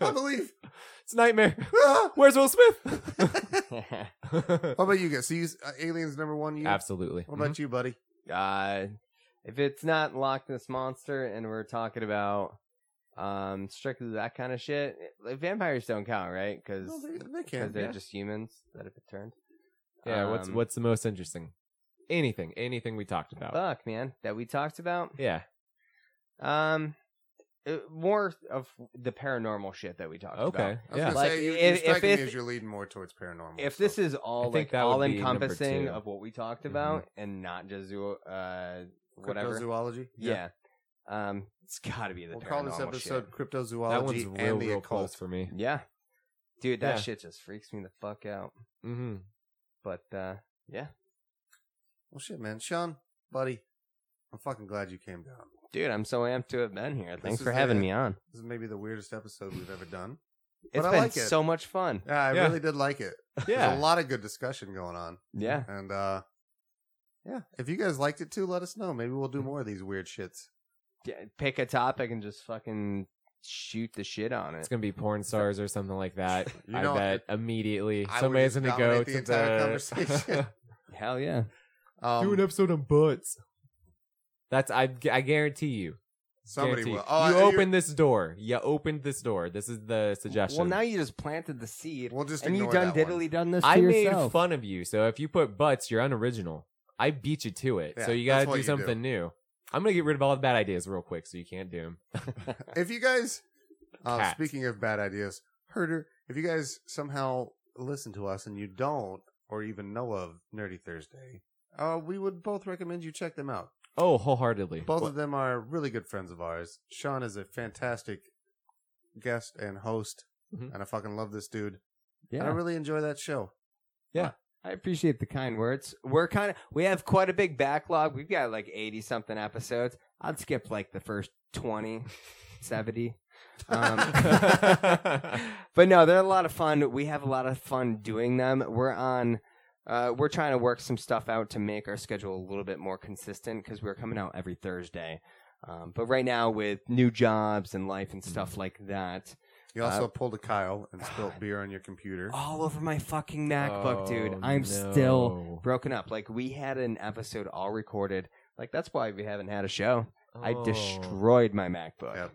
Speaker 2: I believe.
Speaker 3: it's a nightmare.
Speaker 2: Ah!
Speaker 3: Where's Will
Speaker 4: uh,
Speaker 3: Smith?
Speaker 2: How about you guys? So you, uh, aliens number one. You.
Speaker 3: Absolutely.
Speaker 2: What about
Speaker 4: mm-hmm.
Speaker 2: you, buddy?
Speaker 4: if it's not Loch Ness monster, and we're talking about um strictly that kind of shit, like, vampires don't count, right? Because
Speaker 2: No, they, they
Speaker 4: because
Speaker 2: can.
Speaker 4: they're
Speaker 2: yeah.
Speaker 4: just humans that have been turned.
Speaker 3: Mm-hmm. Yeah, what's
Speaker 4: Um,
Speaker 3: what's the most interesting? Anything, anything we talked about.
Speaker 4: fuck, man, that we talked about.
Speaker 3: yeah,
Speaker 4: Um, it- more of the paranormal shit that we talked about.
Speaker 3: okay,
Speaker 2: I was
Speaker 3: yeah.
Speaker 2: gonna
Speaker 4: Like,
Speaker 2: say, you,
Speaker 4: if-
Speaker 2: you're
Speaker 4: if-
Speaker 2: striking
Speaker 4: if-
Speaker 2: me as you're leading more towards paranormal.
Speaker 4: If
Speaker 2: so-
Speaker 4: this is
Speaker 3: I
Speaker 4: all
Speaker 3: think
Speaker 4: like
Speaker 3: that would
Speaker 4: all
Speaker 3: be number
Speaker 4: encompassing
Speaker 3: two.
Speaker 4: of what we talked
Speaker 3: Mhm.
Speaker 4: about, and not just zoo, uh, whatever.
Speaker 2: cryptozoology.
Speaker 4: Yeah. Um, it's got to be the
Speaker 2: We'll
Speaker 4: paranormal
Speaker 2: call this episode cryptozoology
Speaker 3: that one's
Speaker 2: and
Speaker 3: real,
Speaker 2: the
Speaker 3: real
Speaker 2: occult.
Speaker 3: close for me.
Speaker 4: shit. Yeah. Dude, that
Speaker 3: Yeah.
Speaker 4: shit just freaks me the fuck out.
Speaker 3: hmm
Speaker 4: But uh,
Speaker 2: Well, shit, man, Sean, buddy, I'm fucking glad you came down.
Speaker 4: dude, I'm so amped to have been here. Thanks
Speaker 2: is
Speaker 4: for
Speaker 2: the-
Speaker 4: having me on.
Speaker 2: This is maybe the weirdest episode we've ever done.
Speaker 4: It's
Speaker 2: I
Speaker 4: been
Speaker 2: like it.
Speaker 4: so much fun.
Speaker 2: Yeah, I
Speaker 3: Yeah.
Speaker 2: really did like it. There's a
Speaker 3: Yeah,
Speaker 2: lot of good discussion going on.
Speaker 4: Yeah.
Speaker 2: And uh yeah, if you guys liked it too, let us know. Maybe we'll
Speaker 4: Mm-hmm.
Speaker 2: do more of these weird shits.
Speaker 4: Yeah, Pick a topic and just fucking shoot the shit on
Speaker 3: it's
Speaker 4: it.
Speaker 3: gonna be porn stars or something like that.
Speaker 2: You
Speaker 3: I
Speaker 2: know,
Speaker 3: bet immediately
Speaker 2: I would
Speaker 3: somebody's
Speaker 2: just
Speaker 3: gonna go
Speaker 2: dominate the
Speaker 3: to
Speaker 2: entire
Speaker 3: the
Speaker 2: conversation.
Speaker 4: Hell yeah.
Speaker 2: Um,
Speaker 3: episode on butts. That's I. gu- I guarantee you.
Speaker 2: somebody
Speaker 3: guarantee
Speaker 2: will. Oh,
Speaker 3: you
Speaker 2: I-
Speaker 3: opened this door. You opened this door. This is the suggestion.
Speaker 4: Well, now you just planted the seed.
Speaker 2: We'll just
Speaker 4: and you
Speaker 2: ignore
Speaker 4: done
Speaker 2: that one.
Speaker 4: diddly done this.
Speaker 3: I
Speaker 8: to
Speaker 3: made
Speaker 8: yourself.
Speaker 3: fun of you, so if you put butts, you're unoriginal. I beat you to it,
Speaker 2: Yeah,
Speaker 3: so you
Speaker 2: that's
Speaker 3: gotta
Speaker 2: what
Speaker 3: do
Speaker 2: you do.
Speaker 3: something new. I'm gonna get rid of all the bad ideas real quick, so you can't do them.
Speaker 2: If you guys, uh,
Speaker 3: Cat.
Speaker 2: speaking of bad ideas, herder, if you guys somehow listen to us and you don't or even know of Nerdy Thursday, uh, we would both recommend you check them out.
Speaker 3: Oh, wholeheartedly.
Speaker 2: Both of them are really good friends of ours. Sean is a fantastic guest and host,
Speaker 3: Mhm.
Speaker 2: and I fucking love this dude. And I
Speaker 8: Yeah,
Speaker 2: really enjoy that show.
Speaker 4: I appreciate the kind words. We're kind of we have quite a big backlog. We've got like 80 something episodes. I'd skip like the first 20, 70. Um, but no, they're a lot of fun. We have a lot of fun doing them. We're on uh, we're trying to work some stuff out to make our schedule a little bit more consistent cuz we're coming out every Thursday. Um, but right now with new jobs and life and stuff like that,
Speaker 2: You
Speaker 3: Uh,
Speaker 2: also pulled a Kyle and spilled beer on your computer.
Speaker 4: all over my fucking MacBook, dude.
Speaker 3: Oh,
Speaker 4: I'm
Speaker 3: no.
Speaker 4: still broken up. Like we had an episode all recorded. Like that's why we haven't had a show. I
Speaker 3: Oh,
Speaker 4: destroyed my MacBook.
Speaker 2: Yep.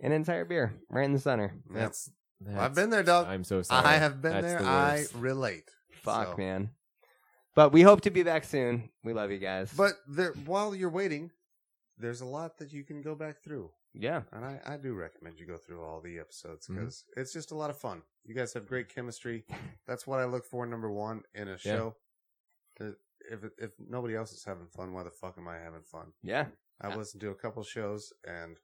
Speaker 4: An entire beer right in the center.
Speaker 2: That's,
Speaker 3: that's-
Speaker 2: I've been there, dog.
Speaker 3: I'm so sorry.
Speaker 2: I have been
Speaker 3: That's
Speaker 2: there.
Speaker 3: the
Speaker 2: I
Speaker 3: worst.
Speaker 2: relate.
Speaker 4: Fuck,
Speaker 2: So-
Speaker 4: man. But we hope to be back soon. We love you guys.
Speaker 2: But there, while you're waiting, there's a lot that you can go back through.
Speaker 4: yeah,
Speaker 2: And I, I do recommend you go through all the episodes
Speaker 4: Mm-hmm.
Speaker 2: because it's just a lot of fun. You guys have great chemistry. That's what I look for, number one, in a show. Uh, If, if nobody else is having fun, why the fuck am I having fun?
Speaker 4: yeah.
Speaker 2: I've listened to a couple shows and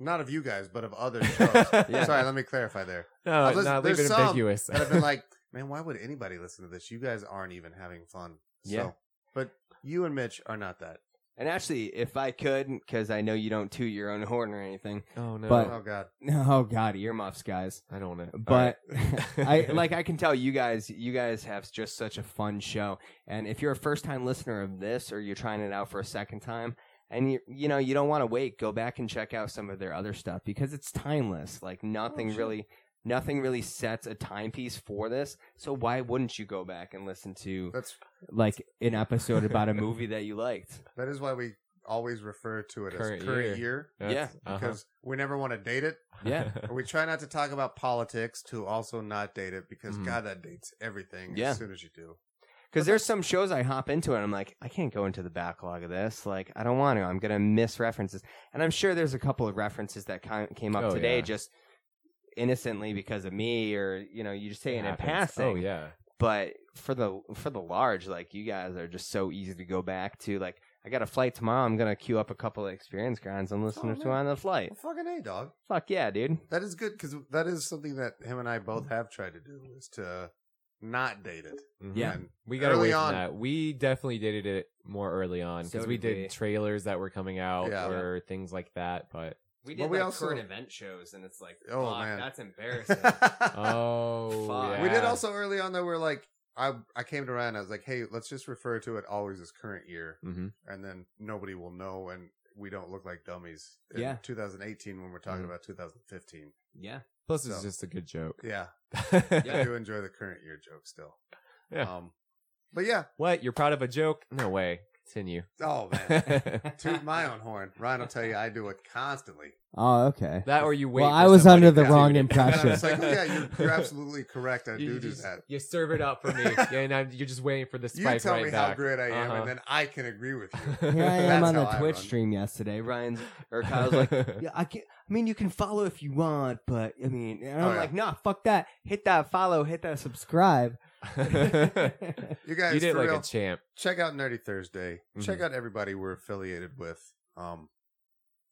Speaker 2: not of you guys, but of other shows.
Speaker 4: Yeah.
Speaker 2: Sorry, let me clarify there.
Speaker 3: no,
Speaker 2: I've listened-
Speaker 3: no, leave
Speaker 2: there's
Speaker 3: it
Speaker 2: some
Speaker 3: ambiguous.
Speaker 2: That have been like, man, why would anybody listen to this? You guys aren't even having fun.
Speaker 4: Yeah.
Speaker 2: So, but you and Mitch are not that.
Speaker 4: And actually, if I could, because I know you don't toot your own horn or anything,
Speaker 3: oh no,
Speaker 8: But-
Speaker 2: Oh God.
Speaker 8: oh god,
Speaker 4: earmuffs, guys.
Speaker 3: I don't want to.
Speaker 8: but
Speaker 4: I like I can tell you guys you guys have just such a fun show. And if you're a first time listener of this or you're trying it out for a second time and you you know you don't want to wait, go back and check out some of their other stuff because it's timeless. Like nothing really nothing really sets a timepiece for this. So why wouldn't you go back and listen to
Speaker 2: That's
Speaker 8: like
Speaker 4: an episode about a movie that you liked?
Speaker 2: That is why we always refer to it
Speaker 3: Current
Speaker 2: as current year,
Speaker 3: year. Uh-huh.
Speaker 4: yeah,
Speaker 2: because we never want to date uh-huh. it.
Speaker 4: Yeah.
Speaker 2: And we try not to talk about politics to also not date it because
Speaker 3: Mhm.
Speaker 2: God, that dates everything
Speaker 4: Yeah.
Speaker 2: as soon as you do.
Speaker 4: Because there's some shows I hop into and I'm like, I can't go into the backlog of this. Like, I don't want to. I'm gonna miss references, and I'm sure there's a couple of references that ki- came up
Speaker 3: Oh,
Speaker 4: today
Speaker 3: yeah.
Speaker 4: just innocently because of me, or you know, you just say it in
Speaker 3: Happens.
Speaker 4: passing.
Speaker 3: Oh yeah.
Speaker 4: But for the for the large, like you guys are just so easy to go back to. Like, I got a flight tomorrow. I'm gonna queue up a couple of experience grinds and listen
Speaker 2: Oh,
Speaker 4: to
Speaker 2: man.
Speaker 4: on the flight.
Speaker 2: Well, fucking a dog.
Speaker 4: Fuck yeah, dude.
Speaker 2: That is good because that is something that him and I both have tried to do is to not date it.
Speaker 3: Mhm.
Speaker 8: Yeah.
Speaker 2: And
Speaker 3: We got
Speaker 2: Early
Speaker 3: away
Speaker 2: on.
Speaker 3: from that. We definitely dated it more early on because
Speaker 7: So
Speaker 3: we
Speaker 7: did
Speaker 3: did
Speaker 7: we.
Speaker 3: trailers that were coming out
Speaker 2: Yeah.
Speaker 3: or things like that. But
Speaker 7: We
Speaker 2: But
Speaker 7: did
Speaker 2: we
Speaker 7: like
Speaker 2: also-
Speaker 7: current event shows, and it's like,
Speaker 2: Oh,
Speaker 7: oh
Speaker 2: man.
Speaker 7: that's embarrassing.
Speaker 3: oh,
Speaker 7: Fuck.
Speaker 2: We did
Speaker 3: yeah.
Speaker 2: also early on though. We're like, I I came to Ryan. I was like, hey, let's just refer to it always as current year,
Speaker 3: Mhm.
Speaker 2: and then nobody will know, and we don't look like dummies. in
Speaker 8: Yeah.
Speaker 2: 2018 when we're talking
Speaker 3: Mhm.
Speaker 2: about 2015.
Speaker 7: yeah,
Speaker 3: Plus, it's
Speaker 2: So.
Speaker 3: just a good joke.
Speaker 2: Yeah, I do enjoy the current year joke still.
Speaker 3: Yeah.
Speaker 2: Um, but yeah.
Speaker 3: what? You're proud of a joke? No way. Continue.
Speaker 2: Oh man.
Speaker 3: that
Speaker 2: Toot my own horn. Ryan will tell you I do it constantly.
Speaker 8: Oh, okay.
Speaker 3: or you wait.
Speaker 8: Well,
Speaker 3: for
Speaker 8: I was
Speaker 3: somebody
Speaker 8: under the
Speaker 3: to
Speaker 8: wrong
Speaker 3: do it.
Speaker 2: And
Speaker 8: impression.
Speaker 2: I'm just like, oh, yeah, you're, you're absolutely correct. I do
Speaker 3: You, you
Speaker 2: do
Speaker 3: just-
Speaker 2: that.
Speaker 3: you serve it up for me, yeah, and I'm, you're just waiting for the
Speaker 2: You
Speaker 3: spike
Speaker 2: tell
Speaker 3: right
Speaker 2: me how
Speaker 3: back.
Speaker 2: great I am,
Speaker 3: Uh-huh.
Speaker 2: and then I can agree with you.
Speaker 8: Here I am
Speaker 2: That's
Speaker 8: on the
Speaker 2: how I
Speaker 8: Twitch
Speaker 2: run.
Speaker 8: stream yesterday.
Speaker 4: Ryan's or Kyle's like, yeah, I can. I mean, you can follow if you want, but I mean, and I'm
Speaker 2: Oh, yeah.
Speaker 4: like, nah, fuck that. Hit that follow. Hit that subscribe.
Speaker 8: Subscribe.
Speaker 2: You guys,
Speaker 3: you did
Speaker 2: for
Speaker 3: like Mm-hmm.
Speaker 2: real,
Speaker 3: a champ.
Speaker 2: check out Nerdy Thursday. Check out everybody we're affiliated with. Um,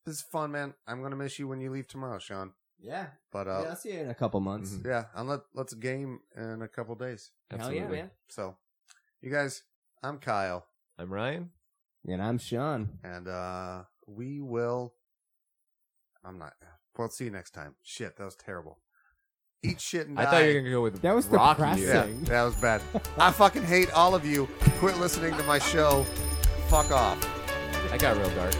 Speaker 2: this is fun, man. I'm gonna miss you when you leave tomorrow, Sean.
Speaker 8: yeah.
Speaker 2: But
Speaker 8: yeah.
Speaker 2: uh,
Speaker 8: I'll see you in a couple months.
Speaker 3: Mhm.
Speaker 2: yeah, I'm let let's game in a couple days.
Speaker 3: Absolutely.
Speaker 2: So, you guys, I'm Kyle,
Speaker 3: I'm Ryan.
Speaker 8: And I'm Sean.
Speaker 2: and uh, we will. I'm not. Well, see you next time. Shit, that was terrible. Eat shit and die.
Speaker 3: I thought you were gonna go with
Speaker 8: That was
Speaker 3: Rocky.
Speaker 8: depressing.
Speaker 2: Yeah,
Speaker 8: Sing.
Speaker 2: that was bad. I fucking hate all of you. Quit listening to my show. Fuck off.
Speaker 3: That got real dark.